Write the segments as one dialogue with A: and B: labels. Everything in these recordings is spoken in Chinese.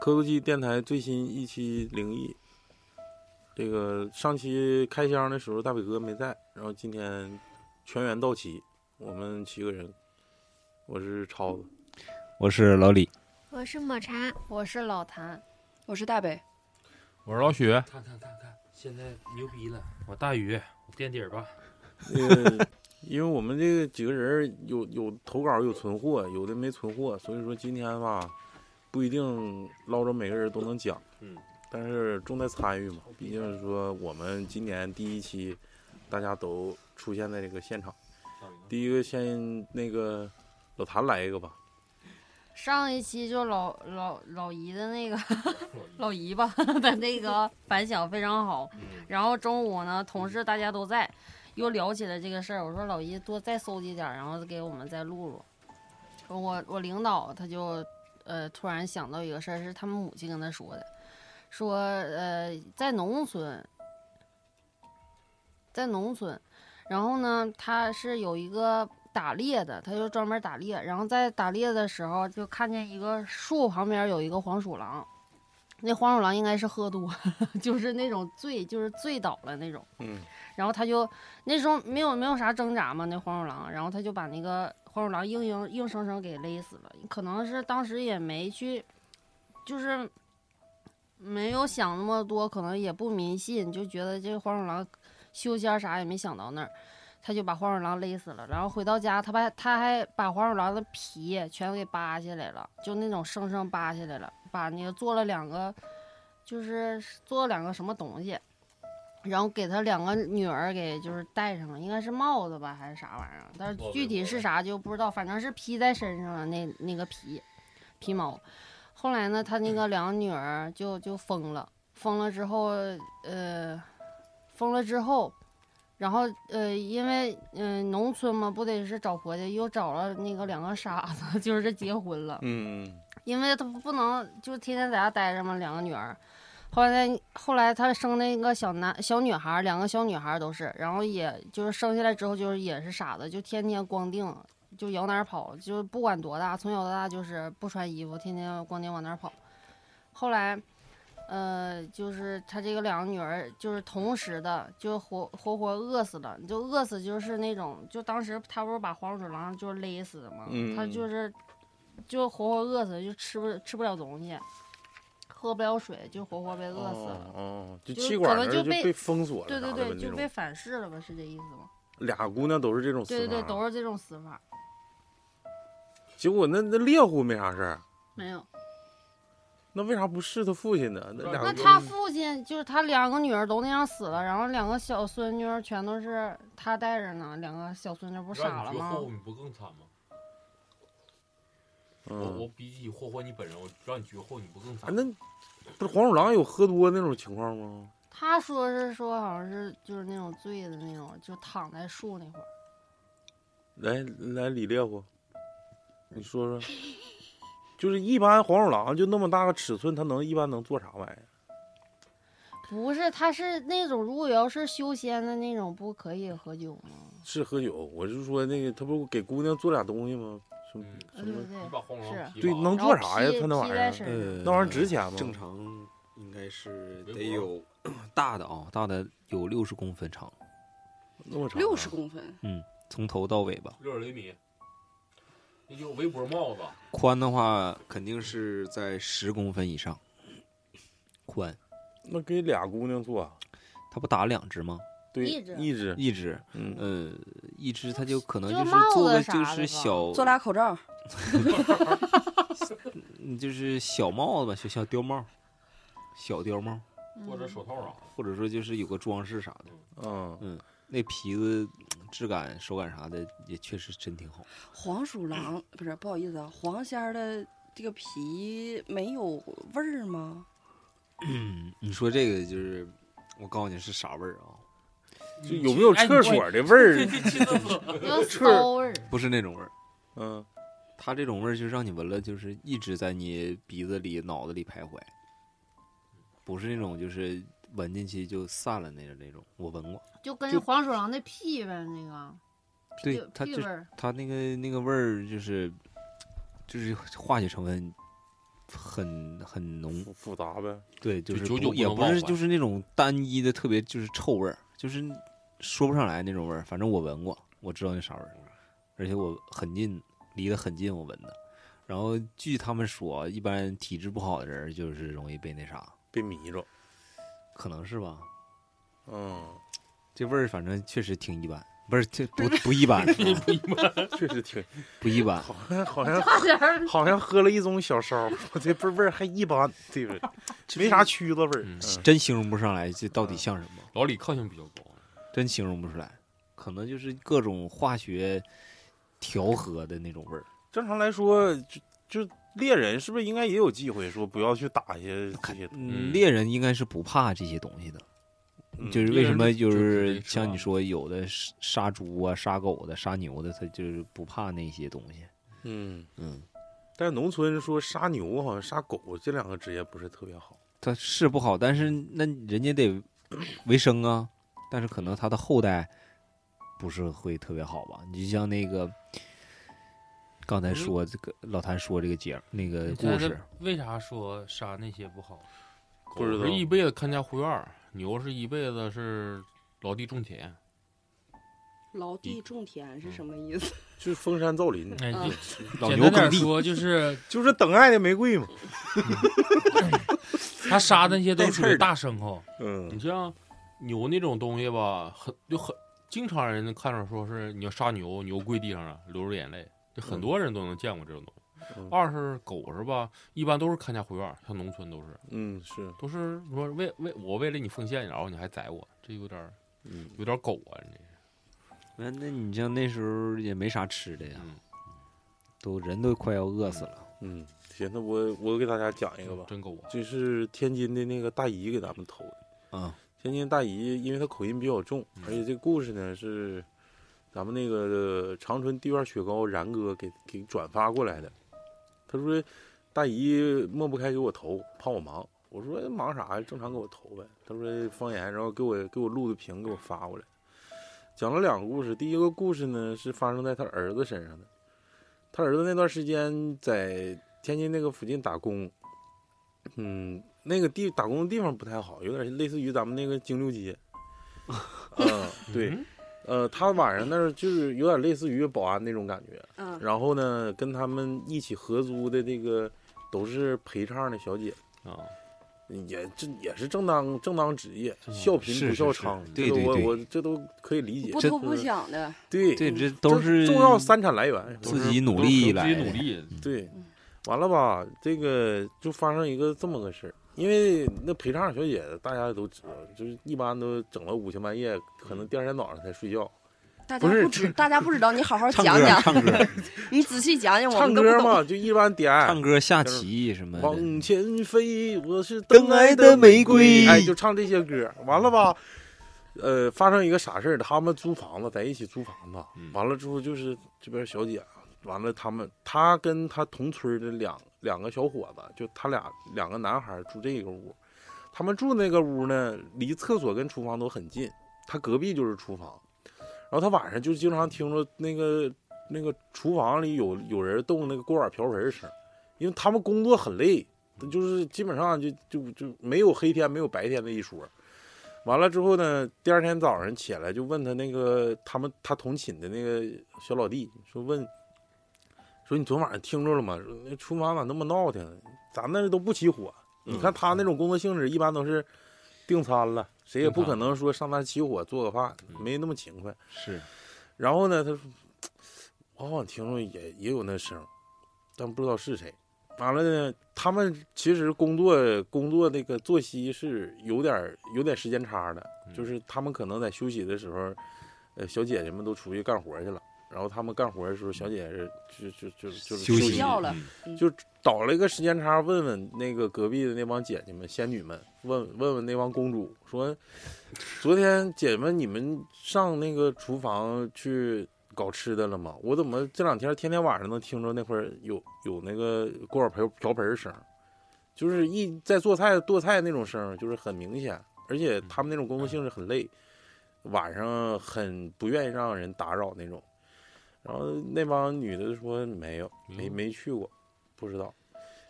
A: 科技电台最新一期灵异。这个上期开箱的时候，大伟哥没在，然后今天全员到齐，我们七个人，我是超子，
B: 我是老李，
C: 我是抹茶，
D: 我是老谭，
E: 我是大北，
F: 我是老许。
G: 看看看看，现在牛逼了！我大宇，我垫底儿吧。
A: 呃， 因为我们这个几个人有有投稿，有存货，有的没存货，所以说今天吧，不一定捞着每个人都能讲。
G: 嗯，
A: 但是重在参与嘛，毕竟说我们今年第一期，大家都出现在这个现场。第一个先那个老谭来一个吧，
D: 上一期就老老老姨的那个老姨吧的那个反响非常好，
G: 嗯，
D: 然后中午呢，同事大家都在，又聊起了这个事儿。我说老姨多再搜集点儿，然后给我们再录录。我我领导他就呃突然想到一个事儿，是他们母亲跟他说的，说呃在农村，在农村，然后呢他是有一个打猎的，他就专门打猎，然后在打猎的时候就看见一个树旁边有一个黄鼠狼。那黄鼠狼应该是喝多 了，就是那种醉，就是醉倒了那种。
A: 嗯，
D: 然后他就那时候没有没有啥挣扎嘛，那黄鼠狼，然后他就把那个黄鼠狼硬硬硬生生给勒死了。可能是当时也没去，就是没有想那么多，可能也不迷信，就觉得这黄鼠狼修仙啥也没想到那儿，他就把黄鼠狼勒死了。然后回到家，他把他还把黄鼠狼的皮全给扒下来了，就那种生生扒下来了，把那个做了两个，就是做了两个什么东西。然后给他两个女儿给就是戴上了，应该是帽子吧还是啥玩意儿，但是具体是啥就不知道，反正是披在身上了那那个皮皮毛。后来呢，他那个两个女儿就就疯了，疯了之后，呃，疯了之后，然后呃，因为嗯、呃农村嘛，不得是找婆家，又找了那个两个傻子， 就是结婚了。
A: 嗯，
D: 因为她不能就天天在家待着嘛，两个女儿。后来她后来她生那个小男小女孩儿，两个小女孩儿都是，然后也就是生下来之后就是也是傻子，就天天光腚，就摇哪儿跑，就不管多大，从小到大就是不穿衣服，天天光腚往哪儿跑。后来，呃，就是她这个两个女儿就是同时的，就活活活饿死了，就饿死就是那种，就当时她不是把黄鼠狼就是勒死的嘛，
A: 嗯
D: 她就是就活活饿死，就吃不吃不了东西，喝不了水，就活活被饿死了。
A: 哦哦，就
D: 就是
A: 气管
D: 可能
A: 那儿
D: 就被
A: 被封锁了
D: 对
A: 啥的
D: 对
A: 吧，
D: 对，
A: 那
D: 就
A: 种
D: 被反噬了吧，是这意思吗？
A: 俩姑娘都是这种死法，
D: 对对对，都是这种死法，
A: 结果那那猎户没啥事儿，
D: 没有。
A: 那为啥不是他父亲呢？那俩
D: 那
A: 姑
D: 他父亲就是他两个女儿都那样死了，然后两个小孙女儿全都是他带着呢，两个小孙女儿不傻了
G: 让你
D: 吗
G: 学霍？霍，你不更惨吗？我
A: 嗯
G: 我比起霍霍你本人，我让你绝后，你不更
A: 啊，
G: 惨？
A: 那不是黄鼠狼有喝多那种情况吗？
D: 他说是说好像是就是那种醉的那种，就躺在树那会儿。
A: 来来，李猎户，你说说，就是一般黄鼠狼就那么大个尺寸，它能一般能做啥玩意儿？
D: 不是，他是那种如果要是修仙的那种，不可以喝酒吗？
A: 是喝酒，我是说那个，他不给姑娘做俩东西吗？什么
D: 对
A: 什
D: 对
A: 么？
G: 嗯你
D: 对。
G: 把黄鼠狼
D: 是
G: 踢
A: 对
G: 吧
A: 能
D: 然后
A: 做啥呀
D: 披
A: 他那玩
D: 披
A: 意
D: 在
A: 儿
D: 身上
B: 呃，
A: 那玩意儿值钱吗？
B: 正常应该是得
G: 围脖
B: 有 大的啊，大的有六十公分长，
A: 那么长啊？
E: 六十公分，
B: 从头到尾吧。
G: 六十厘米，那就围脖帽子，
B: 宽的话肯定是在十公分以上，宽。
A: 那给俩姑娘做啊？
B: 它不打两只吗？
A: 对，
D: 一只
A: 一只，
B: 一只，
A: 嗯，
B: 呃，一只它就可能
D: 就
B: 就是
D: 帽
B: 做
D: 子
B: 个
D: 啥
B: 就
D: 的吧
B: 是小，
E: 做俩口罩，
B: 嗯就是小帽子吧，小小貂帽，小貂帽，
D: 嗯
G: 或者手套啊啥的。
B: 或者说就是有个装饰啥的。
A: 嗯，
B: 那皮子质感、手感啥的也确实真挺好。
E: 黄鼠狼不是不好意思啊，黄仙儿的这个皮没有味儿吗？
B: 嗯，你说这个就是，我告诉你是啥味儿啊？
A: 就有没有厕所的味儿？啊
D: 有骚味儿。
B: 不是那种味儿，
A: 嗯，
B: 它这种味儿就让你闻了，就是一直在你鼻子里、脑子里徘徊，不是那种就是闻进去就散了那种那种。我闻过，
D: 就跟
B: 就
D: 黄鼠狼的屁呗，那个屁
B: 对它
D: 屁
B: 就
D: 味儿，
B: 它那个那个味儿就是就是化学成分很很浓，
A: 复复杂呗，
B: 对，就
G: 就是久
B: 不
G: 久不
B: 也
G: 能
B: 不是
G: 忘怀
B: 就是那种单一的特别就是臭味儿，就是说不上来那种味儿。反正我闻过，我知道那啥味儿，而且我很近，离得很近，我闻的。然后据他们说，一般体质不好的人就是容易被那啥，
A: 被迷着。
B: 可能是吧。
A: 嗯，
B: 这味儿反正确实挺一般，不是这不不一般，
A: 确实挺
B: 不一般。
A: 好像 好像
D: 差点 儿
A: 好像喝了一盅小烧， 我这味儿味儿还一般，对不对？没啥曲子味儿。
G: 嗯
A: 嗯
B: 真形容不上来这到底像什么，
G: 老李抗性比较高，啊
B: 真形容不出来，可能就是各种化学调和的那种味儿，
A: 正常来说，就就猎人是不是应该也有忌讳，说不要去打一些这些？
B: 嗯，
G: 嗯
B: 猎人应该是不怕这些东西的，
A: 嗯
B: 就是为什么就
G: 猎人
B: 是
G: 就直接吃
B: 像你
G: 了
B: 说有的杀杀猪啊、杀狗的、杀牛的，他就是不怕那些东西。
A: 嗯，
B: 嗯，
A: 但是农村说杀牛好像杀狗这两个职业不是特别好。
B: 他是不好，但是
G: 嗯
B: 那人家得为生啊。但是可能他的后代不是会特别好吧？你就像那个刚
G: 嗯
B: 才说这个老谭说这个节那个
G: 你
B: 故
G: 猜他
B: 事，
G: 为啥说杀那些不好？
A: 不知道
G: 狗是一辈子看家护院儿，牛是一辈子是劳地种田。
E: 劳地种田
A: 嗯
E: 是什么意思？
A: 就是封山造林，
G: 哎，
E: 嗯
G: 就
B: 老
G: 简
B: 牛
G: 单点
B: 耕
G: 儿
B: 地，
G: 说，就是
A: 就是等爱的玫瑰嘛。
G: 他杀的那些都
A: 带刺
G: 属
A: 儿
G: 于
A: 的
G: 大牲口。你
A: 嗯
G: 像牛那种东西吧，很就很经常人看着说是你要杀牛，牛跪地上了，流着眼泪，
B: 嗯
G: 就很多人都能见过这种东西。
B: 啊
A: 嗯
G: 二是狗是吧，一般都是看家护院儿，像农村都是
A: 嗯是
G: 都是说为为我为了你奉献，然后你还宰我，这有点儿
A: 嗯
G: 有点儿狗啊，你这
B: 那那你像那时候也没啥吃的哎呀，
G: 嗯
B: 都人都快要饿死了。
A: 嗯，行，那我我给大家讲一个吧。
G: 真狗啊，
A: 这是天津的那个大姨给咱们投的。
B: 啊，
A: 天津大姨，因为她口音比较重，而且这个故事呢是咱们那个呃长春地院雪糕然哥给给转发过来的。他说大姨抹不开给我投，怕我忙。我说哎忙啥呀？正常给我投呗。他说方言，然后给我给我录的屏给我发过来。讲了两个故事，第一个故事呢是发生在他儿子身上的。他儿子那段时间在天津那个附近打工，嗯，那个地打工的地方不太好，有点类似于咱们那个京六 街。嗯、对，
G: 嗯，
A: 呃，他晚上那儿就是有点类似于保安那种感觉。
E: 嗯，
A: 然后呢，跟他们一起合租的这个都是陪唱的小姐，
G: 啊，
A: 也这也是正当正当职业，
G: 正当
A: 笑贫
B: 嗯是
A: 不
B: 是
A: 笑
B: 是
A: 娼，
B: 对
A: 这
B: 对
A: 都
B: 对
A: 我我这都可以理解。
E: 不偷不抢的，
A: 对
B: 对，
E: 嗯
B: 这
A: 这
B: 都是
A: 重要三产来源。
G: 都
B: 自
G: 是
B: 己努
G: 都是
B: 力
G: 自己
B: 来
G: 努
B: 的
G: 力，
A: 对
E: 嗯，
A: 完了吧，这个就发生一个这么个事儿，因为那陪唱小姐大家都知道，就是一般都整了五更半夜，可能第二天早上才睡觉，
E: 大
A: 不
E: 家
A: 是
E: 不知大家不知道，你好好
B: 唱
E: 讲
B: 歌
E: 讲，
B: 唱歌
E: 你仔细讲讲，我
A: 唱
E: 们都不
A: 歌
E: 懂。
A: 嘛，就一般点
B: 唱歌下棋什么的。嗯
A: 往前飞，我是
B: 等爱的玫瑰
A: 哎，就唱这些歌。完了吧，呃，发生一个啥事儿？他们租房子，在一起租房子
G: 嗯。
A: 完了之后，就是这边小姐，完了他们，他跟他同村的两两个小伙子，就他俩两个男孩住这个屋。他们住那个屋呢，离厕所跟厨房都很近，他隔壁就是厨房。然后他晚上就经常听着那个那个厨房里有有人动那个锅碗瓢盆的声儿，因为他们工作很累，就是基本上就就就没有黑天没有白天的一说。完了之后呢，第二天早上起来就问他那个他们他同寝的那个小老弟，说问说你昨晚上听着了吗？说那厨房咋那么闹腾？咱那都不起火。你看他那种工作性质，一般都是订餐了，谁也不可能说上那起火做个饭，
G: 嗯
A: 没那么勤快。
B: 是，
A: 然后呢，他说，我好像听着也也有那声儿，但不知道是谁。完了呢，他们其实工作工作那个作息是有点儿有点时间差的，
G: 嗯
A: 就是他们可能在休息的时候，呃，小姐姐们都出去干活去了，然后他们干活的时候，小姐姐就就就就是
B: 休息
A: 息
E: 觉了
G: 嗯
A: 就找了一个时间差，问问那个隔壁的那帮姐姐们、仙女们，问问问那帮公主，说昨天姐们你们上那个厨房去搞吃的了吗？我怎么这两天天天晚上能听着那块儿有有那个锅碗瓢瓢盆儿声儿，就是一在做菜剁菜那种声儿，就是很明显，而且他们那种工作性质很累，晚上很不愿意让人打扰那种。然后那帮女的说没有，没没去过，不知道。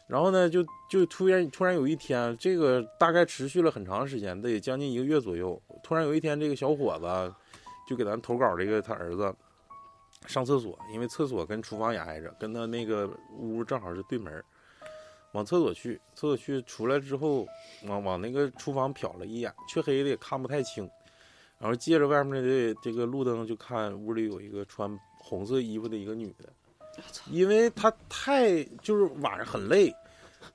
A: 然后呢，就就突然突然有一天，啊这个大概持续了很长时间，得将近一个月左右。突然有一天，这个小伙子就给咱投稿这个他儿子上厕所，因为厕所跟厨房也挨着，跟他那个屋正好是对门儿往厕所去，厕所去出来之后，往往那个厨房瞟了一眼，黢黑的也看不太清。然后借着外面的这个路灯，就看屋里有一个穿红色衣服的一个女的，因为她太就是晚上很累，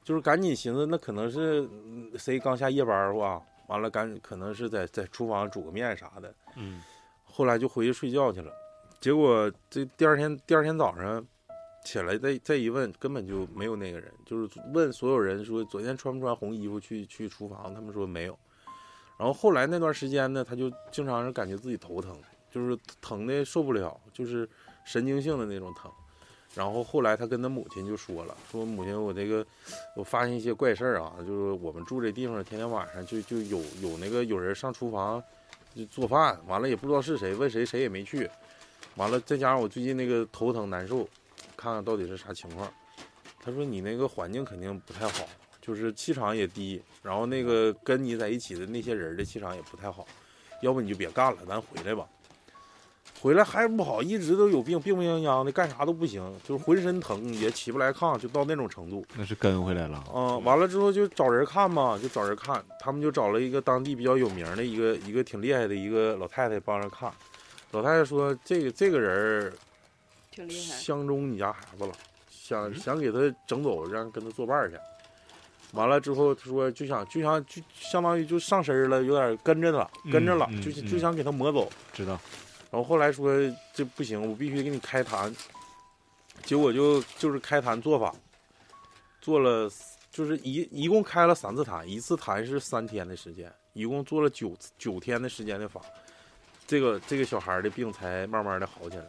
A: 就是赶紧寻思那可能是嗯谁刚下夜班儿哇，完了赶紧可能是在在厨房煮个面啥的，
B: 嗯，
A: 后来就回去睡觉去了。结果这第二天第二天早上起来再再一问，根本就没有那个人，就是问所有人说昨天穿不穿红衣服去去厨房，他们说没有。然后后来那段时间呢，他就经常是感觉自己头疼，就是疼的受不了，就是神经性的那种疼。然后后来他跟他母亲就说了，说母亲，我这个我发现一些怪事儿啊，就是我们住这地方，天天晚上就就有有那个有人上厨房就做饭，完了也不知道是谁，问谁谁也没去，完了再加上我最近那个头疼难受，看看到底是啥情况。他说你那个环境肯定不太好，就是气场也低，然后那个跟你在一起的那些人的气场也不太好，要不你就别干了，咱回来吧。回来还不好，一直都有病，病病殃殃的，干啥都不行，就是浑身疼，也起不来炕，就到那种程度。
B: 那是跟回来了。
A: 嗯，完了之后就找人看嘛，就找人看，他们就找了一个当地比较有名的一个一个挺厉害的一个老太太帮着看。老太太说：“这个这个人儿
E: 挺厉害。
A: 相中你家孩子了，想
G: 嗯
A: 想给他整走，让跟他作伴儿去。完了之后，他说就想就想就相当于就上身儿了，有点跟着了，跟着了，
B: 嗯嗯
A: 就是
B: 嗯
A: 就想给他磨走。
B: 知道，
A: 然后后来说这不行，我必须给你开坛。结果就就是开坛做法，做了就是一一共开了三次坛，一次坛是三天的时间，一共做了九次九天的时间的法，这个这个小孩儿的病才慢慢的好起来。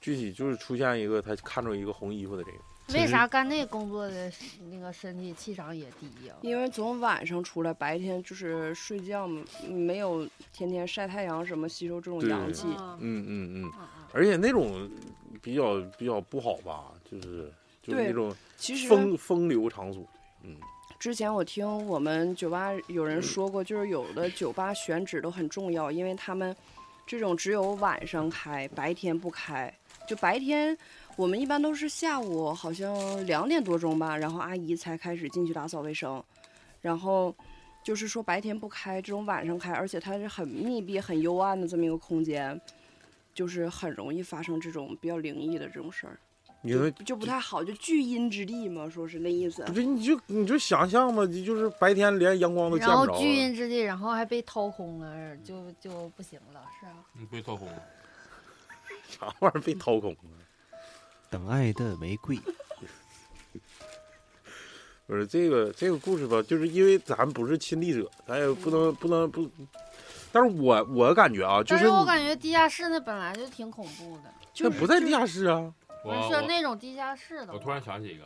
A: 具体就是出现一个他看着一个红衣服的这个，
B: 其
D: 为
B: 实
D: 啥干那工作的那个身体气场也低呀、
E: 因为从晚上出来，白天就是睡觉嘛，没有天天晒太阳什么，吸收这种
A: 对
E: 阳气。
D: 啊？
A: 嗯嗯嗯，
D: 啊啊
A: 而且那种比较比较不好吧，就是就是
E: 对
A: 那种
E: 其实
A: 风风流场所，
E: 之前我听我们酒吧有人说过，就是有的酒吧选址都很重要，因为他们这种只有晚上开，白天不开。就白天我们一般都是下午好像两点多钟吧，然后阿姨才开始进去打扫卫生，然后就是说白天不开，这种晚上开，而且它是很密闭、很幽暗的这么一个空间，就是很容易发生这种比较灵异的这种事儿，
A: 你说
E: 就不太好，就聚阴之地嘛，说是那意思
A: 不。是，你就你就想象吧，你就是白天连阳光都见
D: 然
A: 不
D: 后
A: 着。啊
D: 巨阴之地，然后还被掏空了，就就不行了，是啊。
G: 你嗯被掏空了。
A: 啥玩意儿被掏空了？
B: 等爱的玫瑰，
A: 不是这个这个故事吧，就是因为咱不是亲历者，咱也不能不能不。但是我我感觉啊，就
D: 但
A: 是
D: 是我
A: 你
D: 感觉地下室那本来就挺恐怖的，
A: 那
E: 就是
A: 不在地下室啊，
G: 我
D: 不是
G: 我
D: 那种地下室的
G: 我突然想起一个，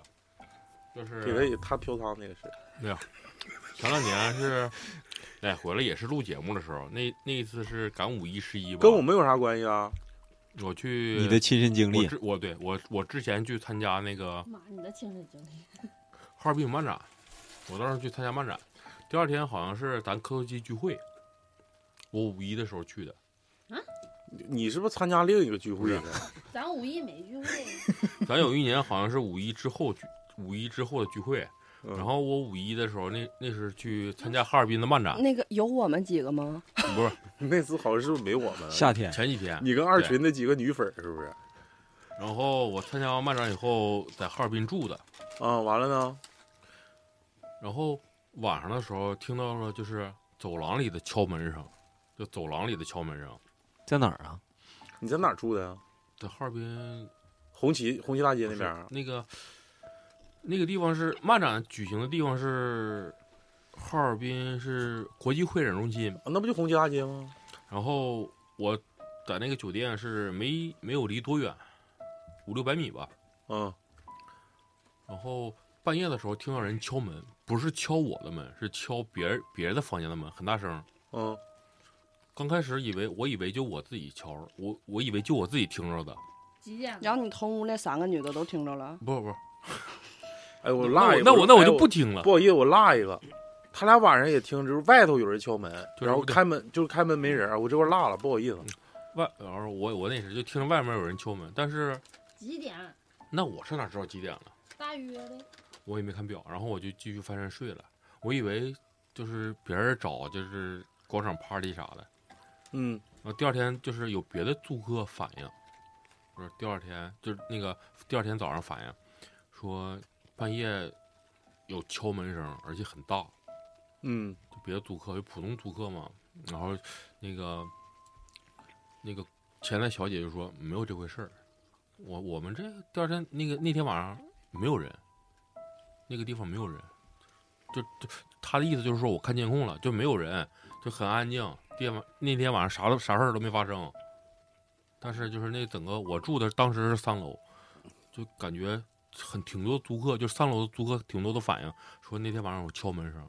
G: 就
A: 给他
G: 是
A: 也他嫖娼那个事儿，
G: 前两年是，哎，回来也是录节目的时候，那那一次是赶五一十一吧，
A: 跟我们有啥关系啊？
G: 我去
B: 你的亲身经
G: 我
B: 历，
G: 之我对我我之前去参加那个
D: 妈，你的亲身经历，
G: 哈尔滨有漫展，我当时去参加漫展，第二天好像是咱科头机聚会，我五一的时候去的，
A: 你是不是参加另一个聚会去啊
G: 啊
A: 了？
D: 咱五一没聚会，
G: 咱有一年好像是五一之后聚，五一之后的聚会，
A: 嗯
G: 然后我五一的时候那那是去参加哈尔滨的漫展，
E: 那个有我们几个吗？
G: 不是
A: 那次好像是不是没我们？
B: 夏天
G: 前几天，
A: 你跟二群的几个女粉儿是不是？
G: 然后我参加完漫展以后在哈尔滨住的，
A: 啊，完了呢，
G: 然后晚上的时候听到了就是走廊里的敲门声，就走廊里的敲门声，
B: 在哪儿啊？
A: 你在哪儿住的呀？
G: 在哈尔滨
A: 红旗红旗大街那边儿啊
G: 那个那个地方是漫展举行的地方是哈尔滨是国际会展中心，
A: 啊，那不就红旗大街吗？
G: 然后我在那个酒店是没没有离多远，五六百米吧。
A: 嗯，
G: 然后半夜的时候听到人敲门，不是敲我的门，是敲别人别人的房间的门，很大声。
A: 嗯，
G: 刚开始以为我以为就我自己敲着，我我以为就我自己听着的，
D: 几点？啊
E: 然后你同屋那三个女的都听着了，
G: 不不，
A: 哎，我
G: 那
A: 落
G: 我
A: 一个，
G: 那我那我
A: 哎
G: 就不听了
A: 不。好意思，我落一个。他俩晚上也听，就是外头有人敲门，
G: 就是
A: 然后开门就是开门没人儿，我这块儿落了，不好意思。
G: 外，然后我我那时就听着外面有人敲门，但是
D: 几点？
G: 那我上哪知道几点了？
D: 大约的。
G: 我也没看表，然后我就继续翻身睡了。我以为就是别人找就是广场 party 啥的，
A: 嗯，
G: 然后第二天就是有别的住客反映，不是第二天就是那个第二天早上反映说半夜有敲门声，而且很大，
A: 嗯
G: 就别的租客，就普通租客嘛。然后那个那个前台小姐就说没有这回事儿，我我们这第二天那个那天晚上没有人，那个地方没有人，就就他的意思就是说我看监控了，就没有人，就很安静。电晚那天晚上啥都啥事儿都没发生，但是就是那整个我住的当时是三楼，就感觉很挺多租客，就三楼的租客挺多都反映说那天晚上有敲门声。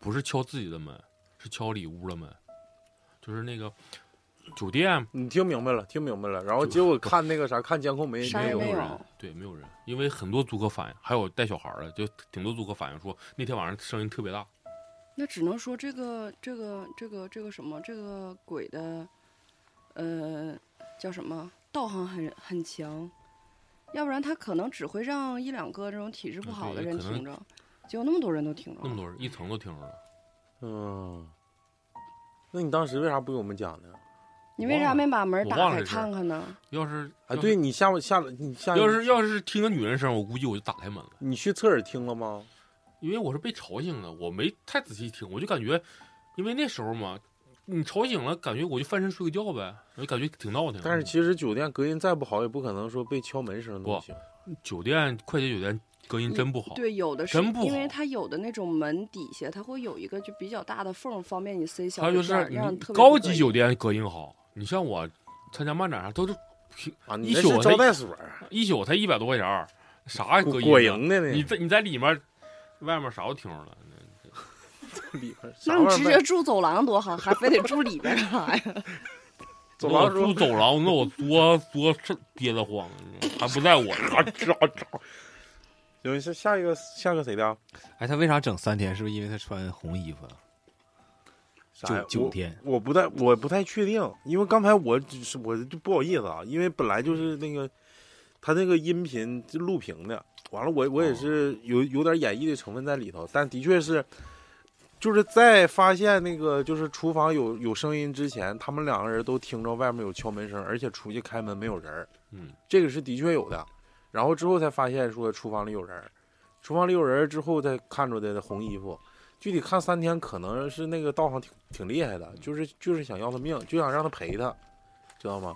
G: 不是敲自己的门，是敲里屋的门，就是那个酒店
A: 你听明白了，听明白了。然后结果看那个啥，看监控没
E: 啥
A: 没
E: 也
A: 有
E: 没有
A: 人。
G: 人，对，没有人，因为很多租客反映，还有带小孩儿的，就挺多租客反映说那天晚上声音特别大，
E: 那只能说这个这个这个这个什么这个鬼的，呃，叫什么道行很很强，要不然他可能只会让一两个这种体质不
G: 嗯
E: 好的
G: 对
E: 人
G: 可能
E: 听着，结果那么多人都听着
G: 那
E: 了，
G: 么多人一层都听着了，
A: 嗯，那你当时为啥不给我们讲呢？
E: 你为啥
G: 忘了
E: 没把门
G: 我
E: 打
G: 忘了
E: 开
G: 这事儿
E: 看看呢？
G: 要是
A: 哎，对，你下下你下
G: 要是要是听个女人声，我估计我就打开门了，
A: 你去侧耳听了吗？
G: 因为我是被吵醒的，我没太仔细听，我就感觉，因为那时候嘛。你吵醒了，感觉我就翻身睡个觉呗，我就感觉挺闹挺。
A: 但是其实酒店隔音再不好，也不可能说被敲门声都
G: 不
A: 不行。
G: 酒店快捷酒店隔音真不好，
E: 对，有的是
G: 哦真不
E: 因
G: 好
E: 为它有的那种门底下，它会有一个就比较大的缝，方便你塞小
G: 还有就
E: 纸
G: 是
E: 片儿让
G: 你
E: 特别
G: 高
E: 不膈
G: 级
E: 应
G: 酒店隔音好，你像我参加漫展啥都是
A: 啊，你
G: 一
A: 那
G: 宿
A: 是
G: 才
A: 招待所儿，
G: 一宿才一百多块钱儿，啥
A: 果
G: 隔
A: 果
G: 音啊？
A: 蝇的那
G: 你在你在里面，外面啥都听着了。
A: 里边儿，啥
E: 那你
A: 玩意
E: 直
A: 儿
E: 接住走廊多好，还非得住里边啊干啥呀？
A: 走
G: 那我
A: 廊说
G: 住走廊，那我 多多是憋得慌，还不在我这儿。
A: 行，下下一个下一个谁的啊？
B: 哎，他为啥整三天？是不是因为他穿红衣服啊？
A: 啥呀
B: 九
A: 我
B: 九天
A: 我不太我不太确定，因为刚才我只是我就不好意思啊，因为本来就是那个他那个音频就录屏的，完了我我
B: 哦
A: 也是有有点演绎的成分在里头，但的确是就是在发现那个就是厨房有有声音之前，他们两个人都听着外面有敲门声，而且出去开门没有人儿，
G: 嗯，
A: 这个是的确有的，然后之后才发现说厨房里有人儿，厨房里有人儿之后再看出来的红衣服。具体看三天，可能是那个道行挺挺厉害的，就是就是想要他命，就想让他陪他，知道吗？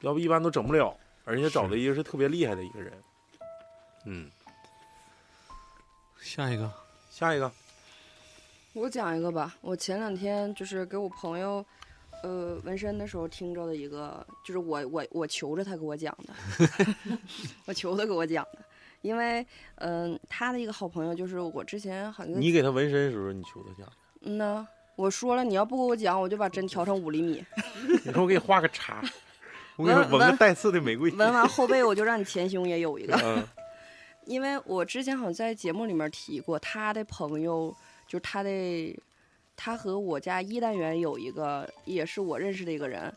A: 要不一般都整不了，而且找的一个是特别厉害的一个人。嗯，
B: 下一个，
A: 下一个，
E: 我讲一个吧，我前两天就是给我朋友，呃，纹身的时候听着的一个，就是我我我求着他给我讲的， 我求他给我讲的，因为嗯、他的一个好朋友就是我之前好像
A: 你给他纹身的时候，你求他去，啊
E: 嗯呐，我说了你要不给我讲，我就把针调成五厘米，
A: 你说我给你画个叉， 我给你说
E: 纹
A: 纹个
E: 纹
A: 带刺的玫瑰。
E: 纹完后背我就让你前胸也有一个。
A: 嗯
E: 因为我之前好像在节目里面提过，他的朋友就是他的，他和我家一单元有一个也是我认识的一个人，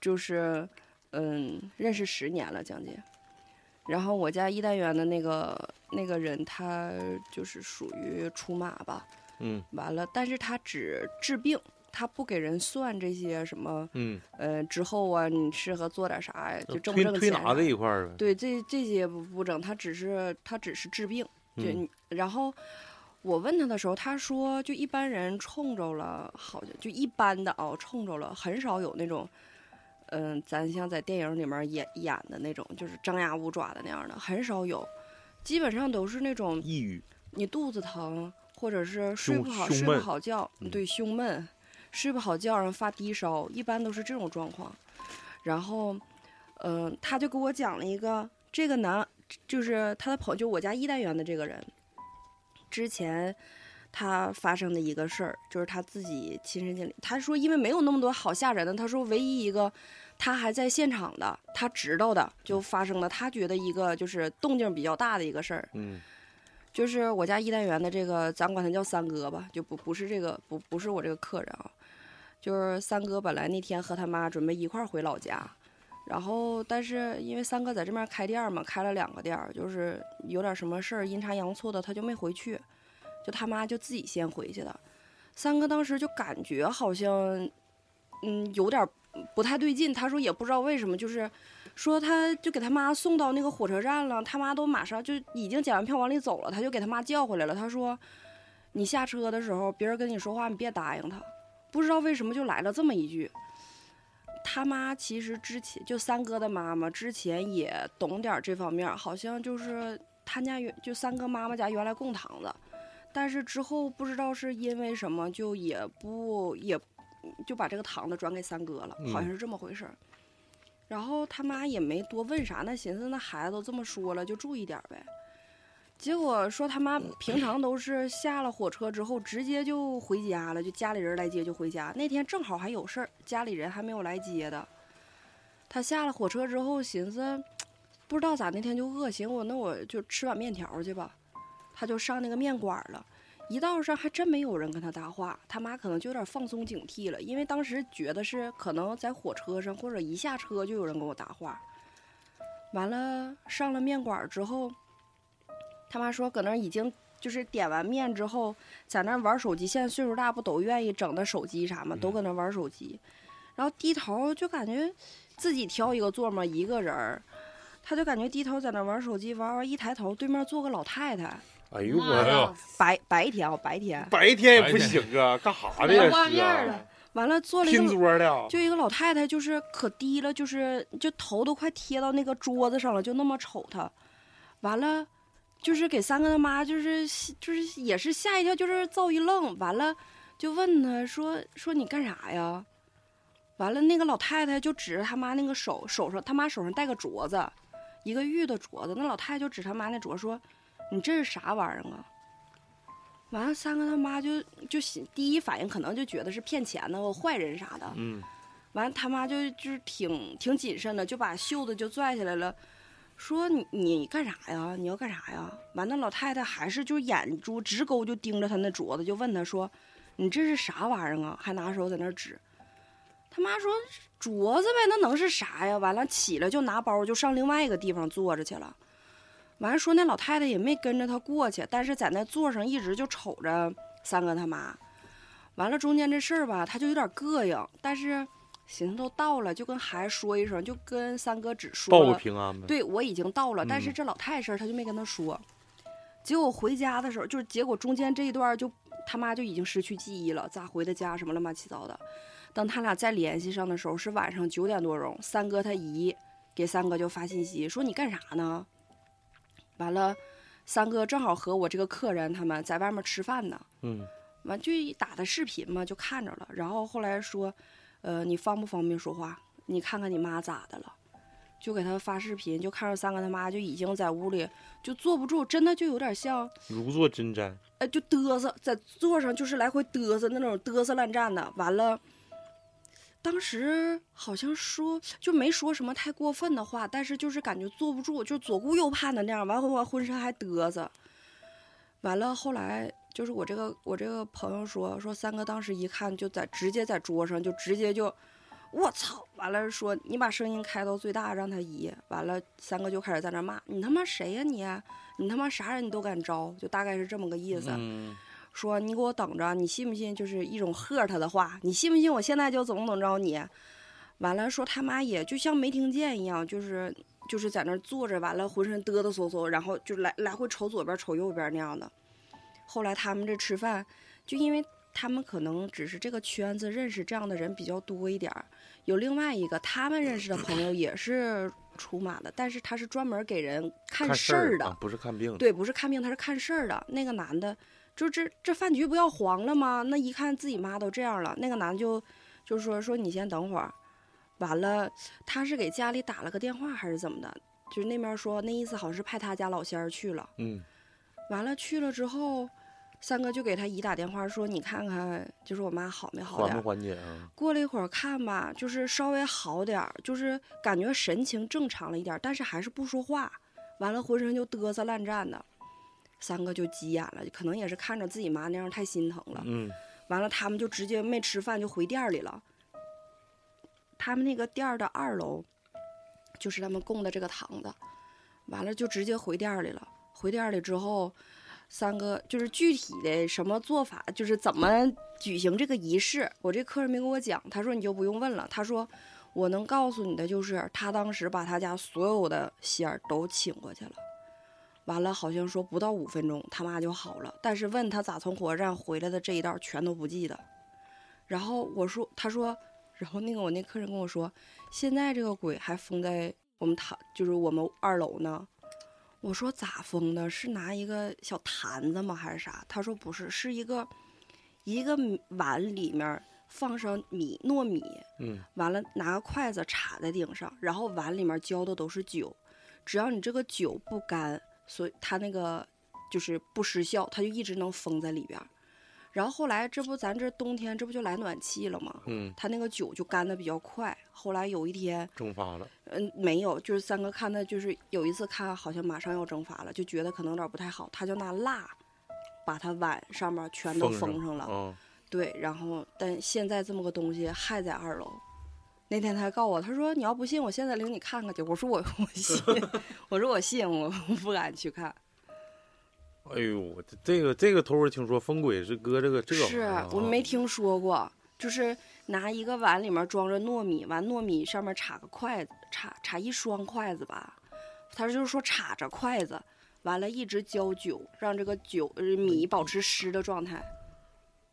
E: 就是嗯认识十年了将近。然后我家一单元的那个那个人，他就是属于出马吧，
A: 嗯
E: 完了，但是他只治病，他不给人算这些什么，
A: 嗯，
E: 呃，之后啊，你适合做点啥呀，就挣不
A: 呃推
E: 挣
A: 推
E: 钱啊啥
A: 拿
E: 的
A: 这一块儿呗。
E: 对，这这些不不整，他只是他只是治病，就、
A: 嗯
E: 你然后我问他的时候，他说就一般人冲着了，好像就一般的啊、冲着了，很少有那种，嗯、咱像在电影里面演演的那种，就是张牙舞爪的那样的，很少有，基本上都是那种
A: 抑郁，
E: 你肚子疼，或者是睡
A: 胸
E: 不好
A: 胸
E: 睡不
A: 闷
E: 好觉，
A: 嗯
E: 对胸闷，睡不好觉然后发低烧，一般都是这种状况。然后，嗯、他就给我讲了一个这个男，就是他的朋友，就我家一单元的这个人，之前他发生的一个事儿，就是他自己亲身经历。他说，因为没有那么多好吓人的，他说唯一一个他还在现场的，他知道的就发生了，他觉得一个就是动静比较大的一个事儿，
A: 嗯
E: 就是我家一单元的这个，咱管他叫三哥吧，就不不是这个不不是我这个客人啊，就是三哥本来那天和他妈准备一块儿回老家，然后但是因为三哥在这边开店儿嘛，开了两个店儿，就是有点什么事儿阴差阳错的他就没回去，就他妈就自己先回去的。三哥当时就感觉好像，嗯，有点不太对劲，他说也不知道为什么，就是说他就给他妈送到那个火车站了，他妈都马上就已经检完票往里走了，他就给他妈叫回来了。他说：“你下车的时候，别人跟你说话，你别答应他。”不知道为什么就来了这么一句。他妈其实之前就三哥的妈妈之前也懂点儿这方面儿，好像就是他家原就三哥妈妈家原来供堂子，但是之后不知道是因为什么，就也不也就把这个堂子转给三哥了，好像是这么回事儿。然后他妈也没多问啥，那寻思那孩子都这么说了，就注意点儿呗。结果说他妈平常都是下了火车之后直接就回家了，就家里人来接就回家。那天正好还有事儿，家里人还没有来接的。他下了火车之后寻思，不知道咋那天就饿，寻思我那我就吃碗面条去吧。他就上那个面馆了，一道上还真没有人跟他搭话。他妈可能就有点放松警惕了，因为当时觉得是可能在火车上或者一下车就有人跟我搭话。完了上了面馆之后，他妈说搁那儿已经就是点完面之后，在那儿玩手机。现在岁数大不都愿意整那手机啥嘛，都搁那儿玩手机。然后低头就感觉自己挑一个座嘛，一个人儿，他就感觉低头在那儿玩手机，玩完一抬头，对面坐个老太太，
A: 哎
D: 哎
A: 呦我
G: 呀
E: 白白天啊、白天，
A: 白天也不行啊，干啥的呀？
D: 画
A: 是
D: 面儿
A: 啊
D: 了，
E: 完了坐了一
A: 拼
E: 个。
A: 桌的啊，
E: 就一个老太太，就是可低了，就是就头都快贴到那个桌子上了，就那么瞅她。完了，就是给三哥他妈，就是就是也是吓一跳，就是造一愣。完了，就问他说说你干啥呀？完了，那个老太太就指着他妈那个手，手上他妈手上戴个镯子，一个玉的镯子。那老太太就指他妈那镯说：“你这是啥玩意儿啊？”完了，三哥他妈就就心第一反应可能就觉得是骗钱的或坏人啥的，
A: 嗯，
E: 完，他妈就就是挺挺谨慎的，就把袖子就拽下来了，说你你干啥呀？你要干啥呀？完，那老太太还是就是眼珠直勾就盯着他那镯子，就问他说：“你这是啥玩意儿啊？”还拿手在那儿指。他妈说：“镯子呗，那能是啥呀？”完了，起来就拿包就上另外一个地方坐着去了。完说那老太太也没跟着他过去，但是在那座上一直就瞅着三哥他妈。完了中间这事儿吧，他就有点膈应，但是寻思都到了，就跟孩子说一声，就跟三哥只说
A: 报
E: 了
A: 个平啊安呗。
E: 对我已经到了，但是
A: 嗯
E: 这老太太事儿他就没跟他说。结果回家的时候，就是结果中间这一段儿就他妈就已经失去记忆了，咋回的家什么乱七八糟的。等他俩再联系上的时候是晚上九点多钟，三哥他姨给三哥就发信息说你干啥呢？完了，三哥正好和我这个客人他们在外面吃饭呢，
A: 嗯，
E: 完就一打的视频嘛，就看着了。然后后来说，呃，你方不方便说话？你看看你妈咋的了？就给他发视频，就看着三哥他妈就已经在屋里就坐不住，真的就有点像，
A: 如坐针毡。
E: 呃，就嘚瑟在座上就是来回嘚瑟那种嘚瑟乱站的。完了，当时好像说就没说什么太过分的话，但是就是感觉坐不住，就左顾右盼的那样，完后我浑身还嘚瑟。完了，后来就是我这个我这个朋友说说三哥当时一看就在直接在桌上就直接就，我操！完了说你把声音开到最大让他移。完了，三哥就开始在那骂你他妈谁呀、你？啊你他妈啥人你都敢招？就大概是这么个意思。
A: 嗯，
E: 说你给我等着，你信不信？就是一种喝他的话，你信不信？我现在就怎么怎么着你。完了，说他妈也就像没听见一样，就是就是在那儿坐着，完了浑身嘚嘚嗖嗖，然后就来来回瞅左边瞅右边那样的。后来他们这吃饭，就因为他们可能只是这个圈子认识这样的人比较多一点儿，有另外一个他们认识的朋友也是出马的，但是他是专门给人看
A: 看
E: 事儿的，
A: 啊不是看病的。
E: 对，不是看病，他是看事儿的。那个男的，就这这饭局不要黄了吗？那一看自己妈都这样了，那个男的就就说说你先等会儿。完了，他是给家里打了个电话还是怎么的？就是那边说那意思好像是派他家老仙儿去了。
A: 嗯，
E: 完了去了之后，三哥就给他姨打电话说：“你看看，就是我妈好没好
A: 缓
E: 点
A: 不
E: 儿？”
A: 缓解啊？
E: 过了一会儿看吧，就是稍微好点儿，就是感觉神情正常了一点儿，但是还是不说话。完了，浑身就嘚瑟烂战的。三哥就急眼了，可能也是看着自己妈那样太心疼了。
A: 嗯，
E: 完了，他们就直接没吃饭就回店儿里了。他们那个店儿的二楼，就是他们供的这个堂子。完了就直接回店儿里了。回店儿里之后，三哥就是具体的什么做法，就是怎么举行这个仪式，我这客人没跟我讲，他说你就不用问了。他说我能告诉你的就是，他当时把他家所有的仙儿都请过去了。完了，好像说不到五分钟，他妈就好了。但是问他咋从火车站回来的这一道全都不记得。然后我说，他说，然后那个我那客人跟我说，现在这个鬼还封在我们堂，就是我们二楼呢。我说咋封的？是拿一个小坛子吗？还是啥？他说不是，是一个一个米碗里面放上米糯米，
A: 嗯，
E: 完了拿个筷子插在顶上，然后碗里面浇的都是酒，只要你这个酒不干，所以它那个就是不失效，它就一直能封在里边儿。然后后来这不咱这冬天这不就来暖气了吗？
A: 嗯，
E: 它那个酒就干的比较快。后来有一天，
A: 蒸发了，
E: 嗯，没有，就是三哥看他，就是有一次看好像马上要蒸发了，就觉得可能有点不太好，他就拿蜡把它碗上面全都封上嗯了。
A: 啊，
E: 对，然后但现在这么个东西还在二楼。那天他还告我，他说你要不信，我现在领你看看去。我说我我 信，我说我信，我不敢去看。
A: 哎呦，这这个这个头回听说风鬼是搁这个这玩意
E: 是
A: 儿啊
E: 我没听说过，就是拿一个碗里面装着糯米，完糯米上面插个筷子，插插一双筷子吧。他就是说插着筷子，完了一直浇酒，让这个酒呃米保持湿的状态。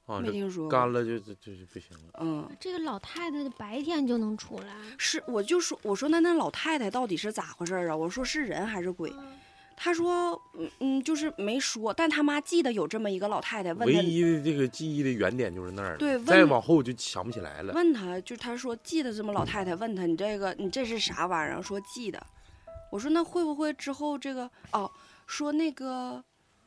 A: 啊，嗯
E: 没
A: 这
E: 听说过。
A: 干了就就就就不行了。
E: 嗯，
C: 这个老太太白天就能出来，
E: 是，我就说，我说那那老太太到底是咋回事儿啊？我说是人还是鬼？他说，嗯嗯，就是没说，但他妈记得有这么一个老太太问
A: 唯
E: 他，
A: 一的这个记忆的原点就是那儿了，
E: 对问
A: 再往后就想不起来了。
E: 问他就他说记得这么老太太问他你这个你这是啥玩意儿？说记得，我说那会不会之后这个哦说那个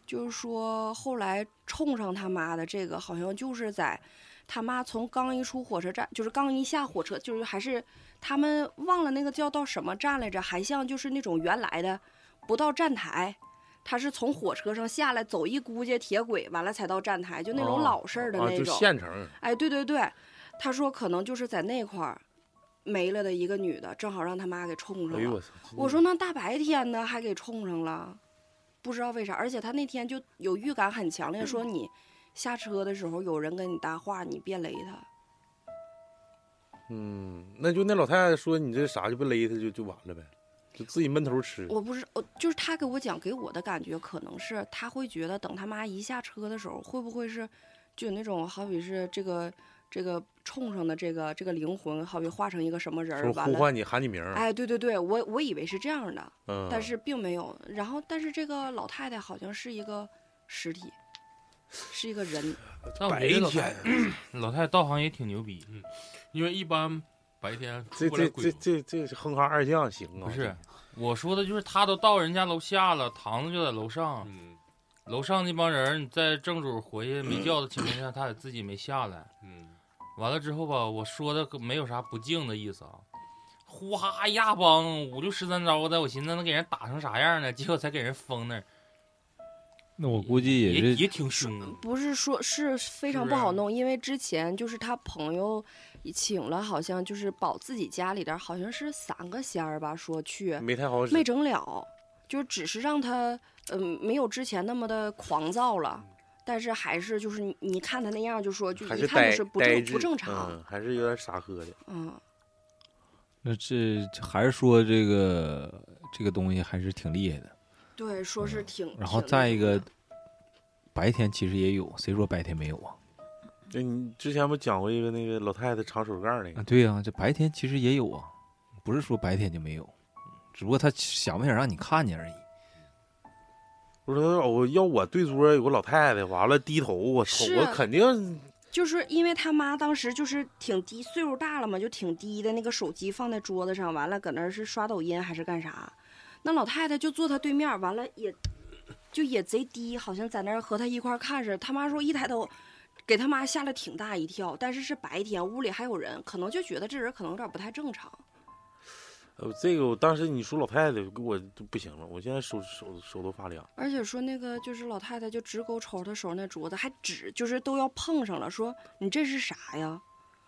E: 就是说后来冲上他妈的这个好像就是在他妈从刚一出火车站就是刚一下火车就是还是他们忘了那个叫到什么站来着，还像就是那种原来的不到站台。他是从火车上下来，走一轱辘铁轨，完了才到站台，就那种
A: 哦
E: 老式儿的
A: 啊，
E: 那
A: 就
E: 种。
A: 县城，
E: 哎，对对对，他说可能就是在那块儿没了的一个女的，正好让他妈给冲
A: 哎
E: 上
A: 呦
E: 了。
A: 我操！
E: 我说那大白天的还给冲上了，不知道为啥。而且他那天就有预感很强烈，说你下车的时候有人跟你搭话，你别勒他。
A: 嗯，那就那老太太说你这啥就不勒他就就完了呗，就自己闷头吃。
E: 我不是，我就是他给我讲，给我的感觉可能是他会觉得，等他妈一下车的时候，会不会是就有那种好比是这个这个冲上的这个这个灵魂，好比化成一个什么人儿
A: 说
E: 完
A: 呼
E: 了。
A: 唤你喊你名儿，
E: 哎，对对对，我我以为是这样的，
A: 嗯，
E: 但是并没有。然后，但是这个老太太好像是一个实体，是一个人。
G: 但我
A: 白
G: 觉得老
A: 天
G: 太老太太道行也挺牛逼，嗯，因为一般白天出
A: 这
G: 不来
A: 这
G: 鬼
A: 这
G: 嘛。
A: 这这是哼哈二将行啊？
G: 不是，我说的就是他都到人家楼下了，堂子就在楼上，
F: 嗯
G: 楼上那帮人在正主回去没叫的情况下，他也自己没下来。
F: 嗯，
G: 完了之后吧，我说的没有啥不敬的意思啊，呼哈哈一大帮五六十三招的，我寻思能给人打成啥样呢？结果才给人封那儿，
B: 那我估计
G: 也
B: 也是
G: 也挺凶的。
E: 不是说是非
G: 是
E: 常
G: 不
E: 不好
A: 啊
G: 是
E: 弄，因为之前就是他朋友请了，好像就是保自己家里的，好像是三个仙儿吧，说去
A: 没太好使
E: 没。整了，就只是让他嗯、没有之前那么的狂躁了。但是还是就是你你看他那样，就说就
A: 嗯还
E: 一
A: 是
E: 看
A: 呆
E: 就是不
A: 呆
E: 正
A: 滞
E: 不正常，
A: 嗯，还是有点傻喝的。
E: 嗯，
B: 那这还是说这个这个东西还是挺厉害的。
E: 对，说是挺。
B: 嗯然后
E: 挺
B: 再
E: 那
B: 一
E: 的
B: 个，白天其实也有，谁说白天没有啊？
A: 对，你之前不讲过一个那个老太太长手杠那
B: 啊，
A: 个？
B: 对呀、这白天其实也有啊，不是说白天就没有，只不过他想不想让你看见而已。
A: 我说我要我对桌有个老太太，完了低头，我瞅
E: 是啊
A: 我肯定
E: 就是因为他妈当时就是挺低，岁数大了嘛，就挺低的那个手机放在桌子上，完了搁那儿是刷抖音还是干啥？那老太太就坐他对面，完了也就也贼低，好像在那儿和他一块儿看着。他妈说一抬头，给他妈吓了挺大一跳，但是是白天，屋里还有人，可能就觉得这人可能有点不太正常。
A: 呃，这个我当时你说老太太，我都不行了，我现在手手手都发凉。
E: 而且说那个就是老太太就直勾瞅他手上那镯子，还指就是都要碰上了，说你这是啥呀？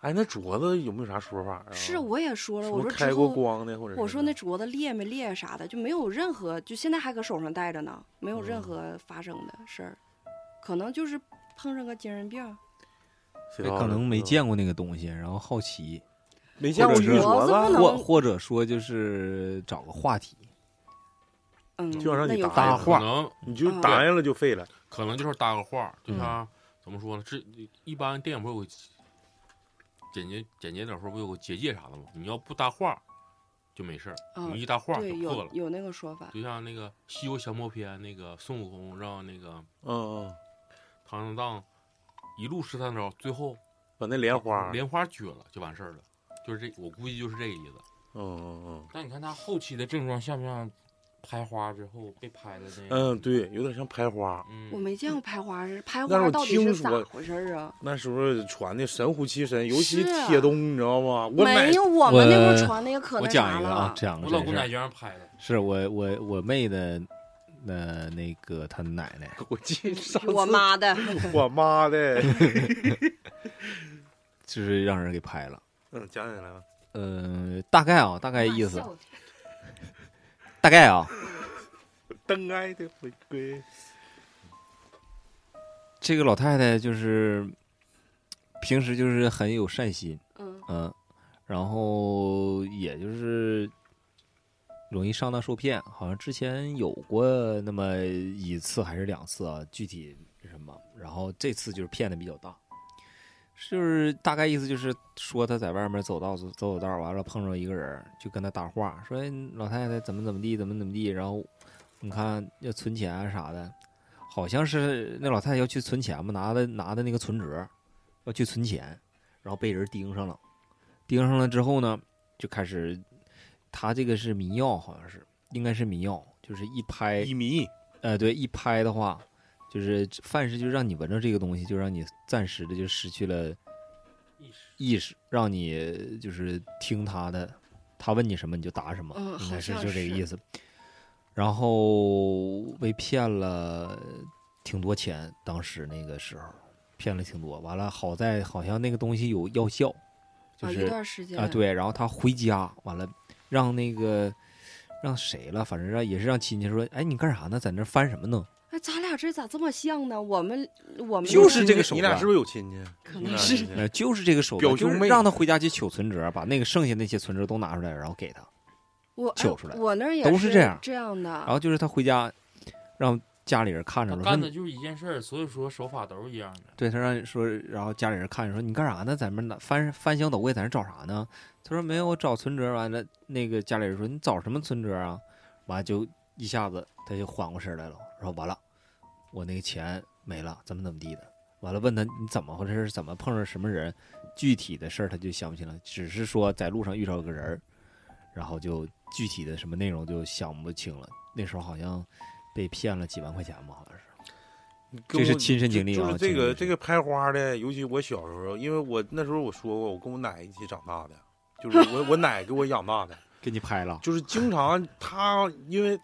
A: 哎，那镯子有没有啥说法啊？
E: 是，我也说了，
A: 是
E: 我
A: 不是
E: 说
A: 开
E: 之
A: 过
E: 后
A: 光的，或者
E: 我
A: 是
E: 说那镯子裂没裂啥的，就没有任何，就现在还搁手上戴着呢，没有任
A: 嗯
E: 何发生的事儿，可能就是碰上个精神病儿。
A: 谁知道
B: 可
A: 呢
B: 能没
A: 嗯
B: 见过那个东西，然后好奇，
A: 没见过
B: 或者
A: 女
B: 是
A: 镯
E: 镯子不
A: 子，
E: 能
B: 或或者说就是找个话题，
E: 嗯，
A: 就让
E: 那
A: 你
E: 有
A: 打
E: 可
A: 一个
B: 搭话
E: 能
G: 可能
A: 你就
E: 嗯
A: 答应了就废了。
G: 可能就是搭个话，就
B: 嗯
G: 像怎么说呢？这一般电影不是有个简洁简洁点说，不有个结界啥的吗？你要不搭话就没事儿，
E: 啊
G: 你一搭话就
E: 对，
G: 破
E: 有
G: 了。
E: 有那个说法，
G: 就像那个《西游降魔篇》，那个孙悟空让那个
A: 嗯，嗯，
G: 唐三藏一路十三招，最后
A: 把那莲花，嗯
G: 莲花撅了就完事儿了。就是这，我估计就是这个意思。
A: 嗯
F: 但你看他后期的症状像不像拍花之后被拍的那
A: 嗯，
F: 个？
A: 嗯，对，有点像拍花。
E: 我
F: 嗯，
E: 没见过拍花是拍
A: 但是
E: 花
A: 我
E: 到底
A: 听
E: 是
A: 说
E: 咋回事儿啊？
A: 那时候传的神乎其神，尤其
E: 是啊
A: 铁东，你知道吗？我买
E: 没有，我们那会
B: 我
E: 儿传的也可
B: 我
E: 那啥
B: 讲一个啊
E: 了，，
B: 讲个
F: 我
B: 真
F: 老公
B: 事儿
F: 在街上拍的，
B: 是我我我妹的，呃，那个她奶奶，
A: 我记 得上
E: 我
A: 次
E: 妈的，
A: 我妈 的，
B: 就是让人给拍了。
A: 嗯，讲起来了，
B: 呃，大概啊，大
D: 哎
B: 概意思
C: 吓，我一跳
B: 大概啊，
A: 灯爱的回归，
B: 这个老太太就是平时就是很有善心，
E: 嗯
B: 嗯，然后也就是容易上当受骗，好像之前有过那么一次还是两次啊，具体是什么？然后这次就是骗的比较大，就是大概意思就是说他在外面走道走走道，完了碰着一个人儿，就跟他搭话，说哎老太太怎么怎么地，怎么怎么地，然后你看要存钱啊啥的，好像是那老太太要去存钱嘛，拿的拿的那个存折要去存钱，然后被人盯上了，盯上了之后呢，就开始他这个是迷药，好像是应该是迷药，就是一拍
A: 乙醚，
B: 呃对一拍的话，就是凡是就让你闻着这个东西，就让你暂时的就失去了
F: 意识
B: 意识，让你就是听他的，他问你什么你就答什么，
E: 嗯
B: 应该是
E: 好
B: 就
E: 像
B: 这个
E: 是
B: 意思。然后被骗了挺多钱，当时那个时候骗了挺多。完了，好在好像那个东西有药效，就
E: 啊
B: 是
E: 一段时间
B: 啊，，对，然后他回家完了，让那个让谁了，反正让也是让亲戚说，哎，你干啥呢？在那儿翻什么呢？
E: 哎，咱俩这咋这么像呢？我们我们
B: 就是这个手
A: 你俩
B: 段
A: 是不是有亲戚？
B: 啊
E: 可
A: 你
E: 能
A: 俩
E: 是
A: 亲戚
B: 那呃就是这个手
A: 表
B: 段，就
A: 兄
B: 是
A: 妹
B: 让他回家去取存折，把那个剩下那些存折都拿出来，然后给他。
E: 我哎
B: 揪出来
E: 我那儿也
B: 都是
E: 是
B: 这样啊
E: 这样
B: 然
E: 的，
B: 后就是他回家让家里人看着
F: 他
B: 了，
F: 干
B: 说
F: 的就是一件事儿，所以说手法都是一样的。
B: 对他让说，然后家里人看着说你干啥呢？在那儿拿翻翻箱倒柜，在那儿找啥呢？他说没有，我找存折。完了，那个家里人说你找什么存折啊？完了就一下子他就缓过神来了，说完了，我那个钱没了，怎么怎么地的。完了问他你怎么回事，怎么碰上什么人，具体的事儿他就想不起了，只是说在路上遇到个人儿，然后就具体的什么内容就想不清了。那时候好像被骗了几万块钱吧，好像是。
A: 跟
B: 这是
A: 我
B: 亲身经历
A: 就
B: 啊
A: 就是这
B: 亲身
A: 个
B: 经
A: 这
B: 历
A: 个拍花的，尤其我小时候，因为我那时候我说过，我跟我奶一起长大的，就是我我奶给我养大的，
B: 给你拍了，
A: 就是经常她因为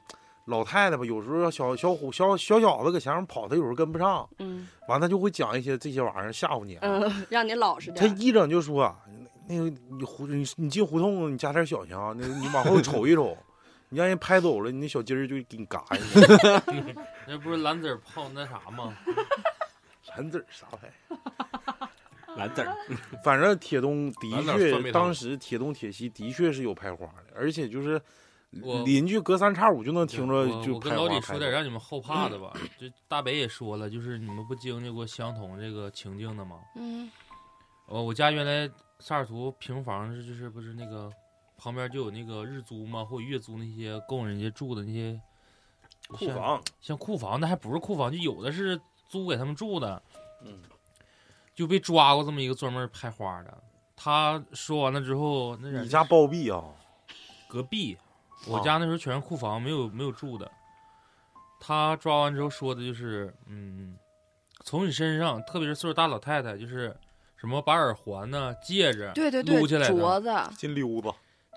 A: 老太太吧，有时候小小虎小小小子搁前面跑，她有时候跟不上，
E: 嗯
A: 完她就会讲一些这些玩意儿吓唬你啊。
E: 嗯，让你老实
A: 她
E: 点儿。
A: 一整就说：“啊那个你胡你你进胡同，你加点小心啊，那个你往后瞅一瞅， 你让人拍走了，你那小鸡儿就给你嘎下去。”
F: 那不是蓝子儿泡那啥吗？
A: 蓝子儿啥玩意儿？
B: 蓝字儿。
A: 反正铁东的
G: 蓝子儿酸
A: 确，
G: 梅汤
A: 当时铁东铁西的确是有拍花的，而且就是
F: 我
A: 邻居隔三差五就能听着
F: 我
A: 就
F: 我跟
A: 拍
F: 老
A: 花
F: 李
A: 拍
F: 说点
A: 花。
F: 让你们后怕的吧。就大北也说了，就是你们不经历过相同这个情境的吗？
E: 嗯
F: 呃我我家原来萨尔图平房是就是不是那个旁边就有那个日租嘛，或者月租那些供人家住的那些
A: 库房，
F: 像库房，那还不是库房，就有的是租给他们住的，
A: 嗯，
F: 就被抓过这么一个专门拍花的。他说完了之后，那人
A: 你家啊暴毙啊？
F: 隔壁，我家那时候全是库房，没有没有住的。他抓完之后说的就是，嗯，从你身上，特别是岁数大老太太，就是什么把耳环呐、戒指，
E: 对对对，
F: 啊撸起来的
E: 镯子，
A: 金溜子，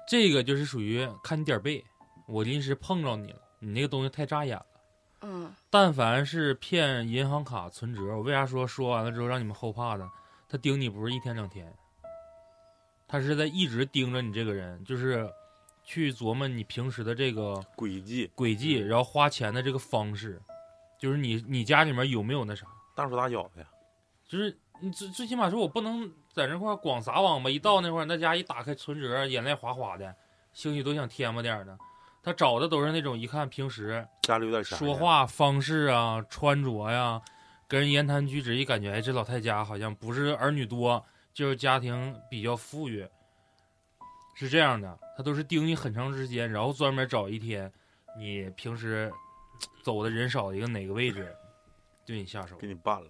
F: 这个就是属于看你点儿背，我临时碰着你了，你那个东西太扎眼了。
E: 嗯，
F: 但凡是骗银行卡存折，我为啥说说完了之后让你们后怕呢？他盯你不是一天两天，他是在一直盯着你这个人，就是去琢磨你平时的这个
A: 诡计，
F: 轨迹，然后花钱的这个方式，就是你你家里面有没有那啥，
A: 大手大脚的呀。
F: 就是你最最起码说我不能在那块儿光撒网吧，一到那块儿那家一打开存折，眼泪哗哗的，兴许都想添吧点儿的。他找的都是那种一看平时
A: 家里有点啥呀
F: 说话方式啊、穿着呀、跟人言谈举止一感觉，哎，这老太家好像不是儿女多，就是家庭比较富裕，是这样的。他都是盯你很长时间，然后专门找一天你平时走的人少的一个哪个位置，对你下手
A: 给。你办了，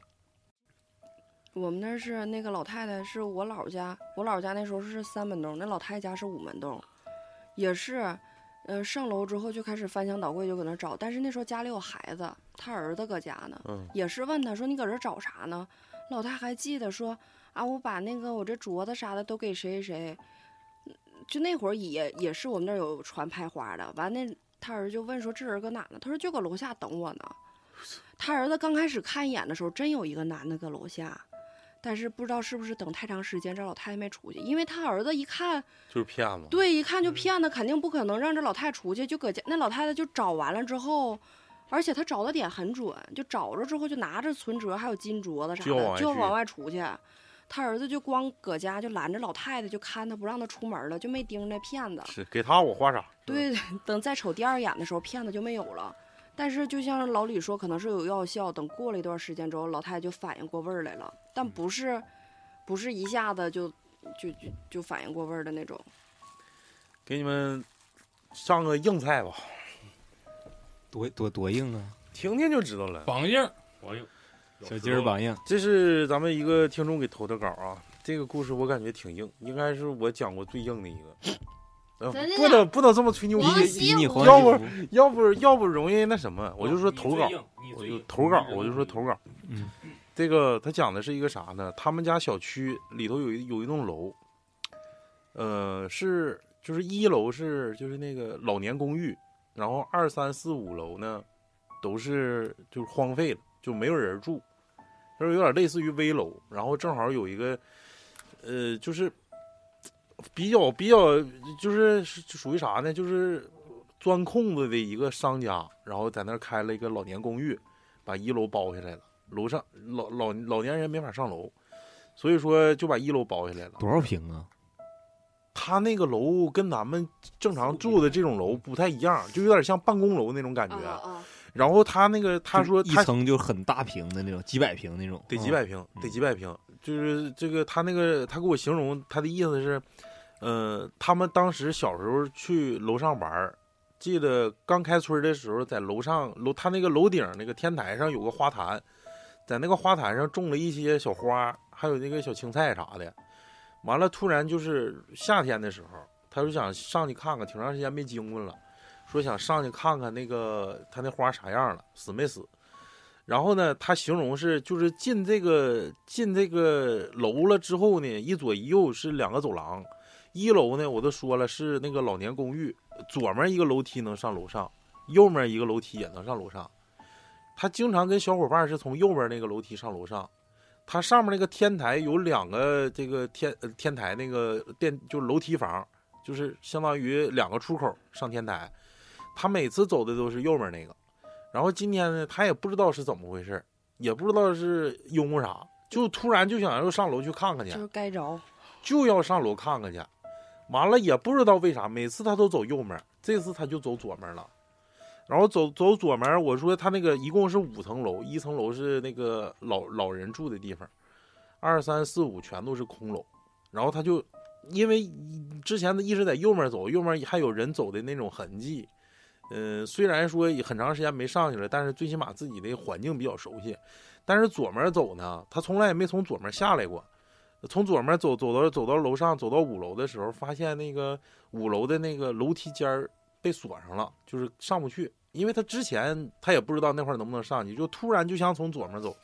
E: 我们那儿是那个老太太，是我姥儿家，我姥儿家那时候是三门洞，那老太太家是五门洞，也是，呃，上楼之后就开始翻箱倒柜就搁那儿找，但是那时候家里有孩子，他儿子搁家呢，
A: 嗯，
E: 也是问他说你搁这儿找啥呢？老太还记得说啊，我把那个我这镯子啥的都给谁谁谁，嗯就那会儿也也是我们那儿有船拍花的，完那他儿子就问说这人搁哪呢？他说就搁楼下等我呢。他儿子刚开始看一眼的时候，真有一个男的搁楼下，但是不知道是不是等太长时间，这老太太没出去，因为他儿子一看
A: 就是骗子。
E: 对，一看就骗子，肯定不可能让这老太太出去，就搁家那老太太就找完了之后，而且她找的点很准，就找着之后就拿着存折还有金镯子啥
A: 就往
E: 的，
A: 外
E: 就
A: 去
E: 往外出去。他儿子就光搁家就拦着老太太，就看她不让她出门了，就没盯着那骗子。
A: 是给他我花啥？
E: 对， 等再瞅第二眼的时候，骗子就没有了。但是就像老李说，可能是有药效，等过了一段时间之后，老太太就反应过味儿来了，
A: 嗯
E: 但不是，不是一下子就就就就反应过味儿的那种。
A: 给你们上个硬菜吧，
B: 多多多硬啊！
A: 听听就知道了。
F: 绑硬，我有
B: 小鸡儿榜硬，
A: 这是咱们一个听众给投的稿啊，这个故事我感觉挺硬，应该是我讲过最硬的一个。呃
C: 真的
A: 不能不能这么吹牛
C: 我
A: 逼，
C: 王
B: 比
C: 西
B: 比你
C: 湖
B: 黄
A: 要
B: 西
A: 不
B: 湖
A: 要不要不容易那什么，我就说投
G: 哦
A: 稿，，我就投稿，我就说投稿。
F: 嗯，
A: 这个他讲的是一个啥呢？他们家小区里头有一有一栋楼，呃，是就是一楼是就是那个老年公寓，然后二三四五楼呢都是就是荒废了，就没有人住，就是有点类似于危楼。然后正好有一个，呃，就是比较比较就是是就属于啥呢？就是钻空子的一个商家，然后在那儿开了一个老年公寓，把一楼包下来了。楼上老老老年人没法上楼，所以说就把一楼包下来了。
B: 多少平啊？
A: 他那个楼跟咱们正常住的这种楼不太一样，就有点像办公楼那种感觉。
E: 啊啊！
A: 然后他那个他说
B: 就是一
A: 他
B: 层就很大平的那种，几百平那种，
A: 得几
B: 嗯。
A: 百平，得几百平，就是这个他那个他给我形容他的意思是，呃，他们当时小时候去楼上玩儿记得刚开春的时候，在楼上楼他那个楼顶那个天台上有个花坛，在那个花坛上种了一些小花，还有那个小青菜啥的。完了，突然就是夏天的时候，他就想上去看看，挺长时间没经过了，说想上去看看那个他那花啥样了，死没死。然后呢，他形容是就是进这个进这个楼了之后呢，一左一右是两个走廊，一楼呢我都说了是那个老年公寓，左面一个楼梯能上楼上，右面一个楼梯也能上楼上。他经常跟小伙伴是从右边那个楼梯上楼上，他上面那个天台有两个这个天呃天台那个电就是楼梯房，就是相当于两个出口上天台。他每次走的都是右面那个。然后今天呢，他也不知道是怎么回事儿，也不知道是因为啥，就突然就想要上楼去看看去
B: 啊
E: 就，是该着。
A: 就要上楼看看去。完了也不知道为啥，每次他都走右面，这次他就走左面了。然后走走左面，我说他那个一共是五层楼，一层楼是那个老老人住的地方，二三四五全都是空楼。然后他就因为之前他一直在右面走，右面还有人走的那种痕迹。嗯，虽然说也很长时间没上去了，但是最起码自己的环境比较熟悉。但是左面走呢，他从来也没从左面下来过。从左面走走到走到楼上，走到五楼的时候，发现那个五楼的那个楼梯间儿被锁上了，就是上不去，因为他之前他也不知道那块儿能不能上去，就突然就想从左面走，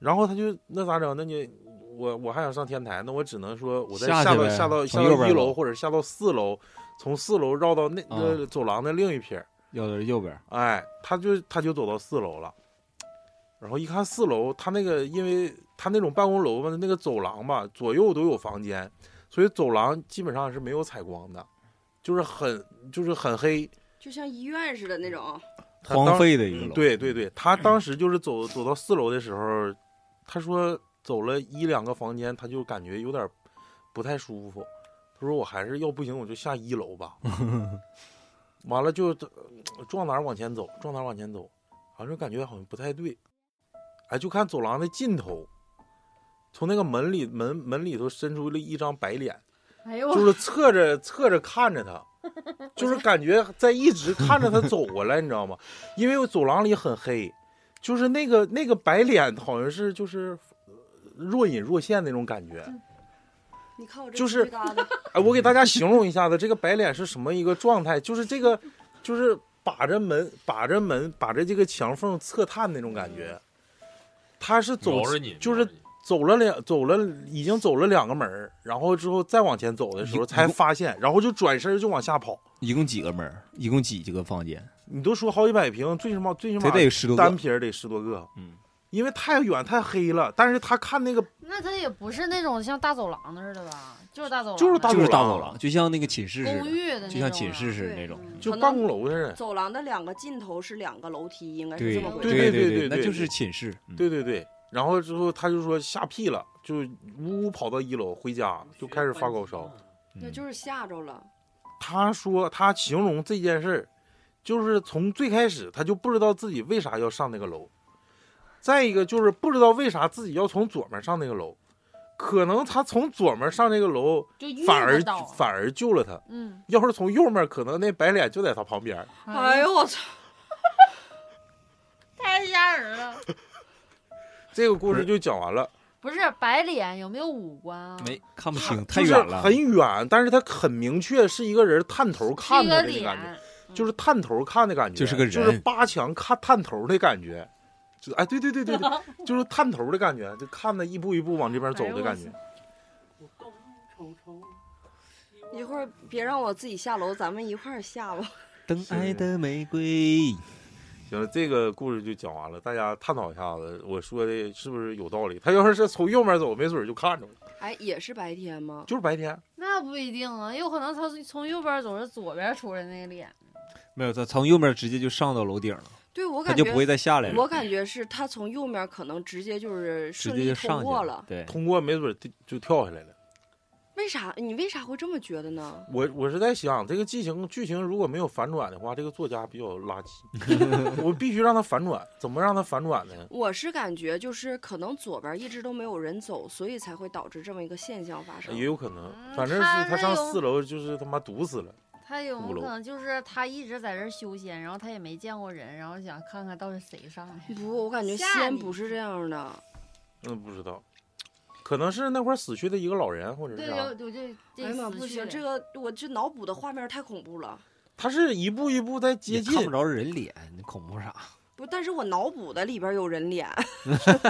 A: 然后他就那咋整？那你我我还想上天台，那我只能说我再
B: 下去
A: 下到
B: 呗
A: 下到下
B: 从右
A: 到
B: 边
A: 一
B: 走
A: 楼或者下到四楼，从四楼绕到那
B: 啊
A: 那走廊的另一撇儿，
B: 要的是右边儿，
A: 哎，他就他就走到四楼了，然后一看四楼，他那个因为他那种办公楼吧，那个走廊吧，左右都有房间，所以走廊基本上是没有采光的，就是很就是很黑。
E: 就像医院似的那
B: 嗯
E: 种。
A: 他当
B: 荒废的一个
A: 嗯
B: 楼，
A: 对对对，他当时就是走走到四楼的时候，他说走了一两个房间，他就感觉有点不太舒服。他说我还是要不行我就下一楼吧。完了就呃撞哪儿往前走，撞哪儿往前走，好像感觉好像不太对。哎，就看走廊的尽头，从那个门里门门里头伸出了一张白脸，
D: 哎 呦
A: 就是侧着侧着看着他，就是感觉在一直看着他走过来，你知道吗？因为走廊里很黑，就是那个那个白脸好像是就是呃若隐若现那种感觉。
E: 你看我这
A: 就是
E: 鸡皮疙瘩
A: 哎，我给大家形容一下子，这个白脸是什么一个状态？就是这个，就是把着门，把着门，把着这个墙缝侧探那种感觉。他是走
G: 挠着你，
A: 就是走
G: 挠着你
A: 了两走了，已经走了两个门儿然后之后再往前走的时候
B: 一
A: 才发现，然后就转身就往下跑。
B: 一共几个门儿？一共几几个房间？
A: 你都说好几百平，最起码最起
B: 得
A: 码
B: 得有十多
A: 单
B: 个。
A: 撇儿得十多个，
B: 嗯，
A: 因为太远太黑了。但是他看那个
D: 那他也不是那种像大走廊的似的吧？就是大走廊，
A: 就是大
B: 就是大
A: 走
B: 走
A: 廊
B: 廊，就像那个寝室似
D: 公
B: 的，
D: 寓的那种啊，嗯
B: 就像寝室似的
E: 对嗯
B: 那种。
A: 就
E: 可能
A: 办公楼似的。
E: 走廊的两个尽头是两个楼梯，应该是
B: 对
E: 这么回事。
B: 对
A: 对对对
B: 那
A: 对
B: 就是寝室。嗯，
A: 对对对，然后之后他就说吓屁了，就呜呜跑到一楼回家，就开始发高烧。
B: 嗯
E: 那就是吓着了。
A: 他说他形容这件事儿，就是从最开始他就不知道自己为啥要上那个楼，再一个就是不知道为啥自己要从左面上那个楼，可能他从左面上那个楼
D: 就遇
A: 反而
D: 不到
A: 反而救了他，
D: 嗯，
A: 要是从右面，可能那白脸就在他旁边儿。
E: 哎呦我操！
D: 太吓人了。
A: 这个故事就讲完了，
D: 不是白脸有没有五官啊？
B: 没看不清，太
A: 就
B: 远
A: 是
B: 了。
A: 很远，但是他很明确是一个人探头
D: 是
A: 看
D: 一
A: 他
D: 个
A: 的那个感觉。
D: 脸，
A: 就是探头看的感觉，
B: 就是个人
A: 就是扒墙看探头的感觉，就哎，对对对对对，就是探头的感觉，就看他一步一步往这边走的感
D: 哎
A: 觉。
E: 一会儿别让我自己下楼，咱们一块儿下吧。
B: 等爱的玫瑰，
A: 行了，这个故事就讲完了，大家探讨一下子，我说的是不是有道理？他要是从右面走，没准就看着了，
E: 哎，也是白天吗？
A: 就是白天。
D: 那不一定啊，有可能他从右边走是左边出来那个脸。
B: 没有，他从右面直接就上到楼顶了，
E: 对，我
B: 他
E: 感
B: 就
E: 觉
B: 不会再下来
E: 我
B: 了，
E: 感觉是他从右面可能直接就是
B: 直
E: 顺
B: 接
E: 利
B: 就上
E: 通
B: 去
E: 过了。
B: 对，
A: 通过没准就跳下来了。
E: 为啥？你为啥会这么觉得呢？
A: 我我是在想，这个剧情剧情如果没有反转的话，这个作家比较垃圾。 我必须让他反转，怎么让他反转呢？
E: 我是感觉就是可能左边一直都没有人走，所以才会导致这么一个现象发生
A: 也。有可能，
D: 嗯
A: 反正是
D: 他
A: 他上
D: 那种
A: 四楼就是他妈毒死了。
D: 他有没
A: 五
D: 有
A: 楼
D: 可能就是他一直在这儿修仙，然后他也没见过人，然后想看看到底谁上来。
E: 不，我感觉
D: 吓
E: 仙
D: 你
E: 不是这样的。
A: 嗯，不知道，可能是那块儿死去的一个老人，或者是
D: 对，
A: 啥。
D: 就我就
E: 哎
D: 这
E: 呀
D: 死
E: 妈，不
D: 去
E: 行，
D: 了
E: 这个我这脑补的画面太恐怖了。
A: 他是一步一步在接
B: 也
A: 近
B: 看，不着人脸，你恐怖啥？
E: 不，但是我脑补的里边有人脸。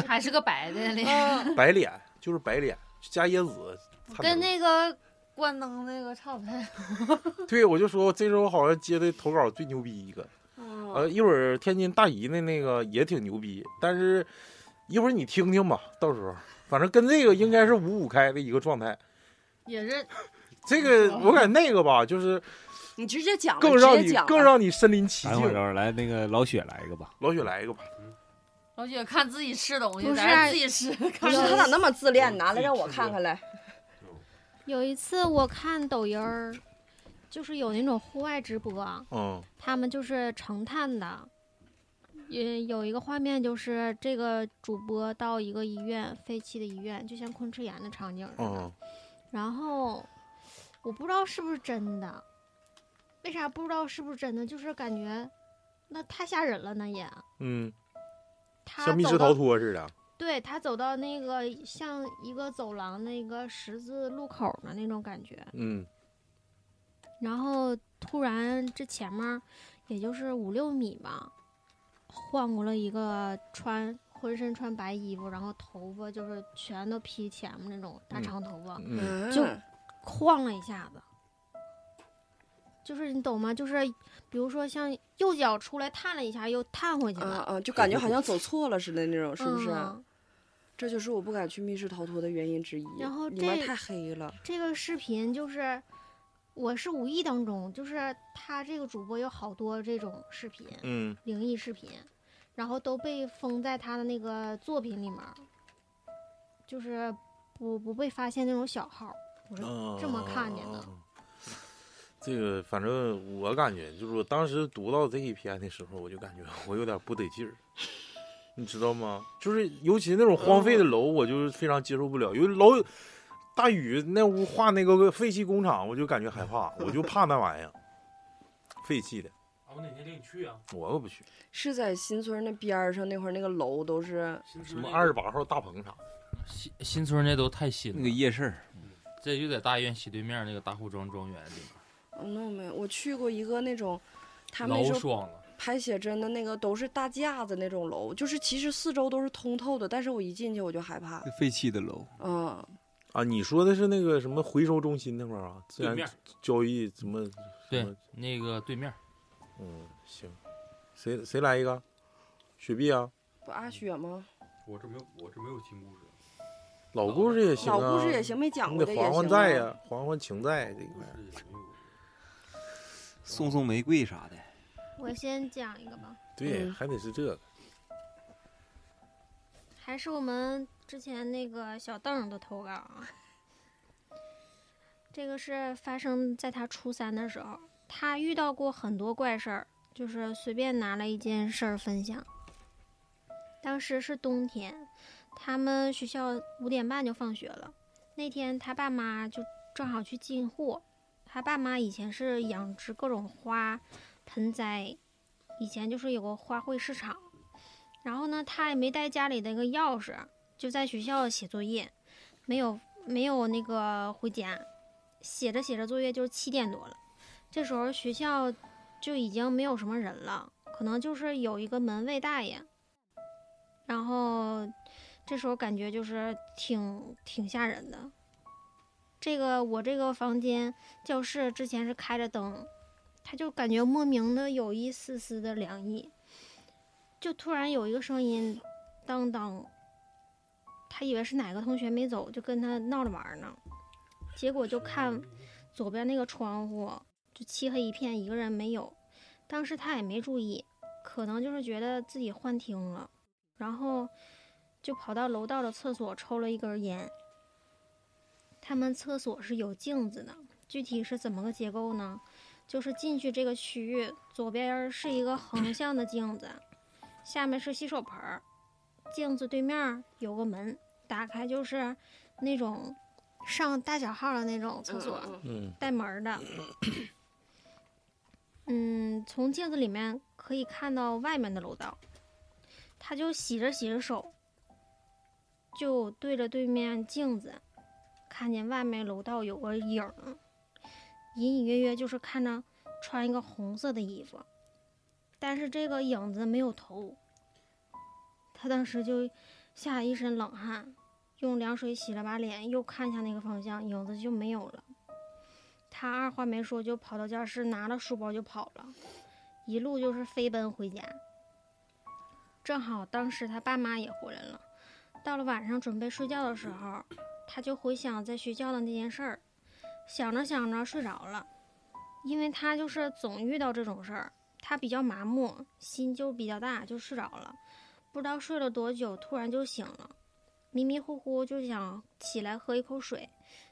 D: 还是个白的脸，
E: 嗯
A: 白脸就是白脸，加椰子，差 点
D: 跟那个关灯那个差不太。
A: 儿对我就说这是我好像接的投稿最牛逼一个。
E: 嗯
A: 呃，一会儿天津大姨的那个也挺牛逼，但是一会儿你听听吧，到时候反正跟这个应该是五五开的一个状态。
D: 也是
A: 这个我感觉那个吧，就是
E: 你直接讲吧，
A: 更
E: 直啊
A: 让
E: 接
A: 你
E: 讲吧。
A: 更让你身临其
B: 待会
A: 境。
B: 儿来那个老雪来一个吧。
A: 老雪来一个吧，
D: 老雪看自己吃东西，
C: 不是
D: 在这自己吃，
E: 不
D: 看
E: 是
D: 着
E: 他咋那么自恋？拿
A: 嗯
G: 自
E: 来
G: 己
E: 让我
G: 吃
E: 看
G: 过
E: 看来。
C: 有一次我看抖音儿，就是有那种户外直播，
A: 嗯，
C: 他们就是成探的。也有一个画面，就是这个主播到一个医院，废弃的医院，就像昆池岩的场景似的。
A: 嗯，
C: 然后我不知道是不是真的，为啥不知道是不是真的？就是感觉那太吓人了，那也
A: 嗯，
C: 他
A: 像密室
C: 啊走
A: 逃
C: 到
A: 脱似的，
C: 对他走到那个像一个走廊那个十字路口儿的那种感觉，
A: 嗯
C: 然后突然这前面儿也就是五六米吧，换过了一个穿浑身穿白衣服，然后头发就是全都披前面那种大
A: 嗯
C: 长头发，
A: 嗯，
C: 就
E: 啊
C: 哐了一下子。就是你懂吗？就是比如说像右脚出来探了一下，又探回去
E: 啊
C: 了，
E: 啊，就感觉好像
A: 嗯
E: 走错了似的那种，
C: 嗯、
E: 是不是？啊这就是我不敢去密室逃脱的原因之一。
C: 然后
E: 里面
C: 这
E: 太黑了，
C: 这个视频就是我是无意当中，就是他这个主播有好多这种视频，
A: 嗯，
C: 灵异视频，然后都被封在他的那个作品里面儿，就是不不被发现那种小号儿。我是嗯这么看见的
A: 啊。这个反正我感觉，就是我当时读到这一篇的时候，我就感觉 我有点不得 劲儿，你知道吗？就是尤其那种荒废的楼，我就是非常接受不了，因为老有大宇那屋画那个废弃工厂，我就感觉害 怕，我就怕那玩意儿，废弃的，
F: 我哪天领你去啊？
A: 我可不去。
E: 是在新村那边儿上那会儿那个楼都是
A: 什么二十八号大棚啥的，
F: 新新村那都太新
B: 那个
F: 了，
B: 夜市儿，
F: 这就在大医院西对面那个大户庄庄园里面，
E: 嗯，那我没有，我去过一个那种，他们
F: 老
E: 那时候
F: 爽了。
E: 拍写真的那个都是大架子那种楼，就是其实四周都是通透的，但是我一进去我就害怕。
B: 那废弃的楼，
E: 嗯，
A: 啊，你说的是那个什么回收中心那块儿啊，自然
F: 对面
A: 交易怎么？什
F: 对
A: 么，
F: 那个对面，
A: 嗯，行，谁谁来一个？雪碧啊，
E: 不阿雪吗？
G: 我这没有，我这没有新故事，
A: 老故事也行啊，
E: 老故事也行，没讲
A: 你
E: 过
A: 得
E: 的也
A: 还
E: 行
A: 还
E: 啊。
A: 债呀、还还情债这
G: 故
A: 块儿。
G: 事也没有。
B: 送送玫瑰啥的。
C: 我先讲一个吧，
A: 对，
E: 嗯
A: 还得是这个。
C: 还是我们之前那个小邓的投稿啊。这个是发生在他初三的时候，他遇到过很多怪事儿，就是随便拿了一件事儿分享。当时是冬天，他们学校五点半就放学了。那天他爸妈就正好去进货，他爸妈以前是养殖各种花，盆栽，以前就是有个花卉市场。然后呢，他也没带家里的一个钥匙，就在学校写作业，没有没有那个回家，写着写着作业就七点多了，这时候学校就已经没有什么人了，可能就是有一个门卫大爷，然后这时候感觉就是挺挺吓人的。这个我这个房间教室之前是开着灯，他就感觉莫名的有一丝丝的凉意。就突然有一个声音，当当，他以为是哪个同学没走，就跟他闹着玩儿呢，结果就看左边那个窗户就漆黑一片，一个人没有。当时他也没注意，可能就是觉得自己幻听了，然后就跑到楼道的厕所抽了一根烟。他们厕所是有镜子的，具体是怎么个结构呢？就是进去这个区域，左边儿是一个横向的镜子，下面是洗手盆儿，镜子对面儿有个门，打开就是那种上大小号的那种厕所，
E: 嗯嗯嗯
A: 嗯
C: 带门儿的。 嗯，从镜子里面可以看到外面的楼道。他就洗着洗着手，就对着对面镜子，看见外面楼道有个影儿，隐隐约约就是看着穿一个红色的衣服，但是这个影子没有头。他当时就吓一身冷汗，用凉水洗了把脸，又看向那个方向，影子就没有了。他二话没说就跑到教室，拿了书包就跑了，一路就是飞奔回家。正好当时他爸妈也回来了，到了晚上准备睡觉的时候，他就回想在学校的那件事儿，想着想着睡着了，因为他就是总遇到这种事儿，他比较麻木，心就比较大，就睡着了。不知道睡了多久，突然就醒了，迷迷糊糊就想起来喝一口水，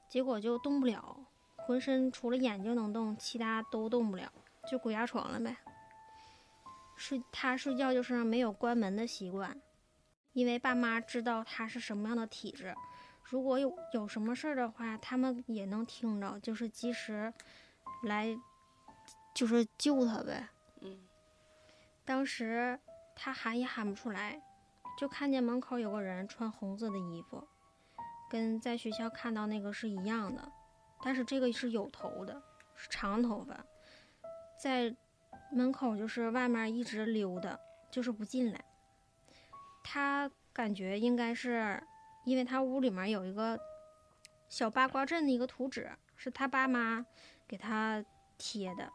C: 结果就动不了，浑身除了眼睛能动，其他都动不了，就鬼压床了呗。睡他睡觉就是没有关门的习惯，因为爸妈知道他是什么样的体质，如果有有什么事儿的话，他们也能听着，就是及时来，就是救他呗。
E: 嗯
C: 当时他喊也喊不出来，就看见门口有个人穿红色的衣服，跟在学校看到那个是一样的，但是这个是有头的，是长头发，在门口就是外面一直溜达，就是不进来。他感觉应该是因为他屋里面有一个小八卦阵的一个图纸，是他爸妈给他贴的，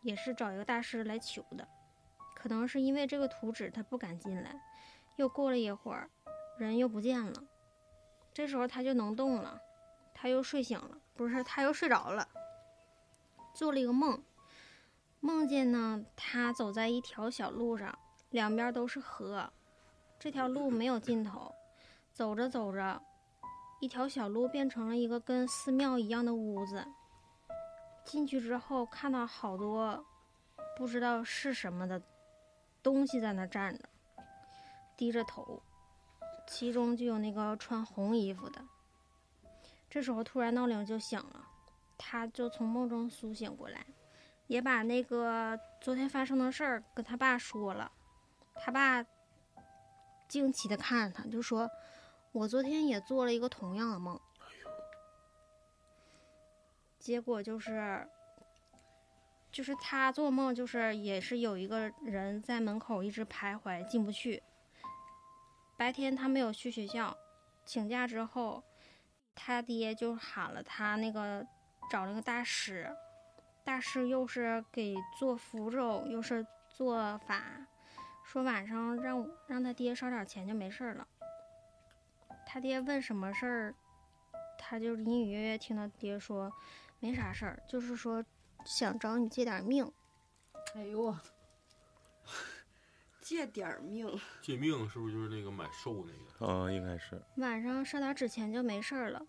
C: 也是找一个大师来求的。可能是因为这个图纸，他不敢进来。又过了一会儿，人又不见了。这时候他就能动了，他又睡醒了，不是，他又睡着了，做了一个梦。梦见呢，他走在一条小路上，两边都是河，这条路没有尽头。走着走着，一条小路变成了一个跟寺庙一样的屋子。进去之后，看到好多不知道是什么的东西在那站着，低着头，其中就有那个穿红衣服的。这时候突然闹铃就响了，他就从梦中苏醒过来。也把那个昨天发生的事儿跟他爸说了，他爸惊奇的看着他，就说：“我昨天也做了一个同样的梦。”结果就是，就是他做梦，就是也是有一个人在门口一直徘徊进不去。白天他没有去学校，请假之后，他爹就喊了他那个找那个大师，大师又是给做符咒，又是做法，说晚上让我让他爹烧点钱就没事儿了。他爹问什么事儿，他就隐隐约约听他爹说没啥事儿，就是说想找你借点命。
D: 哎呦我，
E: 借点儿命，
G: 借命是不是就是那个买寿那个？
A: 嗯，应该是
C: 晚上烧点纸钱就没事儿了，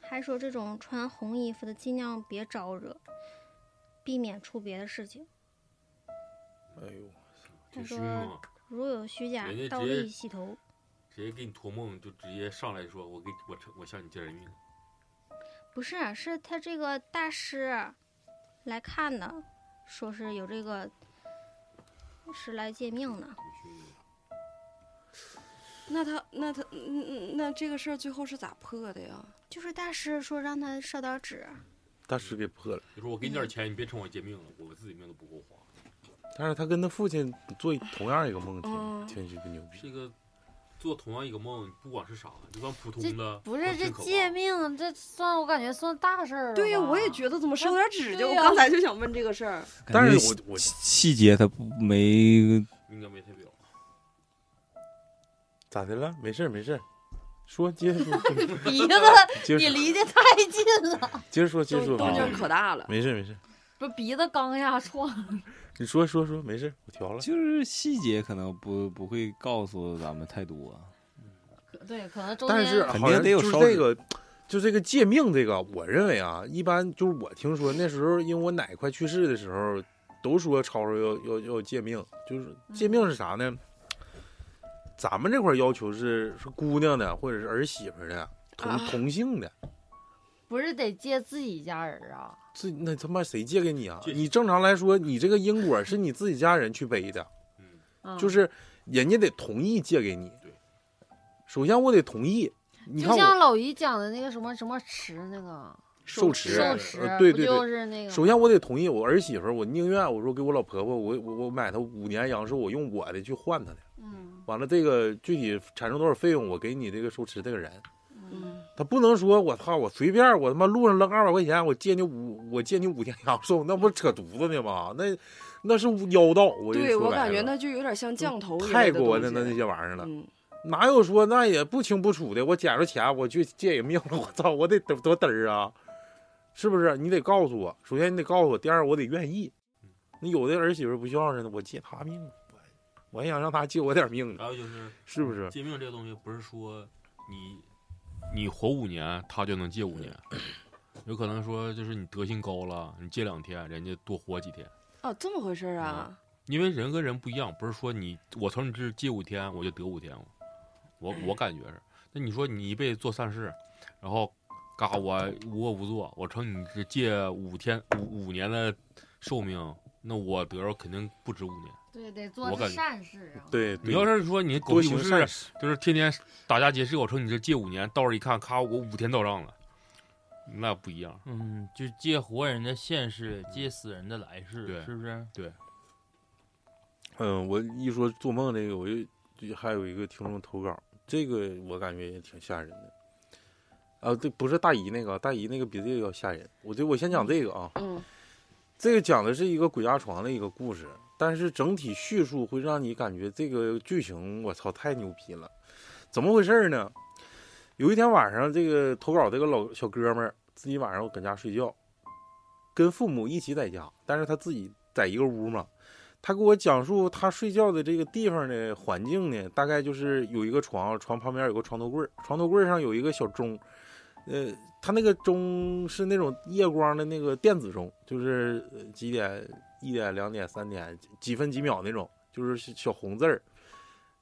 C: 还说这种穿红衣服的尽量别招惹，避免出别的事情。
A: 哎呦，
G: 挺虚嘛，
C: 如有虚假
G: 人家，
C: 倒
G: 直接
C: 立洗头。
G: 直接给你托梦就直接上来说，我给我我向你借人命。
C: 不是啊，是他这个大师来看的，说是有这个是来借命的。
G: 挺虚的
E: 那他那他嗯嗯那这个事儿最后是咋破的呀？
C: 就是大师说让他烧点纸，啊
A: 大师给破了。
G: 就说我给你
D: 嗯
G: 点钱，你别冲我借命了，我自己命都不够花。
A: 但是他跟他父亲做同样一个梦，挺
E: 嗯
A: 挺这个牛逼。
G: 这个做同样一个梦，不管是啥，就算普通的，
D: 不是
G: 都
D: 这
G: 可怕
D: 借命，这算我感觉算大事儿了吧。
E: 对呀，我也觉得怎么烧点纸去？
D: 对
E: 我
D: 呀
E: 刚才就想问这个事儿。
A: 但
B: 感觉
A: 是我我
B: 细细节他不没
G: 应该没太表。
A: 咋的了？没事儿没事儿，说接着说，
D: 鼻子
A: 接着
D: 你
A: 说
D: 离得太近了，
A: 接着说接着说，
E: 动
A: 没事
E: 静
A: 儿
E: 可大了。
A: 没事儿没事儿，
D: 不鼻子刚一下撞了。
A: 你说说说没事儿，我调了。
B: 就是细节可能不不会告诉咱们太多、
D: 对，可能中
A: 但是
D: 间
B: 肯
A: 好
B: 定
A: 像
B: 得有
A: 就是
B: 烧
A: 这
B: 纸
A: 个，就这个借命这个，我认为啊，一般就是我听说那时候，因为我奶快去世的时候，都说吵吵要要要借命，就是
D: 嗯
A: 借命是啥呢？咱们这块儿要求是是姑娘的或者是儿媳妇儿的同、
E: 啊
A: 同性的，
D: 不是得借自己家人啊？
A: 这那他妈谁借给你啊？
G: 借
A: 你正常来说，你这个因果是你自己家人去背的，
G: 嗯，
D: 嗯
A: 就是人家得同意借给你
G: 对。
A: 首先我得同意，你
D: 就
A: 看我
D: 像老于讲的那个什么什么池 那个
A: 受持
E: 持
A: 是
D: 寿池，
A: 呃
D: 不
A: 对对对
D: 就是那
E: 啊
D: 个
A: 首先我得同意我儿媳妇儿，我宁愿我说给我老婆婆，我我我买她五年阳寿，我用我的去换她的。
D: 嗯
A: 完了，这个具体产生多少费用，我给你这个受持这个人，
D: 嗯
A: 他不能说我操，我随便我他妈路上扔二百块钱，我借你五我借你五天阳寿，那不扯犊子呢吗？那那是妖道，我就
E: 对，
A: 说
E: 我
A: 白
E: 感觉
A: 了
E: 那就有点像降头一
A: 泰
E: 类的
A: 国的
E: 东
A: 那那
E: 西
A: 些玩意儿了，
E: 嗯，
A: 哪有说那也不清不楚的？我捡着钱我去借人命了，我操，我得多多嘚儿啊！是不是？你得告诉我，首先你得告诉我，第二我得愿意。你有的儿媳妇不孝顺的，我借她命，我也想让她借我点命呢，啊
G: 还有就是
A: 嗯是不是？
G: 借命这个东西，不是说你你活五年，他就能借 五年，有可能说就是你德性高了，你借两天，人家多活几天。
E: 哦，这么回事儿啊？
G: 因为人跟人不一样，不是说你我从你这儿借五天我就得五天，我我感觉是。那你说你一辈子做善事，然后嘎我无恶不作，我承你这借五天五五年的寿命，那我得着肯定不止五年。
D: 对，得做
G: 我感觉
D: 善事啊。
A: 对，
G: 你
A: 对
G: 要是说你狗
A: 多
G: 屁不
A: 行
G: 是
A: 善，事，
G: 就是天天打家劫舍，我承你这借五年，到时候一看，咔我五天到账了，那不一样。
F: 嗯，就借活人的现世，借死人的来世，
G: 对
F: 是不是？
G: 对，
A: 嗯，我一说做梦这个，我就就还有一个听众投稿，这个我感觉也挺吓人的。啊，对，不是大姨那个啊，大姨那个比这个要吓人。我就我先讲这个啊，
E: 嗯，
A: 这个讲的是一个鬼压床的一个故事，但是整体叙述会让你感觉这个剧情，我操，太牛逼了！怎么回事儿呢？有一天晚上，这个投稿这个老小哥们儿自己晚上搁家睡觉，跟父母一起在家，但是他自己在一个屋嘛。他给我讲述他睡觉的这个地方的环境呢，大概就是有一个床，床旁边有个床头柜儿，床头柜儿上有一个小钟，呃，他那个钟是那种夜光的那个电子钟，就是呃几点、一点、两点、三点几几分几秒那种，就是小红字儿，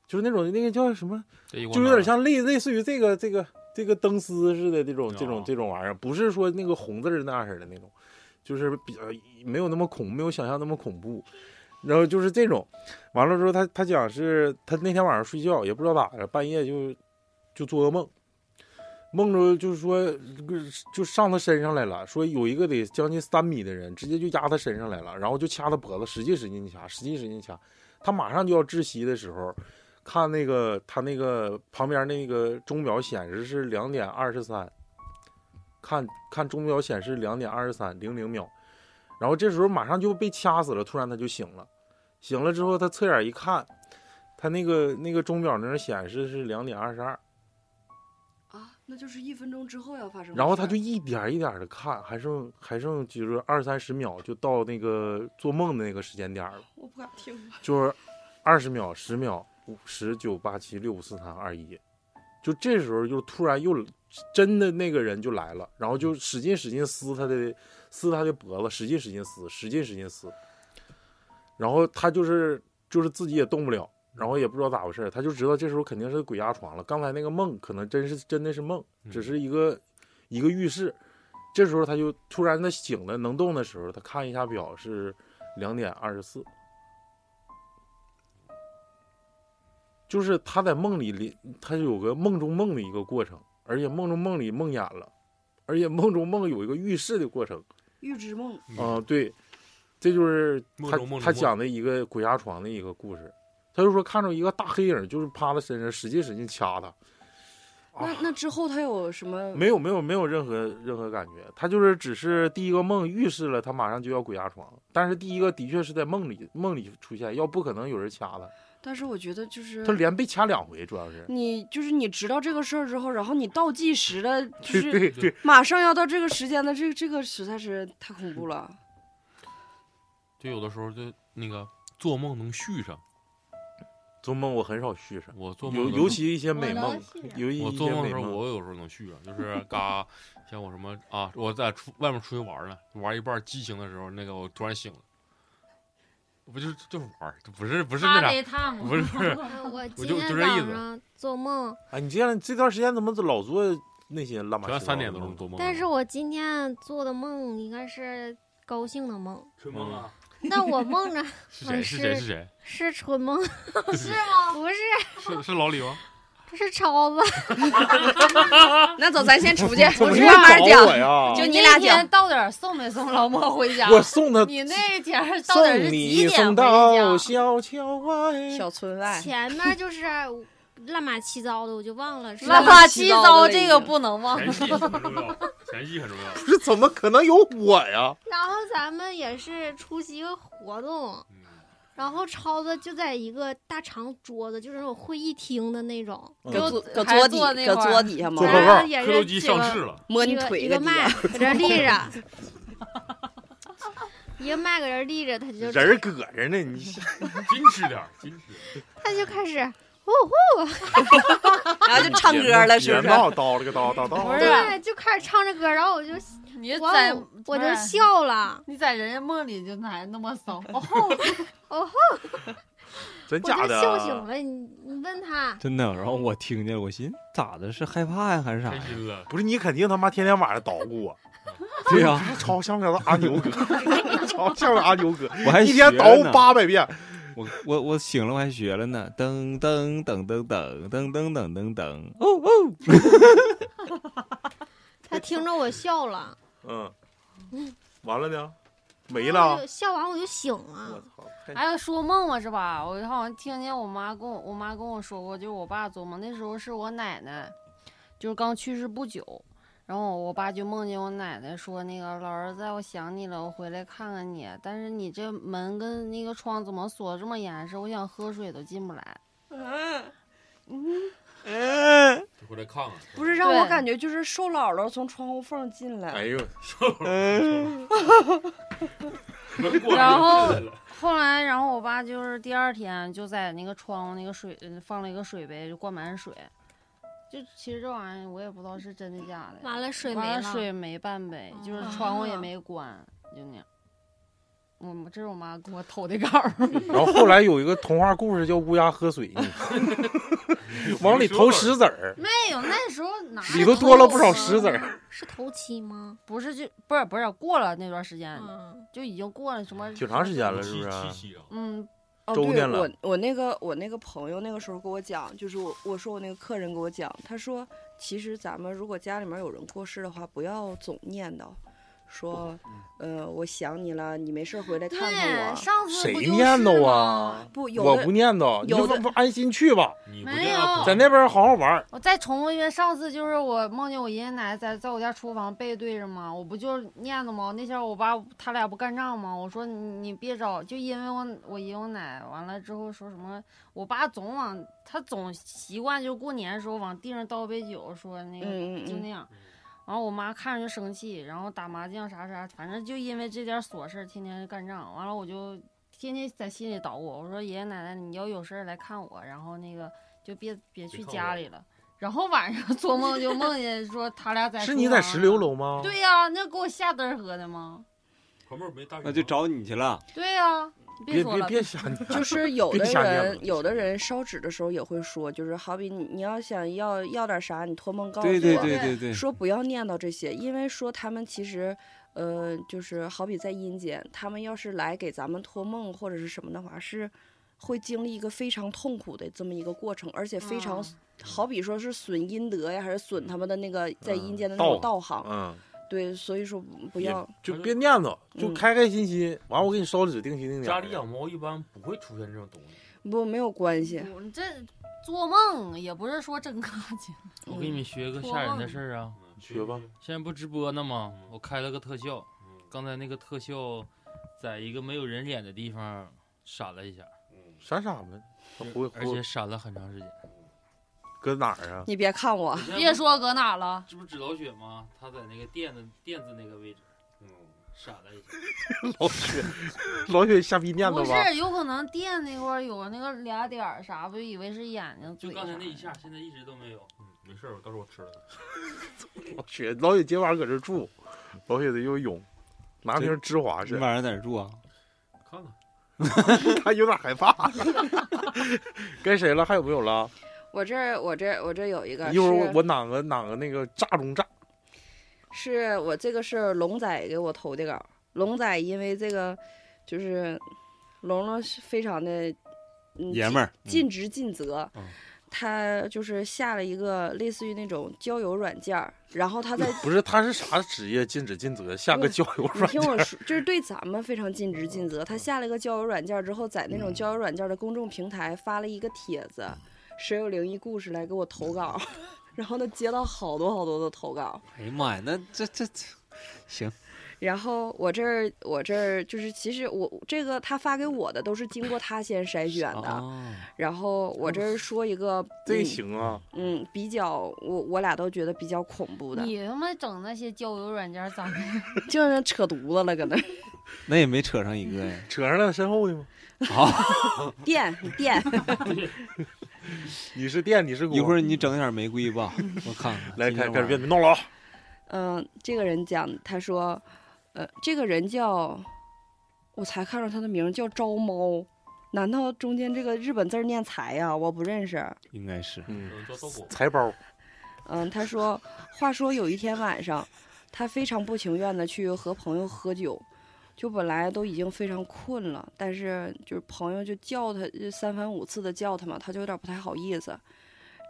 A: 就是那种那个叫什么，
G: 这一
A: 就有点像类类似于这个这个这个灯丝似的这种这种
G: 哦
A: 这种玩意儿，不是说那个红字儿那样式的那种，就是比较没有那么恐，没有想象那么恐怖。然后就是这种，完了之后他他讲是他那天晚上睡觉也不知道咋的，半夜就就做噩梦，梦着就是说就上他身上来了，说有一个得将近三米的人直接就压他身上来了，然后就掐他脖子，使劲使劲掐，使劲使劲掐，他马上就要窒息的时候，看那个他那个旁边那个钟表显示是两点二十三，看看钟表显示两点二十三零零秒，然后这时候马上就被掐死了，突然他就醒了，醒了之后他侧眼一看，他那个那个钟表那儿显示是两点二十二，
E: 啊，那就是一分钟之后要发生的事儿。
A: 然后他就一点儿一点的看，还剩还剩就是二三十秒就到那个做梦的那个时间点儿了。
E: 我不敢听了。
A: 就是二十秒、十秒、五十九、八七、六、五、四、三、二、一，就这时候就突然又真的那个人就来了，然后就使劲使劲撕他的撕他的脖子，使劲使劲撕，使劲使劲撕，然后他就是就是自己也动不了，然后也不知道咋回事儿，他就知道这时候肯定是鬼压床了，刚才那个梦可能真是真的是梦，
G: 嗯
A: 只是一个一个预示。这时候他就突然他醒了，能动的时候，他看一下表是两点二十四，就是他在梦里里，他有个梦中梦的一个过程，而且梦中梦里梦魇了，而且梦中梦有一个预示的过程
E: 预知梦，
G: 嗯
A: 啊、对，这就是
G: 梦
A: 他
G: 中梦中
A: 他
G: 梦
A: 讲的一个鬼压床的一个故事。他就说看着一个大黑影，就是趴他身上使劲使劲掐他，
G: 啊
E: 那那之后他有什 么？
A: 没有没有没有任何任何感觉，他就是只是第一个梦预示了他马上就要鬼压床，但是第一个的确是在梦里梦里出现，要不可能有人掐他，
E: 但是我觉得就是
A: 他连被掐两回，主要是。
E: 你就是你知道这个事儿之后，然后你倒计时了，
A: 对
E: 就 是
A: 对对，
E: 马上要到这个时间了，这这个实在是太恐怖了。
G: 就有的时候就那个做梦能续上，
A: 做梦我很少续上。
G: 我做
A: 尤
G: 梦
A: 尤
G: 能
A: 其一些
C: 我
A: 美
C: 能
A: 梦
C: 信任，
A: 尤其
G: 我
A: 一
G: 做
A: 些
G: 梦的
A: 美
G: 时候，
A: 梦，
G: 我有时候能续上，就是嘎，像我什么啊，我在出外面出去玩呢，玩一半激情的时候，那个我突然醒了，不就是就是玩儿，不是不是那
D: 他
G: 啥，
D: 得烫
G: 不是不是，
C: 呃 我今
G: 就
C: 天
G: 就这意
C: 早
G: 思
C: 上做梦，
A: 哎，你这样这段时间怎么老做那些乱八七八
G: 全
A: 糟
G: 三点
A: 的
G: 多钟
A: 梦？
G: 做梦了，
C: 但是我今天做的梦应该是高兴的梦，
F: 春
G: 梦
F: 啊，
C: 但我梦着
G: 是谁是啊谁是谁
C: 是春梦，
G: 是
C: 不是，
G: 是是老李吗？
C: 是超子。
E: 那走，咱先 出去，
A: 怎么
E: 我
A: 又
E: 是慢慢
A: 找
E: 讲
A: 我。呀？
E: 就你
D: 啊那
E: 俩
D: 天
E: 讲
D: 到点儿送没送老莫回 家？
A: 我送他
D: 你那天儿到底
A: 送
D: 是几
A: 你
D: 点
A: 送
D: 回
A: 到
D: 家？
A: 小桥外，
E: 小村外，
C: 前面就是乱码七糟的，我就忘了是
D: 乱
E: 八
D: 八
E: 七
D: 七
E: 糟
D: 糟，
E: 这
D: 这
E: 个
D: 个
E: 不
D: 不能 忘。
G: 前戏很重要，前戏很重要。
A: 不是怎么可能有我呀？
C: 然后咱们也是出席一个活动，
G: 嗯
C: 然后超子就在一个大长桌子，就是那种会议厅的那种，
E: 搁
A: 嗯
E: 桌搁
D: 还
E: 桌
D: 坐
E: 底
D: 那
E: 搁
D: 块儿
E: 桌底下嘛
A: 做，报
C: 然
A: 告
C: 后也
G: 磕头
C: 是
G: 机
C: 几
G: 上
C: 个
G: 市了，
E: 摸
C: 一
E: 你
C: 个
E: 腿
C: 一个
E: 地
C: 麦
E: 方
C: 搁这立着，一个麦搁这立着，他就
A: 人儿搁着呢，你
G: 矜持点儿，矜持点儿。
C: 他就开始
E: 然
A: 嗯
E: 后就唱歌了，是不是
A: 别？闹叨了个叨叨
D: 不
A: 叨。
D: 是
C: 对，就开始唱着歌，然后我就
D: 你
C: 我
D: 在
C: 我就笑了，
D: 你在人家梦里就还那么骚，
A: 真
C: 我就
A: 假的
C: 笑醒
A: 啊？
C: 了。你你问他，
B: 真的。然后我听见了，我寻思咋的？是害怕呀，还是啥
G: 开
A: 哎
B: 呀？
G: 心了，
A: 不是你肯定他妈天天晚上捣鼓啊我，
B: 对呀、
A: 超像个阿牛哥，超像个阿牛哥，
B: 我还
A: 一天
B: 学
A: 捣鼓
B: 呢
A: 八百遍，
B: 我我我醒了，我还学了呢，噔噔噔噔噔噔噔噔噔噔，哦哦，
C: 他听着我 笑了，
A: 嗯，完了呢，没
C: 然后我
A: 了
C: 就。笑完我就醒
A: 我
C: 了，
A: 操！哎
D: 还有说梦嘛是吧？我好像听见我妈跟我我妈跟我说过，就是我爸做梦，那时候是我奶奶，就是刚去世不久，然后我爸就梦见我奶奶说那个老儿子，我想你了，我回来看看你，但是你这门跟那个窗怎么锁得这么严实？我想喝水都进不来。
G: 回来看看。
E: 不是让我
D: 对
E: 感觉就是瘦姥姥从窗户缝进来，
A: 哎呦，
D: 然后后来，然后我爸就是第二天就在那个窗户那个水呃放了一个水杯，就灌满水。就其实这玩意儿我也不知道是真的假的。
C: 完了水没
D: 完
C: 了，哦
D: 了水没半杯，就是窗户也没关，就那样。我妈这是我妈给我偷的稿儿，
A: 然后后来有一个童话故事叫乌鸦喝
B: 嗯
A: 水，往里投石子儿，
D: 没有那时候哪
A: 里头多了不少石子儿，
C: 是头七吗？
D: 不是就不是不是过了那段时间，
C: 嗯，
D: 就已经过了什么
A: 挺长时间了，是不
G: 七
A: 是？
G: 七夕啊，
D: 嗯，
E: 哦，
A: 周
E: 对
A: 见了
E: 我我那个我那个朋友那个时候跟我讲，就是我我说我那个客人跟我讲，他说其实咱们如果家里面有人过世的话，不要总念叨，说，
A: 嗯
E: 呃，我想你了，你没事儿回来看看
D: 对，
E: 我。
D: 上次
A: 谁
D: 不就是
A: 念叨
D: 吗
A: 啊？？
E: 不，有
A: 我
E: 的
A: 不念叨，你就
E: 有的
A: 不安心去吧，
G: 你不
D: 没
G: 这样
D: 有
A: 在那边好好玩儿。
D: 我再重复一遍，上次就是我梦见我爷爷奶奶在在我家厨房背对着嘛，我不就是念叨吗？那天我爸他俩不干仗吗？我说你你别找，就因为我我爷我奶完了之后说什么，我爸总往他总习惯就是过年的时候往地上倒杯酒，说那个、
E: 嗯嗯
D: 就那
E: 嗯，
D: 样。完了，我妈看着就生气，然后打麻将啥啥，反正就因为这点琐事儿，天天干仗。完了，我就天天在心里捣鼓，我说爷爷奶奶，你要有事儿来看我，然后那个就别别去
G: 别看
D: 家
G: 我
D: 里了。然后晚上 做梦就梦见说他俩在
A: 是
D: 厨
A: 你在
D: 房
A: 十六楼吗？
D: 对呀、那给我吓嘚儿喝的吗？
G: 旁边没大
B: 那就找你去了。
D: 对呀、你
A: 别
D: 别说
A: 别
D: 了，
A: 别想，
E: 就是有的
A: 别瞎念
E: 人
A: 了
E: 有的人烧纸的时候也会说，就是好比你你要想要要点啥，你托梦告诉我。
B: 对对对
D: 对
A: 嗯
B: 对对，
E: 说不要念叨这些，因为说他们其实，呃，就是好比在阴间，他们要是来给咱们托梦或者是什么的话，是会经历一个非常痛苦的这么一个过程，而且非常、
D: 嗯
E: 好比说是损阴德呀，还是损他们的那个在阴
A: 嗯
E: 间的那种
A: 道
E: 道行。
A: 嗯，
E: 对，所以说不不
A: 也
E: 要。
A: 就别念叨，就
E: 嗯
A: 开开心心。完，我给你烧纸，定期定点
G: 家
A: 儿
G: 里
A: 的。
G: 养猫一般不会出现这种东西。
E: 不没有关系。
D: 我这做梦也不是说真干净。
F: 我给你们学个吓人的事儿啊！
B: 嗯
G: 嗯
A: 学吧，
F: 现在不直播呢吗？我开了个特效，
G: 嗯
F: 刚才那个特效在一个没有人脸的地方闪了一下，
A: 闪闪呗，他不会
F: 而
A: 活
F: 且闪了很长时间。
A: 搁哪儿啊？
E: 你别看我，
D: 别说搁哪了，
F: 这不是纸老雪吗？他在那个垫子垫子那个位置
G: 嗯
F: 闪了一下，
A: 老雪，老雪瞎逼念
D: 不
A: 叨吧。
D: 是，有可能电那块儿有那个俩点儿啥，不就以为是眼睛
F: 就
D: 嘴啥
F: 刚才那一
D: 的。
F: 下，现在一直都没有。
G: 嗯，没事儿，到时候我吃了。
A: 老雪，老雪今晚搁这儿住，老雪得游泳，拿瓶芝华
B: 你
A: 士，
B: 晚上在这住啊？
G: 看看，
A: 他有点害怕 了。该谁了？还有没有了？
E: 我这儿我这儿我这儿有一个
A: 一会儿我
E: 是
A: 我哪个哪个那个炸中炸，
E: 是我这个是龙仔给我投的稿，龙仔因为这个就是龙龙是非常的嗯
B: 爷们儿，
E: 尽职尽责
B: 嗯。
E: 他就是下了一个类似于那种交友软件儿，然 后他在
A: 不是他是啥职业？尽职尽责，下个交友
E: 你
A: 软
E: 听
A: 件。
E: 我说，就是对咱们非常尽职尽责。他下了一个交友软件儿之后，在
B: 嗯
E: 那种交友软件儿的公众平台发了一个帖子，谁有灵异故事来给我投稿， 然后他接到好多好多的投稿。
B: 哎呀妈呀，那这这这行，
E: 然后我这儿我这儿就是，其实我这个他发给我的都是经过他先筛选的。
B: 哦，
E: 然后我这儿说一个，
A: 这
E: 嗯
A: 行啊，
E: 嗯，比较我我俩都觉得比较恐怖 的，
D: 你他妈整那些交友软件儿咋的？
E: 就那扯犊子了，搁那儿
B: 那也没扯上一 个呀。
A: 扯上了身后的吗？
B: 好，
E: 电电。
A: 你是电，你是锅。
B: 一会儿你整点玫瑰吧，我看看。
A: 来
B: 今
A: 开
B: 天
A: 开始
B: 晚上
A: 别闹了啊，
E: 嗯、这个人讲，他说，呃，这个人叫，我才看着他的名儿叫招猫，难道中间这个日本字儿念财呀、我不认识。
B: 应该是
A: 嗯，
G: 叫 豆果。
A: 财包
E: 嗯，他说，话说有一天晚上，他非常不情愿的去和朋友喝酒，就本来都已经非常困了，但是就是朋友就叫他就三番五次的叫他嘛，他就有点不太好意思，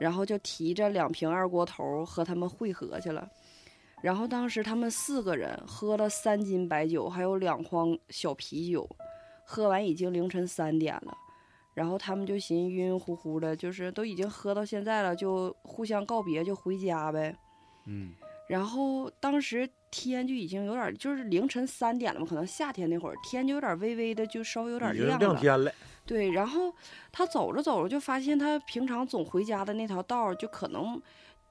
E: 然后就提着两瓶二锅头和他们会合去了。然后当时他们四个人喝了三斤白酒，还有两筐小啤酒，喝完已经凌晨三点了，然后他们就寻思晕晕乎乎的，就是都已经喝到现在了，就互相告别，就回家呗。
B: 嗯，
E: 然后当时天就已经有点儿，就是凌晨三点了嘛，可能夏天那会儿天就有点儿微微的，就稍微有点儿
A: 已经
E: 亮
A: 亮
E: 了。
A: 天了，
E: 对，然后他走着走着就发现他平常总回家的那条道儿，就可能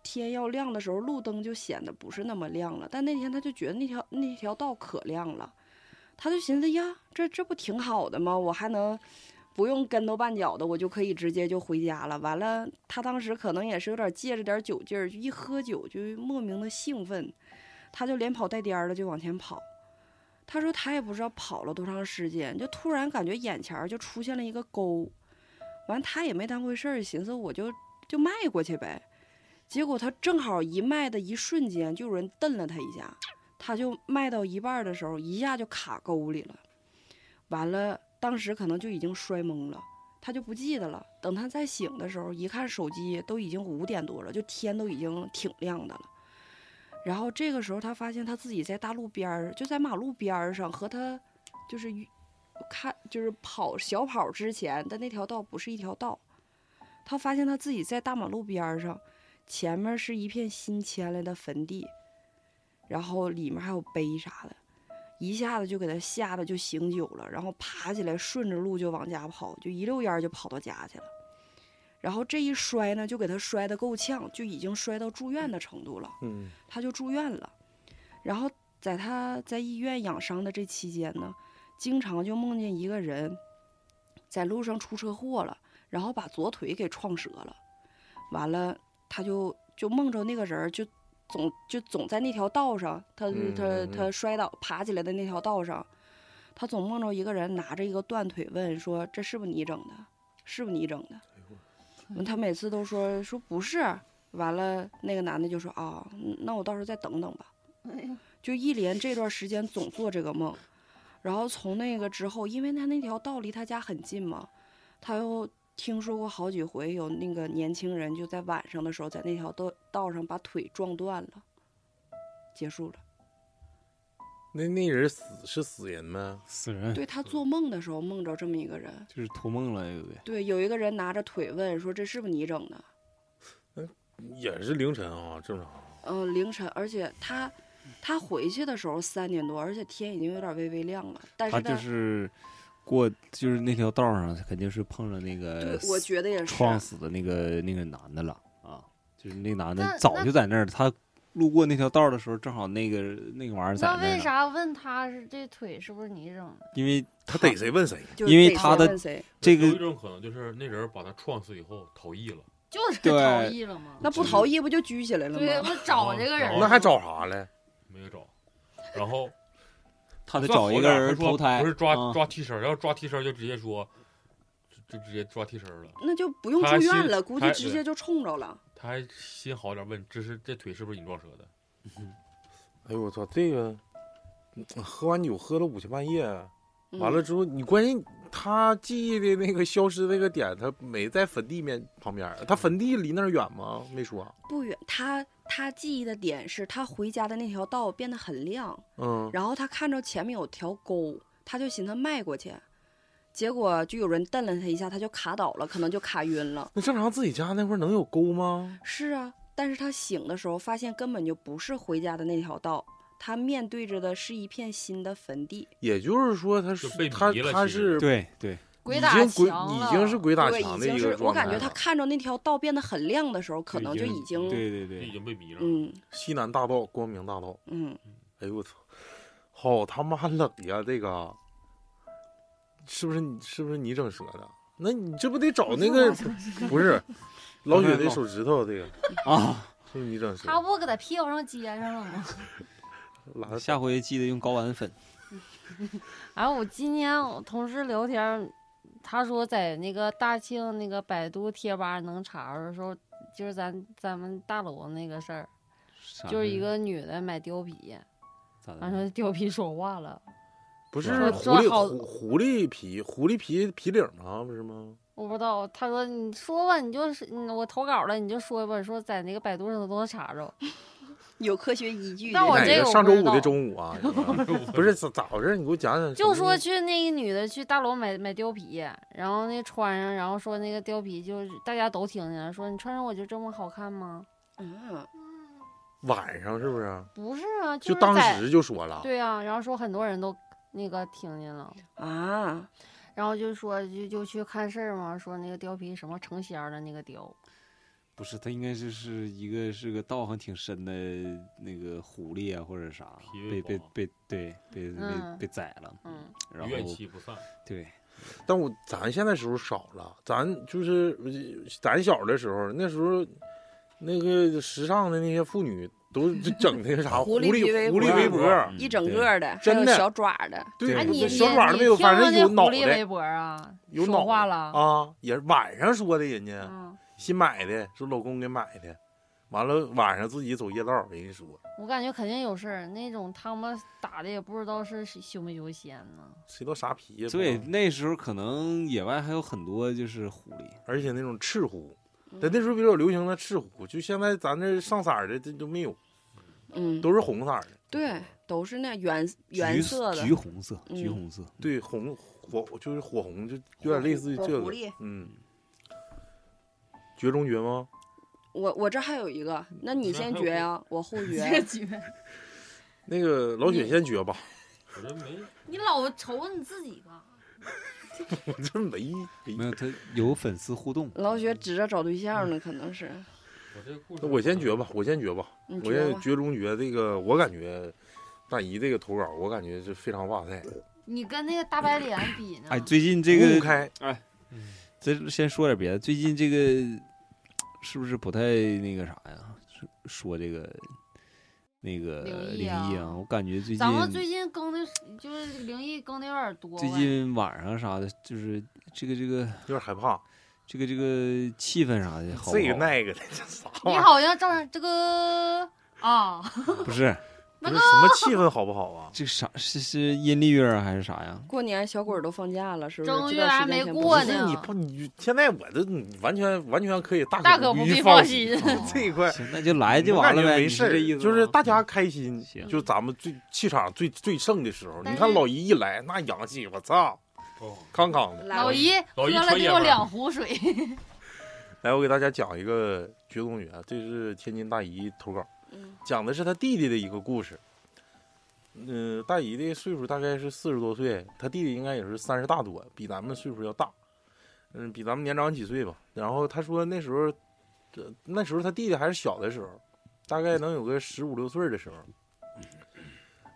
E: 天要亮的时候，路灯就显得不是那么亮了。但那天他就觉得那条那条道可亮了，他就寻思呀，这这不挺好的吗？我还能不用跟头绊脚的，我就可以直接就回家了。完了，他当时可能也是有点借着点酒劲儿，就一喝酒就莫名的兴奋，他就连跑带颠儿的就往前跑。他说他也不知道跑了多长时间，就突然感觉眼前儿就出现了一个沟，完他也没当回事儿，寻思我就就迈过去呗。结果他正好一迈的一瞬间，就有人蹬了他一下，他就迈到一半儿的时候，一下就卡沟里了。完了，当时可能就已经摔懵了，他就不记得了。等他再醒的时候，一看手机都已经五点多了，就天都已经挺亮的了。然后这个时候，他发现他自己在大路边儿，就在马路边儿上，和他就是与看就是跑小跑之前的那条道不是一条道。他发现他自己在大马路边儿上，前面是一片新迁来的坟地，然后里面还有碑啥的，一下子就给他吓得就醒酒了，然后爬起来顺着路就往家跑，就一溜烟儿就跑到家去了。然后这一摔呢，就给他摔得够呛，就已经摔到住院的程度了。
A: 嗯，
E: 他就住院了。然后在他在医院养伤的这期间呢，经常就梦见一个人在路上出车祸了，然后把左腿给撞折了。完了，他就就梦着那个人儿就总就总在那条道上，他
A: 嗯
E: 他
A: 嗯
E: 他摔倒爬起来的那条道上，他总梦着一个人拿着一个断腿问说：“这是不是你整的？是不是你整的？”
A: 哎
E: 完他每次都说说不是，完了那个男的就说啊、嗯那我到时候再等等吧。就一连这段时间总做这个梦，然后从那个之后，因为他那条道离他家很近嘛，他又听说过好几回有那个年轻人就在晚上的时候在那条道道上把腿撞断了，结束了。
A: 那那人死是死人吗？
B: 死人
E: 对他做梦的时候梦着这么一个人，
B: 就是托梦了，有的
E: 对，有一个人拿着腿问说这是不是你整的？
A: 也是凌晨啊，正常。
E: 呃，凌晨，而且他
B: 嗯
E: 他回去的时候三点多，而且天已经有点微微亮了，但
B: 他
E: 是
B: 就是过就是那条道上肯定是碰上那个
E: 对我觉得也是
B: 撞死的那个那个男的了啊，就是那男的
D: 那
B: 早
D: 那
B: 就在那儿，他路过那条道的时候，正好那个那个玩意儿在
D: 那
B: 那儿
D: 为
B: 呢，
D: 啥问他是这腿是不是你整的？
B: 因为
A: 他逮谁问谁，
E: 就
B: 因为
E: 得
B: 他
E: 先
B: 的
E: 问谁
B: 这
G: 有一
B: 个
G: 种可能就是那人把他撞死以后逃逸了，
D: 就是
B: 对
D: 逃逸了吗？
E: 那不
B: 是
E: 逃逸不就拘起来了
D: 对，
E: 吗？
D: 不
F: 哦
D: 找这个人
G: 然后
D: 吗，
A: 那还找啥嘞？
G: 没找，然后
B: 他得
G: 算
B: 找
G: 好
B: 一个
G: 点儿
B: 人
G: 啊他说
B: 投胎，
G: 不是抓
B: 啊
G: 抓替身儿，要抓替身儿就直接说，就就直接抓替身儿了。
E: 那就不用
G: 他
E: 住院
G: 心
E: 了，估计
G: 他
E: 直接就冲着了。
G: 他还心好点儿问，这是这腿是不是你撞折的？
A: 哎呦我操，这个嗯喝完酒喝到五更半夜，啊
E: 嗯
A: 完了，之后，你关键他记忆的那个消失那个点，他没在坟地面旁边儿，他坟地离那儿远吗？没说。
E: 不远，他他记忆的点是他回家的那条道变得很亮，
A: 嗯，
E: 然后他看着前面有条沟，他就寻思迈过去，结果就有人蹬了他一下，他就卡倒了，可能就卡晕了。
A: 那正常自己家那块儿能有沟吗？
E: 是啊，但是他醒的时候发现根本就不是回家的那条道，他面对着的是一片新的坟地，
A: 也就是说他是
G: 就被迷
A: 他
G: 了
A: 他
G: 其实
A: 是
B: 对对，
D: 鬼
A: 已
D: 打
A: 经鬼
D: 墙
A: 已
D: 了
A: 经是鬼打
E: 对，
A: 墙
E: 已
A: 的
E: 经
A: 一个
E: 是我
A: 状态
E: 感
A: 了。
E: 觉他看着那条道变得很亮的时候，可能就已经，
B: 对对
G: 就已
B: 对，
G: 经被迷上了。
E: 嗯
A: 西南大道、光明大道，
E: 嗯，
A: 哎呦我操，好他妈冷呀！这个是不是你是不是你整折的？那你这不得找那个不 是老雪的手指头？这个
B: 啊，
A: 是不是你整折
D: 他
A: 的？
D: 不给他屁股上接上了吗？
A: 拉倒
B: 下回记得用睾丸粉，
D: 然后哎我今天我同事聊天儿，他说在那个大庆那个百度贴吧能查着说，就是咱咱们大楼那个事儿，
B: 啥
D: 就是一
B: 事儿
D: 个女的买貂皮，
B: 咋的
D: 完说貂皮说话了，
A: 不是
D: 说
A: 狐
D: 抓
A: 狸
D: 好
A: 狐狐狸皮狐狸皮皮领吗？不是吗？
D: 我不知道，他说你说吧，你就是嗯我投稿了，你就说吧，说在那个百度上都能查着。
E: 有科学依据的。
D: 那我
A: 哪
D: 这个
A: 哎上周
D: 不知
A: 五的
D: 道
A: 中午啊， 不是咋咋回事？你给我讲讲。
D: 就说去那个女的去大楼买买貂皮，然后那穿上，然后说那个貂皮就是大家都听见了，说你穿上我就这么好看吗？
E: 嗯，
A: 晚上是不是？
D: 不是啊，
A: 就是当
D: 在
A: 时就说了，
D: 对啊，然后说很多人都那个听见了，
E: 啊，
D: 然后就说就就去看事儿嘛，说那个貂皮什么成仙儿了那个貂，
B: 不是，它应该就是一个是个道行挺深的那个狐狸啊，或者啥
G: 脾，胃
B: 被被
G: 不好
B: 被对被被
D: 嗯
B: 被宰了，
D: 嗯，
B: 然
G: 怨
B: 后
G: 气不散。
B: 对，
A: 但我咱现在时候少了，咱就是咱小的时候，那时候那个时尚的那些妇女都 就整那个啥狐
E: 狐狸
A: 狸
E: 围
A: 狐狸
E: 脖
A: 围脖，
B: 嗯
E: 一整
B: 对
E: 个的，还
A: 真
E: 有
A: 的
E: 小爪儿的，
A: 对
B: 哎
D: 哎
B: 你
D: 啊你
A: 我
D: 你
A: 小爪儿没有，
D: 你
A: 反
D: 听
A: 正
D: 过
A: 有
D: 那
A: 脑
D: 狐狸微
A: 袋，
D: 博啊，
A: 有
D: 说
A: 脑
D: 话
A: 袋
D: 了，
A: 啊，也是晚上说的，人家、
D: 嗯，
A: 新买的，说老公给买的，完了晚上自己走夜道，人家说
D: 我感觉肯定有事儿，那种他们打的也不知道是修没修仙 呢，。
A: 谁都啥皮呀，
B: 对，
A: 不知道
B: 那时候可能野外还有很多就是狐狸，
A: 而且那种赤狐，在那时候比较流行的赤狐，就现在咱这上色儿的这都没有，
E: 嗯，
A: 都是红色儿的，
E: 对，都是那原
B: 橘
E: 原色的
B: 橘，红色，
E: 嗯
B: 橘红色，
A: 对红火就是火红，就有点类似于
E: 火
A: 这
E: 狐
A: 个
E: 狸，
A: 嗯，绝中绝吗？
E: 我我这还有一个，那你先决呀、我后决
D: 局，
A: 那个老雪先绝吧，
G: 我这没
D: 你老瞅你自己吧。
A: 我这没
B: 没
A: 没，
B: 有它有粉丝互动，
E: 老雪指着找对象呢，可能是
G: 我这故事，
A: 那我先绝吧，我先绝吧，
E: 你
A: 我
E: 觉得
A: 先
E: 吧？
A: 绝中绝这个，我感觉大姨这个投稿，我感觉是非常哇塞，
D: 你跟那个大白脸比呢？
B: 哎，最近这
A: 五五
B: 个，
A: 开，
B: 这先说点别的，最近这个是不是不太那个啥呀？是说这个那个
D: 灵
B: 灵
D: 异啊
B: 异啊，我感觉最近
D: 咱们最近更的，就是灵异更的有点多。
B: 最，近晚上啥的，就是这个这个
A: 有点害怕，
B: 这个这个气氛啥的，好不
A: 这个
B: 好？
A: 那个的，这啥玩
D: 你
A: 意儿？
D: 好像照着这个啊，
B: 不是
A: 不是什么气氛好不好 啊？
B: 这啥是是阴历月啊还是啥呀？
E: 过年小鬼儿都放假了，是不是？
D: 正
E: 这
D: 月
E: 段时
D: 还
E: 间
D: 没
E: 先
D: 过
A: 不
E: 不
D: 呢
A: 是你不你现在我这你完全完全可以大
D: 大
A: 可
D: 可不必
A: 放
D: 放心
A: 这一块
B: 行，那就来就完了
A: 我感觉
B: 呗，
A: 没
B: 你
A: 事
B: 是
A: 儿
B: 这意思吗嗯
A: 就是大家开心
B: 行，
A: 就咱们最气场最最盛的时候。
D: 但
A: 你
D: 是
A: 看老姨一来，那洋气，我操，
G: 哦
A: 康康的。
E: 来
D: 老姨
G: 老
D: 喝
G: 姨
D: 了
G: 穿
D: 得
G: 夜
D: 有
G: 班
D: 两壶水。
A: 来，我给大家讲一个绝公园，这是天津大姨投稿，
E: 嗯
A: 讲的是她弟弟的一个故事。嗯、大姨的岁数大概是四十多岁，她弟弟应该也是三十大多，比咱们岁数要大，嗯，比咱们年长几岁吧。然后她说那时候，这那时候她弟弟还是小的时候，大概能有个十五六岁的时候。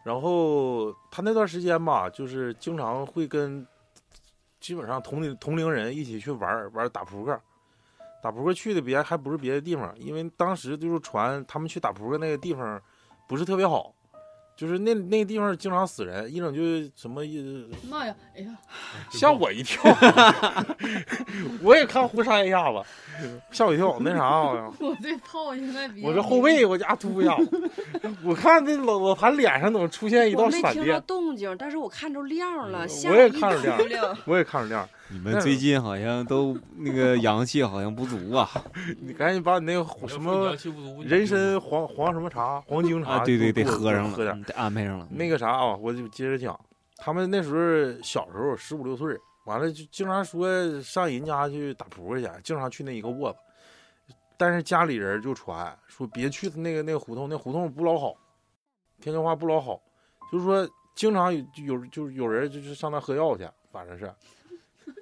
A: 然后她那段时间吧，就是经常会跟基本上同龄同龄人一起去玩儿玩儿打扑克，打扑克去的别还不是别的地方，因为当时就是传他们去打扑克那个地方不是特别好，就是那那个地方经常死人，一整就什么一
D: 妈呀，哎呀，
A: 吓我一 跳，我也看忽闪一下子，吓我一跳，那啥我呀
D: 我这炮应该比
A: 我这后背我家突一下 子，我看这老老盘脸上怎么出现一
E: 我
A: 道
E: 没
A: 闪
E: 听着
A: 电，
E: 动静，但是我看着亮了，吓
A: 嗯我也
E: 一
A: 看着亮了
E: 跳
A: 我也看着亮儿，
B: 你们最近好像都那个阳气好像不足 啊
A: 你赶紧把你那个什么人参黄黄什么茶黄精茶
B: 啊！对对，
A: 给
B: 得
A: 我
B: 喝上
A: 喝点
B: 了，。嗯得安排上了。
A: 那个啥啊、我就接着讲，他们那时候小时候十五六岁，完了就经常说上人家去打扑克去，经常去那一个窝子。但是家里人就传说别去那个那个胡同，那胡同不老好，天津话不老好，就是说经常有就有就是有人就是上那喝药去，反正是，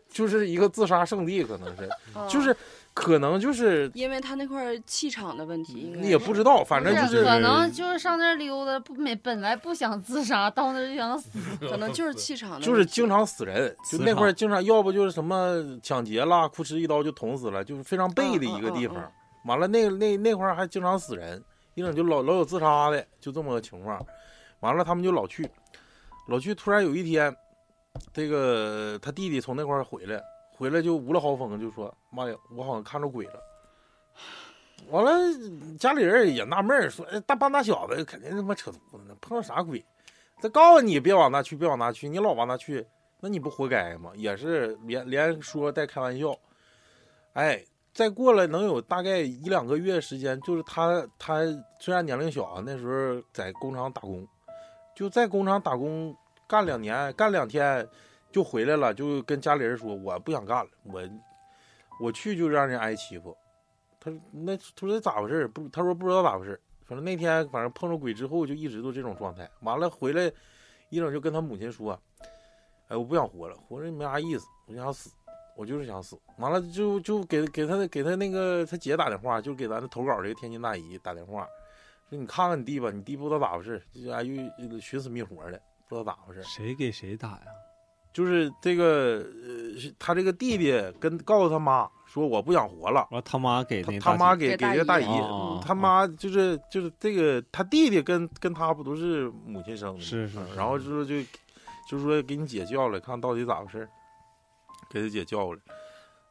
A: 就是一个自杀圣地，可能是，
E: 啊
A: 就是可能就是
E: 因为他那块儿气场的问题，应该
A: 你也
E: 是
A: 不知道，反
D: 不
A: 正就是是
D: 可能就是上那儿溜达，不没本来不想自杀，到那儿就想死。
E: 可能就是气场的问题，
A: 就是经常死人，就
B: 磁
A: 那
B: 场
A: 块儿经常要不就是什么抢劫啦，哭哧一刀就捅死了，就是非常背的一个地
E: 嗯嗯
A: 方
E: 嗯。
A: 完了那那那块儿还经常死人，一整就老老有自杀的，就这么个情况。完了他们就老去，老去突然有一天，这个他弟弟从那块儿回来，回来就无了豪风，就说：“妈呀，我好像看着鬼了。”完了，家里人也纳闷儿，说：“哎，大半大小子肯定他妈扯犊子呢，碰上啥鬼？他告诉你别往那去，别往那去，你老往那去，那你不活该吗？也是连连说带开玩笑。哎，再过了能有大概一两个月时间，就是他他虽然年龄小啊，那时候在工厂打工，就在工厂打工干两年，干两天就回来了，就跟家里人说我不想干了，我我去就让人挨欺负。他说那他说咋回事？不，他说不知道咋回事。反正那天反正碰着鬼之后就一直都这种状态。完了回来一整就跟他母亲说，哎，我不想活了，活着没啥意思，我就想死。我就是想死。完了就就给给他给他那个他姐打电话，就是给咱投稿这个天津大姨打电话，说你看看你弟吧，你弟不知道咋回事，这家又寻死觅活的，不知道咋回事。
B: 谁给谁打呀？
A: 就是这个呃，是他这个弟弟跟告诉他妈说我不想活了，
B: 然后他妈给
A: 他
B: 那
A: 他妈给给
E: 给大
A: 这个大
E: 姨嗯
A: 姨，
B: 哦
A: 他妈就是就是这个他弟弟跟跟他不都是母亲生的吗？
B: 是是
A: 嗯
B: 是
A: 然后就是就就说给你姐叫来，看到底咋回事儿给他姐叫来，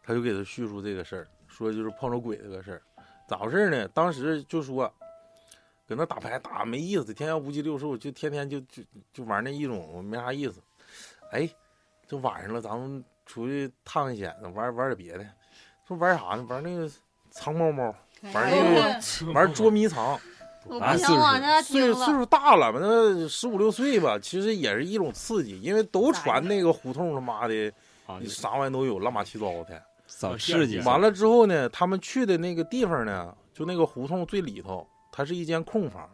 A: 他就给他叙述这个事儿，说就是碰着鬼这个事儿，咋回事儿呢？当时就说搁那打牌打没意思，天天无鸡六兽，就天天就就就玩那一种，没啥意思。哎，这晚上了，咱们出去探探险，玩玩点别的。说玩啥呢？玩那个藏猫猫，玩
E: 哎
A: 那个玩捉迷藏。
D: 我
B: 啊
D: 不
B: 岁
D: 想
B: 数
D: 往那
A: 岁
D: 听
A: 岁
D: 了。
A: 数大了，那十五六岁吧，其实也是一种刺激，因为都传那个胡同他妈的
B: 啊
A: 啥玩意都有，乱八七糟的。
B: 找刺激，
A: 啊完了之后呢，他们去的那个地方呢，就那个胡同最里头，它是一间空房。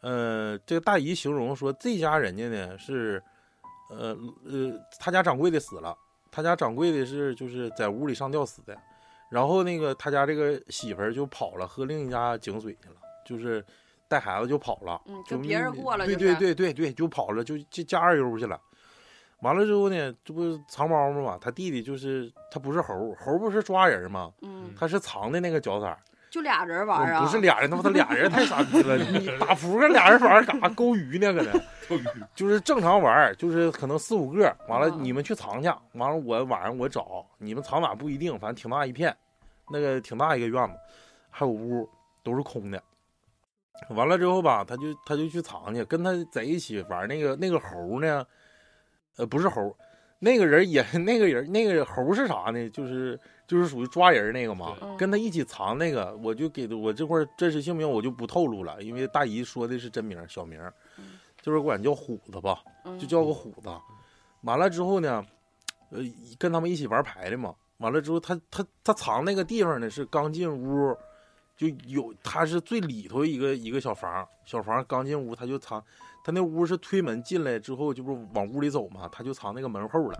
A: 呃，这个大姨形容说，这家人家呢是，呃呃，他家掌柜的死了，他家掌柜的是就是在屋里上吊死的，然后那个他家这个媳妇儿就跑了，喝另一家井水去了，就是带孩子就跑了，
E: 嗯
A: 就
E: 跟别人过了
A: 对
E: 就是
A: 对对对对，就跑了，就就加二悠去了。完了之后呢，这不是藏猫猫嘛？他弟弟就是他不是猴，猴不是抓人吗？
E: 嗯，
A: 他是藏的那个脚色儿，
E: 就俩人玩儿
A: 嗯
E: 啊，
A: 不是俩人，他妈他俩人太傻逼 了！你打扑克俩人玩儿干啥？勾鱼呢？搁那就是正常玩儿，就是可能四五个，完了
E: 啊
A: 你们去藏去，完了我晚上我找你们藏哪不一定，反正挺大一片，那个挺大一个院子，还有屋都是空的。完了之后吧，他就他就去藏去，跟他在一起玩那个那个猴呢，呃，不是猴，那个人也 那个人那个猴是啥呢？就是就是属于抓人那个嘛
E: 对，嗯
A: 跟他一起藏那个，我就给我这块儿真实姓名我就不透露了，因为大姨说的是真名儿小名儿
E: 嗯，
A: 就是管叫虎子吧。
E: 嗯
A: 就叫个虎子。完了之后呢，呃，跟他们一起玩牌的嘛。完了之后，他他他藏那个地方呢，是刚进屋就有，他是最里头一个一个小房，小房刚进屋他就藏，他那屋是推门进来之后，就不往屋里走嘛，他就藏那个门后了，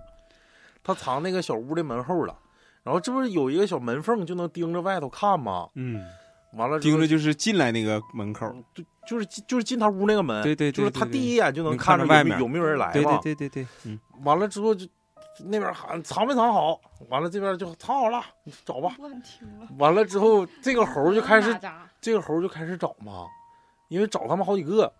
A: 他藏那个小屋的门后了。然后这不是有一个小门缝就能盯着外头看吗？
B: 嗯，
A: 完了之后
B: 盯着就是进来那个门口，
A: 就就是进就是进他屋那个门，
B: 对对
A: 就
B: 对
A: 是他
B: 对对
A: 第一眼就能
B: 能看
A: 着
B: 着外
A: 有没
B: 面
A: 有没有人来嘛。
B: 对对对对对，嗯，
A: 完了之后就那边喊藏没藏好，完了这边就藏好了，你找吧。
E: 乱听了，
A: 完了之后，这个猴就开始
D: 哪，吒
A: 这个猴就开始找嘛，因为找他们好几个。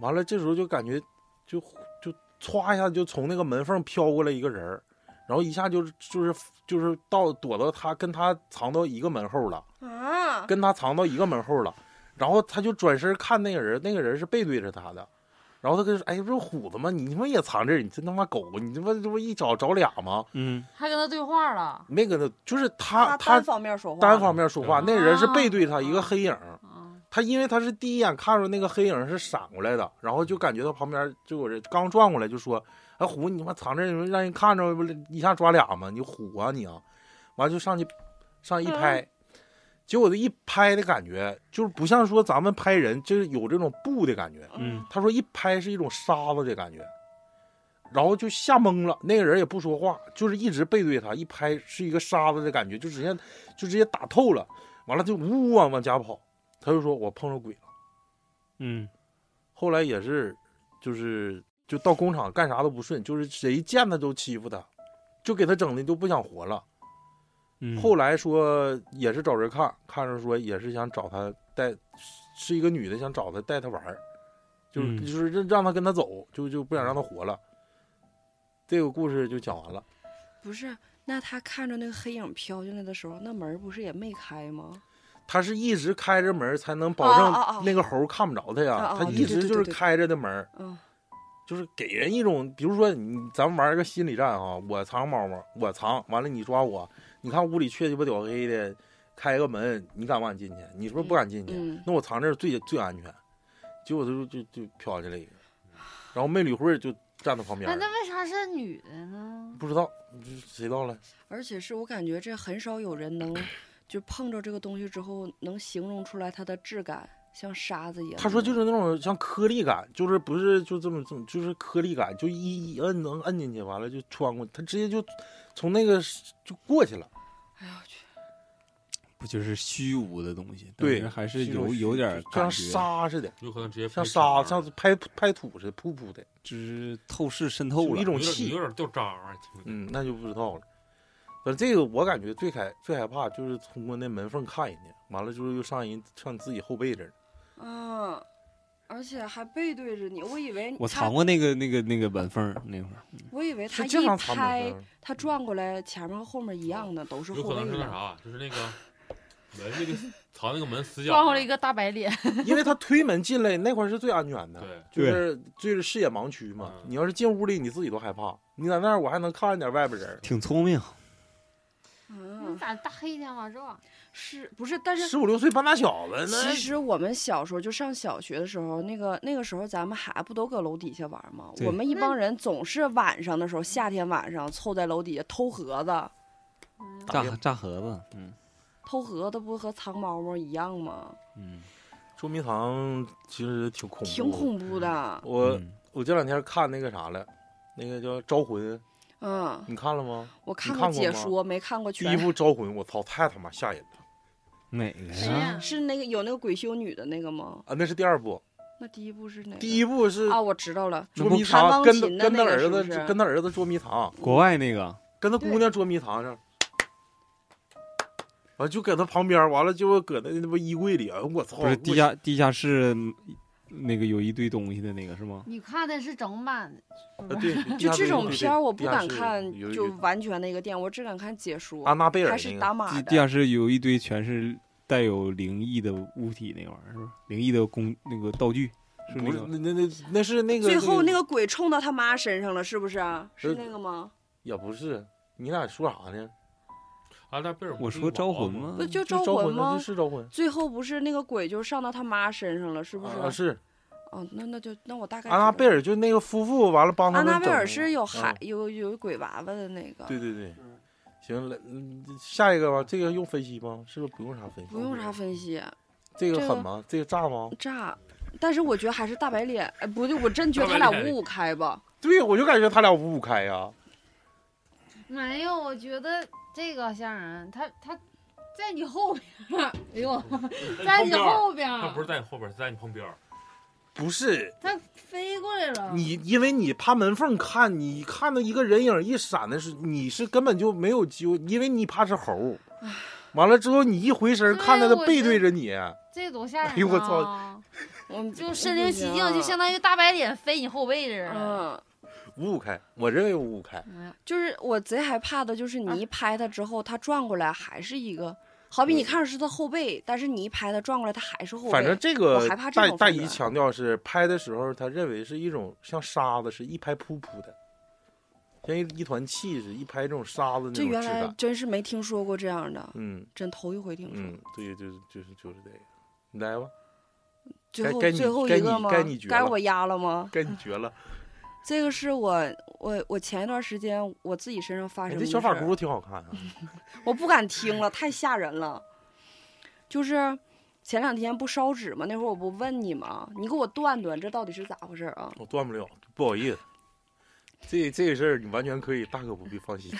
A: 完了，这时候就感觉就就歘一下就从那个门缝飘过来一个人儿，然后一下就是就是就是到躲到他跟他藏到一个门后了。
E: 啊，
A: 跟他藏到一个门后了，然后他就转身看那个人，那个人是背对着他的，然后他跟说：“哎，不是虎子吗？你他妈也藏这儿？你真他妈狗！你他妈这不一找找俩吗？
B: 嗯，
D: 还跟他对话了。
A: 没跟他，就是他
E: 他
A: 他
E: 单方面说话，
A: 单方面说话，
G: 嗯
A: 那人是背对他一个黑影儿，
D: 啊，
A: 他因为他是第一眼看着那个黑影是闪过来的，然后就感觉到旁边就有人刚转过来就说：“哎虎，你他妈藏这儿让人看着，不是一下抓俩吗？你虎啊你啊！”完就上去上一拍，结果这一拍的感觉就是不像说咱们拍人，就是有这种布的感觉。
B: 嗯，
A: 他说一拍是一种沙子的感觉，然后就吓懵了，那个人也不说话，就是一直背对他，一拍是一个沙子的感觉，就直接就直接打透了，完了就呜往往家跑，他就说我碰着鬼了，
B: 嗯，
A: 后来也是就是就到工厂干啥都不顺，就是谁见他都欺负他，就给他整的就不想活了。
B: 嗯，
A: 后来说也是找人看，看着说也是想找他带，是一个女的想找他带他玩儿，就是、
B: 嗯
A: 就是让让他跟他走，就就不想让他活了。这个故事就讲完了，
E: 不是。那他看着那个黑影飘进来的时候，那门儿不是也没开吗？
A: 他是一直开着门儿才能保
E: 哦哦哦
A: 证那个猴儿看不着他呀，
E: 哦哦
A: 他一直
E: 对对对
A: 就是
E: 对对
A: 开着的门儿，
E: 嗯，
A: 就是给人一种，比如说你咱们玩一个心理战啊，我藏猫猫，我藏完了你抓我，你看屋里缺鸡巴屌黑的，开个门，你敢不敢进去？你是不是不敢进去？
E: 嗯
A: 那我藏这儿最最安全。结果他就就就飘下去了一个，然后没理会儿就站在旁边
D: 那
A: 儿，
D: 那为啥是女的呢？
A: 不知道这谁到了。
E: 而且是我感觉这很少有人能就碰着这个东西之后能形容出来它的质感，像沙子一样。
A: 他说就是那种像颗粒感，就是不是就这么这么，就是颗粒感，就一一摁能摁进去，完了就穿过，他直接就从那个就过去了。
E: 哎呦我去，
B: 不就是虚无的东西？
A: 对
B: 但是还是
A: 这种
B: 有有点
A: 就像
B: 感觉，
A: 沙似的，
G: 有可能直接
A: 像
G: 拍
A: 沙，
G: 纸
A: 像是拍拍土似的，噗噗的，
B: 就是透视渗透
A: 就
B: 了
A: 一种
G: 有点
A: 气
G: 有。点啊掉渣儿，听着
A: 嗯，那就不知道了。反正这个我感觉最害最害怕就是通过那门缝看人家，完了之后又上人上自己后背这儿。
E: 啊，而且还背对着你，我以为
B: 我
E: 他
B: 藏，过那个那个那个门缝儿那会儿，
E: 我以为
A: 是
E: 他
A: 这
E: 一
A: 样藏
E: 拍
A: 门，缝，
E: 他转过来前面和后面一样的，都是
G: 有
E: 后
G: 可
E: 背
G: 能是那
E: 的。
G: 啥，啊就是那个门那个藏那个门死角，
D: 撞回了一个大白脸，
A: 因为他推门进来那块儿是最安全的。
G: 对，
A: 就是就是视野盲区嘛。
G: 嗯
A: 你要是进屋里，你自己都害怕。你在那儿，我还能看见点外边人儿。
B: 挺聪明。
D: 你
E: 嗯，
D: 咋大黑天往这？
E: 是不是？但是
A: 十五六岁半大小子，
E: 其
A: 那
E: 实我们小时候就上小学的时候，那个那个时候咱们还不都搁楼底下玩吗？
B: 对
E: 我们一帮人总是晚上的时候，夏天晚上凑在楼底下偷盒子，
D: 嗯
A: 打
B: 炸
A: 猎
B: 炸盒子，嗯
E: 偷盒子不和藏猫猫一样吗？
B: 嗯，
A: 捉迷藏其实挺恐怖，
E: 挺。恐怖的。
A: 我
B: 嗯
A: 我这两天看那个啥了，那个叫《招魂》，
E: 嗯，
A: 你看了吗？
E: 我看
A: 你
E: 过
A: 看过
E: 解
A: 吗
E: 说，没看过
A: 第一
E: 全。
A: 部《招魂》，我操，太他妈吓人了
B: 哪个
D: 谁
B: 呀？
D: 呀？
E: 是那个有那个鬼修女的那个吗？
A: 啊！那是第二部，
E: 那第一部是哪个？
A: 第一部是
E: 啊，我知道了，
A: 捉迷
E: 弹
A: 藏，
E: 钢
A: 跟他
E: 琴的
A: 跟他
E: 那个
A: 儿
E: 是
A: 子
E: 不是
A: 跟他儿子捉迷藏，
B: 国外那个
A: 跟他
E: 对
A: 姑娘捉迷藏上。完就搁他旁边儿，完了就搁那那不衣柜里，哎呦我操！
B: 不是地
A: 我
B: 下地下室那个有一堆东西的那个是吗？
D: 你看的是整版的，
A: 啊，对，
E: 就这种片儿，我不
A: 地下室
E: 敢看
A: 有，一
E: 就
A: 个
E: 完全那个店，我只敢看解说，
A: 安娜贝尔
E: 还
A: 那
E: 是
A: 个
E: 打码
B: 地
E: 的
B: 地。下室有一堆全是带有灵异的物体那玩意儿是吧？灵异的工那个道具是
A: 不
B: 那
A: 是
B: 个
A: 那那那那是那个
E: 最后
A: 那
E: 那个鬼冲到他妈身上了，是不是？啊是
A: 呃
E: 那个吗？
A: 也不是，你俩说啥呢？
G: 安啊娜贝尔
B: 我说招魂？吗
E: 不？就
A: 就
E: 招
A: 招
E: 魂
A: 魂呢
E: 吗
A: 就？是招魂，
E: 最后不是那个鬼就上到他妈身上了，是不是？
A: 啊是
E: 哦，那那就那我大概
A: 安娜
E: 知道
A: 贝尔就那个夫妇完了帮他
E: 安
A: 们
E: 娜贝
A: 整
E: 尔
A: 容
E: 是有孩、
A: 嗯
E: 有有鬼娃娃的那个，
A: 对对对，行，来嗯下一个吧，这个用分析吗？是不是不用啥分析？
E: 不用啥分析，
A: 这个
E: 这
A: 狠
E: 个
A: 吗？这个炸吗？
E: 炸。但是我觉得还是大白脸，哎，不对，我真觉得他
G: 大白
E: 俩
G: 脸
E: 五五 开吧。
A: 对，我就感觉他俩五五开啊呀、
D: 没有，我觉得这个吓人，他他在你后边儿，哎呦，在你后边儿，
G: 他不是在你后边，在你旁边。
A: 不是
D: 他飞过来
E: 嗯
D: 了，
A: 你，因为你趴门缝看，你看到一个人影一闪的时候，你是根本就没有机会，因为你怕是猴。完了之后，你一回身看到他
D: 对我
A: 背
D: 就
A: 对着你，
D: 这多吓人、啊！
A: 哎呦我操！
E: 我
D: 就身临其境，就相
E: 当
D: 当于大白脸飞你后背似的。
E: 啊嗯，
A: 五五开，我认为五五开。
D: 嗯，
E: 就是我贼害怕的，就是
D: 啊
E: 你一拍他之后，他转过来还是一个，好比你看着是他后背，但是你一拍他转过来，他还是后背。
A: 反正这
E: 我
A: 个
E: 害怕这
A: 大
E: 种
A: 大
E: 风
A: 姨
E: 格
A: 强调是拍的时候，她认为是一种像沙子，是一拍噗噗的，像一一团气似的，一拍这种沙子那
E: 这
A: 种
E: 原
A: 质
E: 来
A: 感。
E: 真是没听说过这样的，
A: 嗯
E: 真头一回听说。
A: 嗯，对，就是就是就是这个。你来吧，
E: 最后
A: 该该你
E: 最后
A: 该
E: 一个
A: 你
E: 吗？
A: 该你绝了
E: 我压了吗？
A: 该你绝了。
E: 这个是我我我前一段时间我自己身上发
A: 你
E: 生
A: 哎这
E: 的
A: 小
E: 事
A: 法
E: 儿
A: 箍挺好看 啊。
E: 我不敢听了，太吓人了。就是前两天不烧纸吗？那会儿我不问你吗？你给我断断，这到底是咋回事儿啊？
A: 我断不了，不好意思。这这个事儿你完全可以大可不必 放心。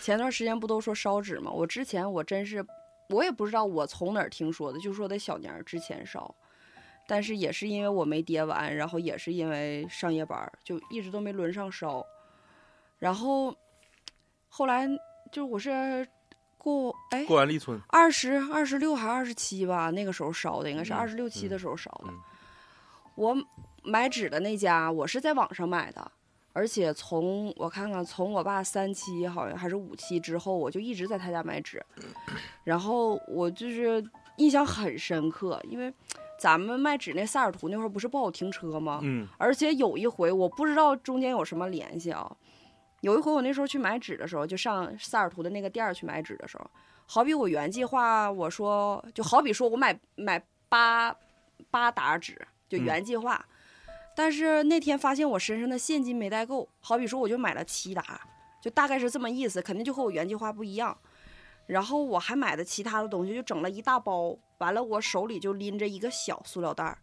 E: 前段时间不都说烧纸吗？我之前我真是，我也不知道我从哪儿听说的，就说得小年儿之前烧，但是也是因为我没叠完，然后也是因为上夜班儿，就一直都没轮上烧。然后后来就是我是过哎
A: 过完立春，
E: 二十二十六还二十七吧，那个时候烧的，应该是
A: 嗯
E: 二十六七的
A: 嗯
E: 时候烧的。
A: 嗯
E: 我买纸的那家，我是在网上买的，而且从我看看，从我爸三期好像还是五期之后，我就一直在他家买纸，
A: 嗯
E: 然后我就是印象很深刻，因为咱们卖纸那塞尔图那会儿不是不好停车吗？
A: 嗯，
E: 而且有一回，我不知道中间有什么联系啊。有一回我那时候去买纸的时候，就上塞尔图的那个店儿去买纸的时候，好比我原计划，我说就好比说我买买八八沓纸，就
F: 嗯
E: 原计划，但是那天发现我身上的现金没带够，好比说我就买了七沓，就大概是这么意思，肯定就和我原计划不一样。然后我还买的其他的东西，就整了一大包，完了我手里就拎着一个小塑料袋儿。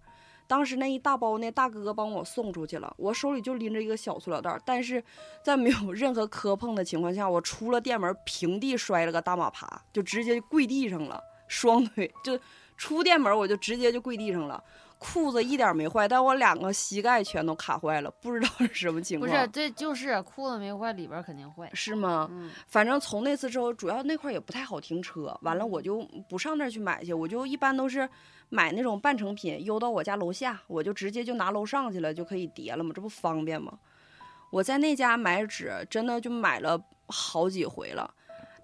E: 当时那一大包那大哥帮我送出去了，我手里就拎着一个小塑料袋儿，但是在没有任何磕碰的情况下，我出了店门，平地摔了个大马趴，就直接跪地上了，双腿就出店门我就直接就跪地上了，裤子一点没坏，但我两个膝盖全都卡坏了，不知道是什么情
D: 不
E: 况。
D: 是，这就是啊裤子没坏，里边儿肯定坏。
E: 是啊吗？
D: 嗯，
E: 反正从那次之后，主要那块儿也不太好停车。完了，我就不上那儿去买去，我就一般都是买那种半成品，邮到我家楼下，我就直接就拿楼上去了，就可以叠了嘛，这不方便吗？我在那家买纸，真的就买了好几回了。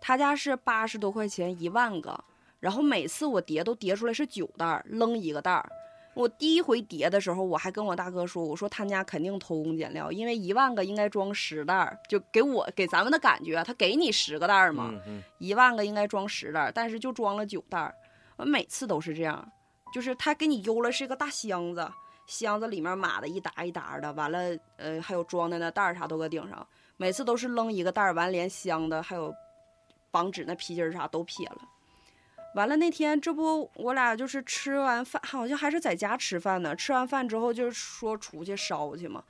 E: 他家是八十多块钱一万个，然后每次我叠都叠出来是九袋儿，扔一个袋儿。我第一回叠的时候，我还跟我大哥说，我说他家肯定偷工减料，因为一万个应该装十袋儿，就给我给咱们的感觉，他给你十个袋儿嘛，
A: 嗯嗯，
E: 一万个应该装十袋儿，但是就装了九袋儿，我每次都是这样，就是他给你邮了是一个大箱子，箱子里面码的一沓一沓的，完了呃还有装的那袋儿啥都搁顶上，每次都是扔一个袋儿，完连箱子还有绑纸那皮筋儿啥都撇了。完了那天，这不我俩就是吃完饭，好像还是在家吃饭呢。吃完饭之后就是说出去烧去嘛，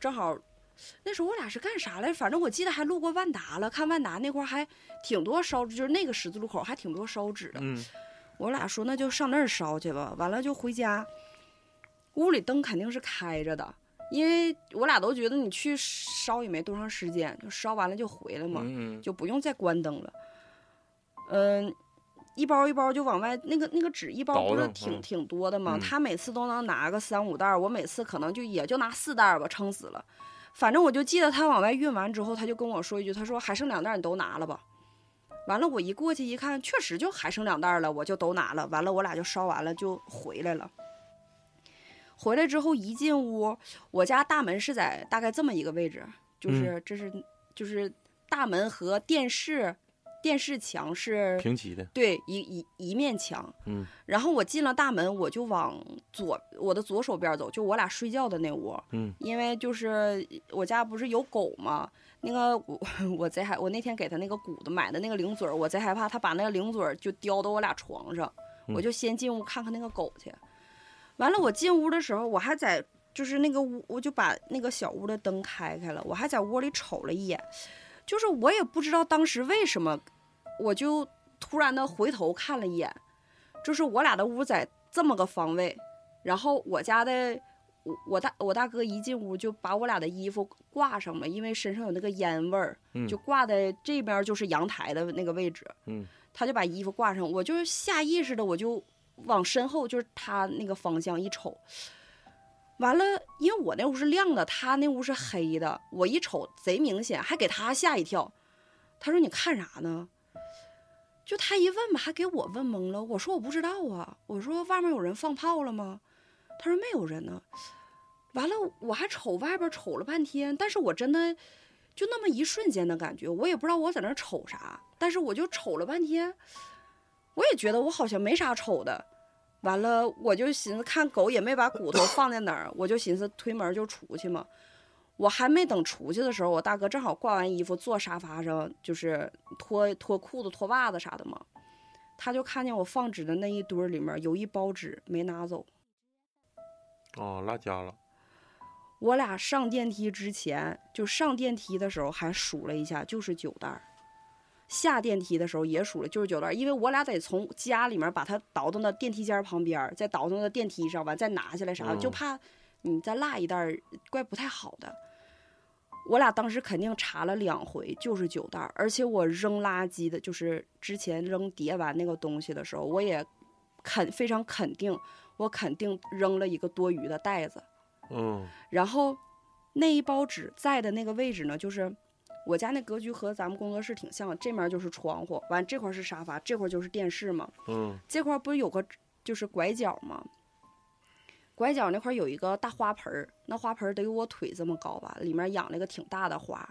E: 正好那时候我俩是干啥来着？反正我记得还路过万达了，看万达那块儿还挺多烧，就是那个十字路口还挺多烧纸的。
A: 嗯，
E: 我俩说那就上那儿烧去吧，完了就回家。屋里灯肯定是开着的，因为我俩都觉得你去烧也没多长时间，就烧完了就回来嘛，
A: 嗯嗯
E: 就不用再关灯了。嗯，一包一包就往外那个那个纸一包
A: 倒
E: 不是
A: 腾
E: 挺、
A: 嗯
E: 挺多的吗？
A: 嗯
E: 他每次都能拿个三五袋儿，我每次可能就也就拿四袋儿吧，撑死了。反正我就记得他往外运完之后，他就跟我说一句，他说还剩两袋儿，你都拿了吧。完了，我一过去一看，确实就还剩两袋儿了，我就都拿了。完了，我俩就烧完了，就回来了。回来之后一进屋，我家大门是在大概这么一个位置，
A: 嗯
E: 就是这是、就是大门和电视电视墙是
A: 平齐的，
E: 对一一一面墙，
A: 嗯，
E: 然后我进了大门，我就往左我的左手边走，就我俩睡觉的那屋，
A: 嗯，
E: 因为就是我家不是有狗嘛，那个我 我贼害我那天给他那个骨头买的那个零嘴儿，我贼害怕他把那个零嘴儿就叼到我俩床上，
A: 嗯
E: 我就先进屋看看那个狗去。完了，我进屋的时候，我还在就是那个屋，我就把那个小屋的灯开开了，我还在屋里瞅了一眼，就是我也不知道当时为什么，我就突然的回头看了一眼，就是我俩的屋在这么个方位，然后我家的我我大我大哥一进屋就把我俩的衣服挂上了，因为身上有那个烟味儿，
A: 嗯
E: 就挂在这边就是阳台的那个位置，
A: 嗯，
E: 他就把衣服挂上，我就是下意识的我就往身后就是他那个方向一瞅。完了，因为我那屋是亮的，他那屋是黑的，我一瞅贼明显，还给他吓一跳。他说：“你看啥呢？”就他一问吧，还给我问懵了。我说：“我不知道啊。”我说：“外面有人放炮了吗？”他说：“没有人呢。”完了，我还瞅外边瞅了半天，但是我真的就那么一瞬间的感觉，我也不知道我在那儿瞅啥，但是我就瞅了半天，我也觉得我好像没啥瞅的。完了，我就寻思看狗也没把骨头放在哪儿，我就寻思推门就出去嘛。我还没等出去的时候，我大哥正好挂完衣服坐沙发上，就是脱脱裤子、脱袜子啥的嘛。他就看见我放纸的那一堆儿里面有一包纸没拿走。
A: 哦，落家了，
E: 我俩上电梯之前，就上电梯的时候还数了一下，就是九袋儿；下电梯的时候也数了，就是九袋儿。因为我俩得从家里面把它倒腾到电梯间儿旁边儿，再倒腾到电梯上，完再拿下来啥，
A: 嗯
E: 就怕你再落一袋儿，怪不太好的。我俩当时肯定查了两回，就是九袋儿，而且我扔垃圾的，就是之前扔叠完那个东西的时候，我也肯非常肯定，我肯定扔了一个多余的袋子。
A: 嗯
E: 然后那一包纸在的那个位置呢，就是我家那格局和咱们工作室挺像的，这面就是窗户，完这块儿是沙发，这块儿就是电视嘛，
A: 嗯
E: 这块儿不是有个就是拐角吗？拐角那块儿有一个大花盆儿，那花盆儿得有我腿这么高吧，里面养了一个挺大的花。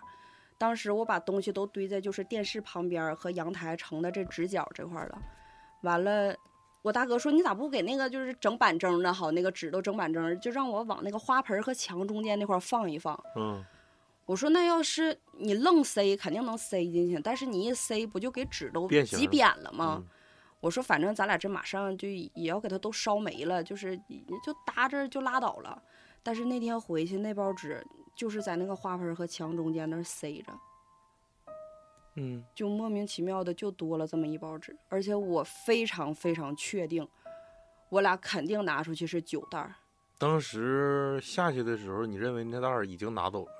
E: 当时我把东西都堆在就是电视旁边儿和阳台成的这直角这块儿了。完了，我大哥说你咋不给那个就是整板正的好，那个纸都整板正儿，就让我往那个花盆儿和墙中间那块儿放一放。
A: 嗯，
E: 我说那要是你愣塞，肯定能塞进去，但是你一塞，不就给纸都
A: 变形
E: 挤
A: 了
E: 扁了吗？
A: 嗯
E: 我说反正咱俩这马上就也要给它都烧没了，就是就搭这儿就拉倒了。但是那天回去那包纸就是在那个花盆和墙中间那儿塞着，
A: 嗯，
E: 就莫名其妙的就多了这么一包纸，而且我非常非常确定，我俩肯定拿出去是九袋儿，
A: 当时下去的时候，你认为那袋儿已经拿走了，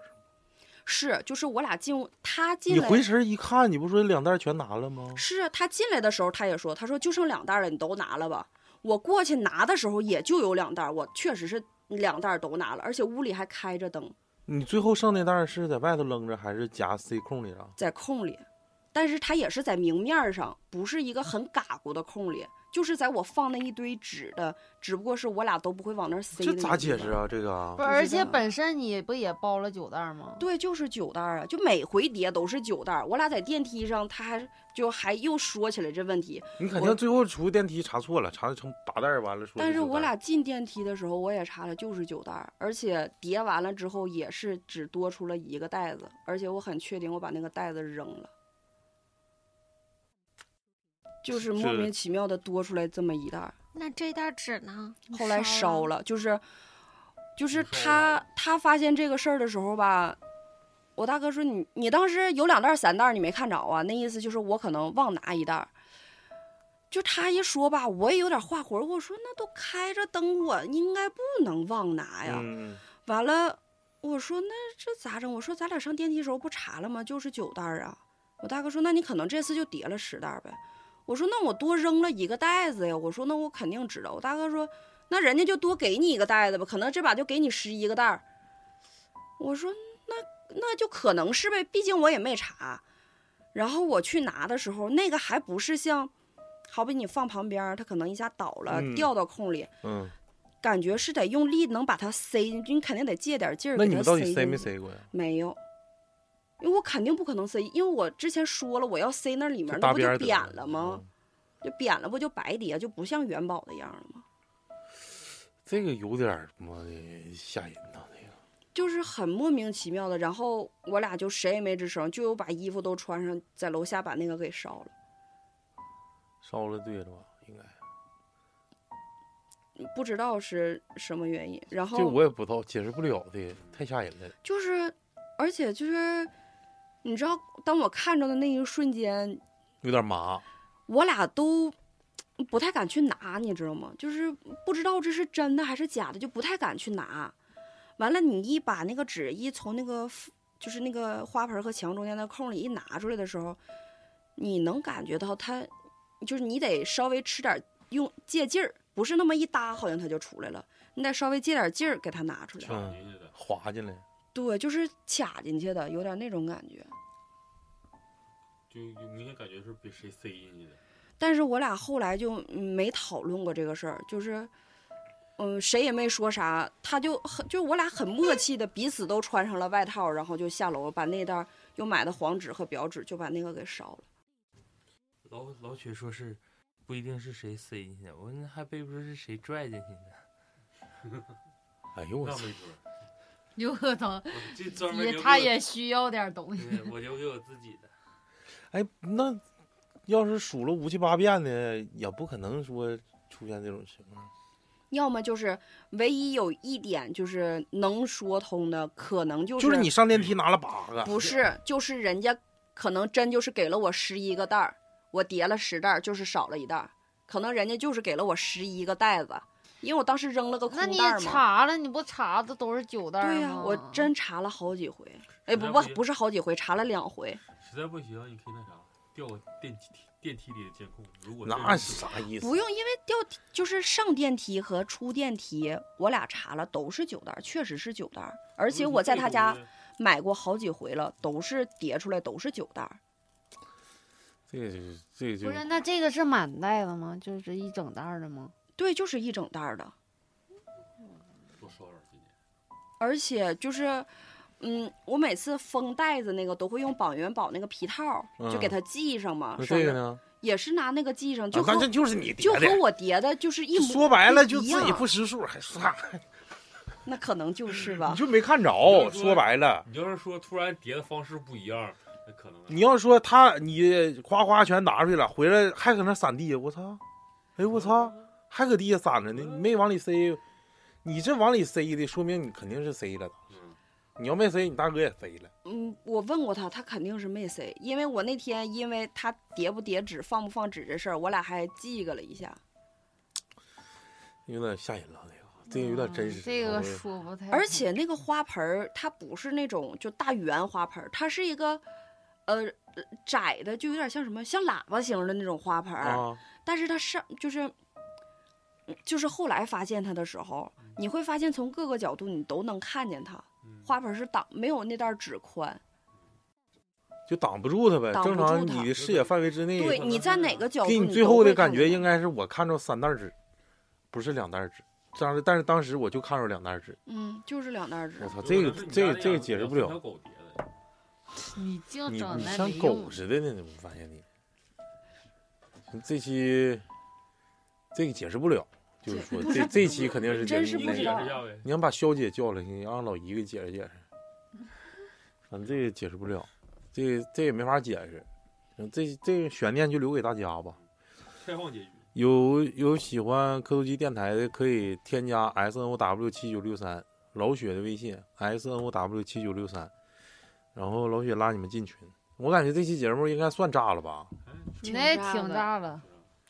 E: 是就是我俩进屋他进
A: 你
E: 来
A: 回神一看，你不说两袋儿全拿了吗？
E: 是啊，他进来的时候他也说，他说就剩两袋了，你都拿了吧。我过去拿的时候也就有两袋，我确实是两袋都拿了，而且屋里还开着灯，
A: 你最后剩那袋儿是在外头扔着，还是夹塞空里啊了？
E: 在空里，但是它也是在明面上，不是一个很嘎咕的空里，就是在我放那一堆纸的，只不过是我俩都不会往那儿塞。
A: 这咋解释？啊？这个啊
D: 不，是，
E: 不
D: 而
E: 知
D: 且
E: 道
D: 本身你不也包了九袋儿吗？
E: 对，就是九袋啊，就每回叠都是九袋。我俩在电梯上，他还就还又说起来这问题，
A: 你肯
E: 我
A: 定最后出电梯查错了，查成八袋儿完了说
E: 但是
A: 九袋
E: 我
A: 儿
E: 俩进电梯的时候，我也查了，就是九袋儿，而且叠完了之后也是只多出了一个袋子，而且我很确定我把那个袋子扔了，就是莫
A: 是
E: 名其妙的多出来这么一袋儿，
C: 那这袋纸呢？你
E: 后来烧
C: 烧了，
E: 了，就是就是
F: 你烧
E: 他
F: 了
E: 他发现这个事儿的时候吧。我大哥说你你当时有两袋儿三袋儿你没看着啊？那意思就是我可能忘拿一袋儿，就他一说吧，我也有点话魂儿。我说那都开着灯，我应该不能忘拿呀。
A: 嗯，
E: 完了，我说那这咋整？我说咱俩上电梯时候不查了吗？就是九袋儿啊。我大哥说那你可能这次就叠了十袋儿呗。我说那我多扔了一个袋子呀。我说那我肯定知道。我大哥说那人家就多给你一个袋子吧，可能这把就给你十一个袋儿。我说那那就可能是呗，毕竟我也没查。然后我去拿的时候，那个还不是像，好比你放旁边儿，它可能一下倒了，
A: 嗯
E: 掉到空里，
A: 嗯，
E: 感觉是得用力能把它塞进去，你肯定得借点劲儿。
A: 那你们到底
E: 塞
A: 塞没
E: 进去？
A: 塞过呀？
E: 没有，因为我肯定不可能塞，因为我之前说了，我要塞那里面
A: 就，
E: 那
A: 搭
E: 不
A: 边
E: 就
A: 儿得
E: 扁
A: 了嗯
E: 了吗？？就扁了，不就白叠，就不像元宝的样了吗？
A: 这个有点儿他妈的吓人呐，这个。
E: 就是很莫名其妙的。然后我俩就谁也没吱声，就有把衣服都穿上，在楼下把那个给烧了。
A: 烧了对了吧？应该，
E: 不知道是什么原因，然后
A: 这我也不知道，解释不了的，太吓人了。
E: 就是，而且就是，你知道，当我看着的那一瞬间，
A: 有点麻，
E: 我俩都不太敢去拿，你知道吗？就是不知道这是真的还是假的，就不太敢去拿。完了，你一把那个纸一从那个就是那个花盆和墙中间的空里一拿出来的时候，你能感觉到它，就是你得稍微吃点用借劲儿，不是那么一搭好像它就出来了，你得稍微借点劲儿给它拿出来。
A: 嗯，滑进来，
E: 对，就是卡进去的，有点那种感觉。
G: 就明显感觉是被谁塞进去的。
E: 但是我俩后来就嗯没讨论过这个事儿，就是，嗯，谁也没说啥，他就很就是我俩很默契的，彼此都穿上了外套，然后就下楼把那袋儿又买的黄纸和表纸就把那个给烧了。
F: 老老雪说是不一定是谁塞进去的，我那还背不是谁拽进去的。
A: 哎呦我
G: 那
A: 操！
G: 没准儿，
D: 有可能，
F: 我这专门
D: 也
F: 留给
D: 他
F: 我
D: 也需要点东西。
F: 对我留给我自己的。
A: 哎，那要是数了五七八遍的，也不可能说出现这种情况。
E: 要么就是唯一有一点就是能说通的，可能就是
A: 就是你上电梯拿了八个，
E: 不是就是人家可能真就是给了我十一个袋儿，我叠了十袋儿，就是少了一袋儿，可能人家就是给了我十一个袋子，因为我当时扔了个空
D: 那你
E: 袋儿嘛。
D: 查了，你不查的都是九袋儿啊吗？
E: 对呀、我真查了好几回，哎，
G: 实
E: 不
G: 在
E: 不
G: 不行
E: 不是好几回，查了两回。
G: 实在不行你可以那啥，调个电梯电梯里的监控，如果
A: 那是啥意思？
E: 不用，因为掉就是上电梯和出电梯，我俩查了都是九袋儿，确实是九袋儿，而且我在他家买过好几回了，都是叠出来都是九袋儿。
A: 这个就是这个就
D: 不是，那这个是满袋子吗？就是一整袋儿的吗？
E: 对，就是一整袋儿的，
G: 多烧点儿今年。
E: 而且就是嗯，我每次封袋子那个都会用绑元宝那个皮套儿，就给
A: 嗯
E: 它系上嘛。
A: 那
E: 手
A: 这个
E: 上
A: 呢？
E: 也是拿那个系上，就
A: 啊
E: 和、
A: 那这就是你叠
E: 就和
A: 的。
E: 我叠的就是一模。
A: 说白了
E: 一
A: 就自己
E: 样
A: 不识数，还算
E: 那可能就是
A: 你
E: 吧。
A: 就没看着。
H: 就是说
A: 说白了，
H: 你要是说突然叠的方式不一样，那可能
A: 你要说他你夸夸全拿出去了，回来还搁那散地，我操！哎我操，还搁地下散着呢，你没往里塞，你这往里塞的，说明你肯定是塞了的。
H: 嗯
A: 你要没塞，你大哥也塞了。
E: 嗯，我问过他，他肯定是没塞，因为我那天因为他叠不叠纸、放不放纸这事儿，我俩还记个了一下。
A: 有点吓人了，这个这个有点真
E: 嗯
A: 实。啊
D: 嗯这
A: 我
D: 个
A: 也
D: 说不太好，
A: 嗯
E: 而且那个花盆儿，它不是那种就大圆花盆儿，它是一个，呃，窄的，就有点像什么，像喇叭形的那种花盆儿。
A: 啊，
E: 但是它上就是，嗯就是后来发现它的时候，
A: 嗯
E: 你会发现从各个角度你都能看见它。花盆是挡没有那袋纸宽，
A: 就挡不住他呗。
E: 挡不
A: 正
E: 住
A: 常
E: 它
A: 你的视野范围之内，
E: 对你在哪个角度
A: 给
E: 你
A: 你
E: 都
A: 最后的
E: 会看
A: 感觉
E: 见
A: 应该是我看着三袋纸，不是两袋纸。当时，但是当时我就看着两袋纸，
E: 嗯，就是两袋纸
A: 我。操，这个这个这个解释不了。
H: 狗叠的，
D: 你净
A: 你
D: 整
A: 你
D: 那
A: 像
D: 没用
A: 狗
D: 的
A: 似的呢，我发现你。这期这个解释不了，就是
E: 解
A: 说
E: 不
A: 这
E: 是
A: 这期肯定是
E: 真
A: 解释
E: 是不
A: 了
E: 知
H: 解
E: 道
H: 释一下呗。
A: 你想把肖姐叫来，你让老姨给解释解释。反正这个解释不了，这个这也没法解释。嗯这这个悬念就留给大家吧。
H: 开放结局，
A: 有有喜欢科图机电台的，可以添加 S N O W 七九六三老雪的微信 S N O W 七九六三，然后老雪拉你们进群。我感觉这期节目应该算炸了吧，
H: 哎，
D: 你
E: 挺
D: 那
E: 炸
D: 挺
E: 的
D: 炸了，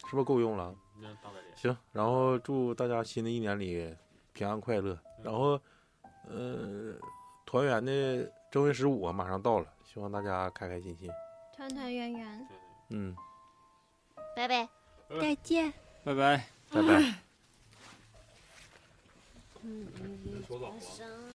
A: 是不是够用了？
H: 你让大白脸，
A: 行，然后祝大家新的一年里平安快乐。然后，呃，团圆的正月十五啊马上到了，希望大家开开心心。
C: 团团圆圆，
H: 对
A: 嗯，
C: 拜拜，
A: 呃
H: 拜拜
C: 再见。
B: 拜拜。
A: 拜拜。
D: 嗯嗯嗯
H: 说早了。
A: 啊
C: 伤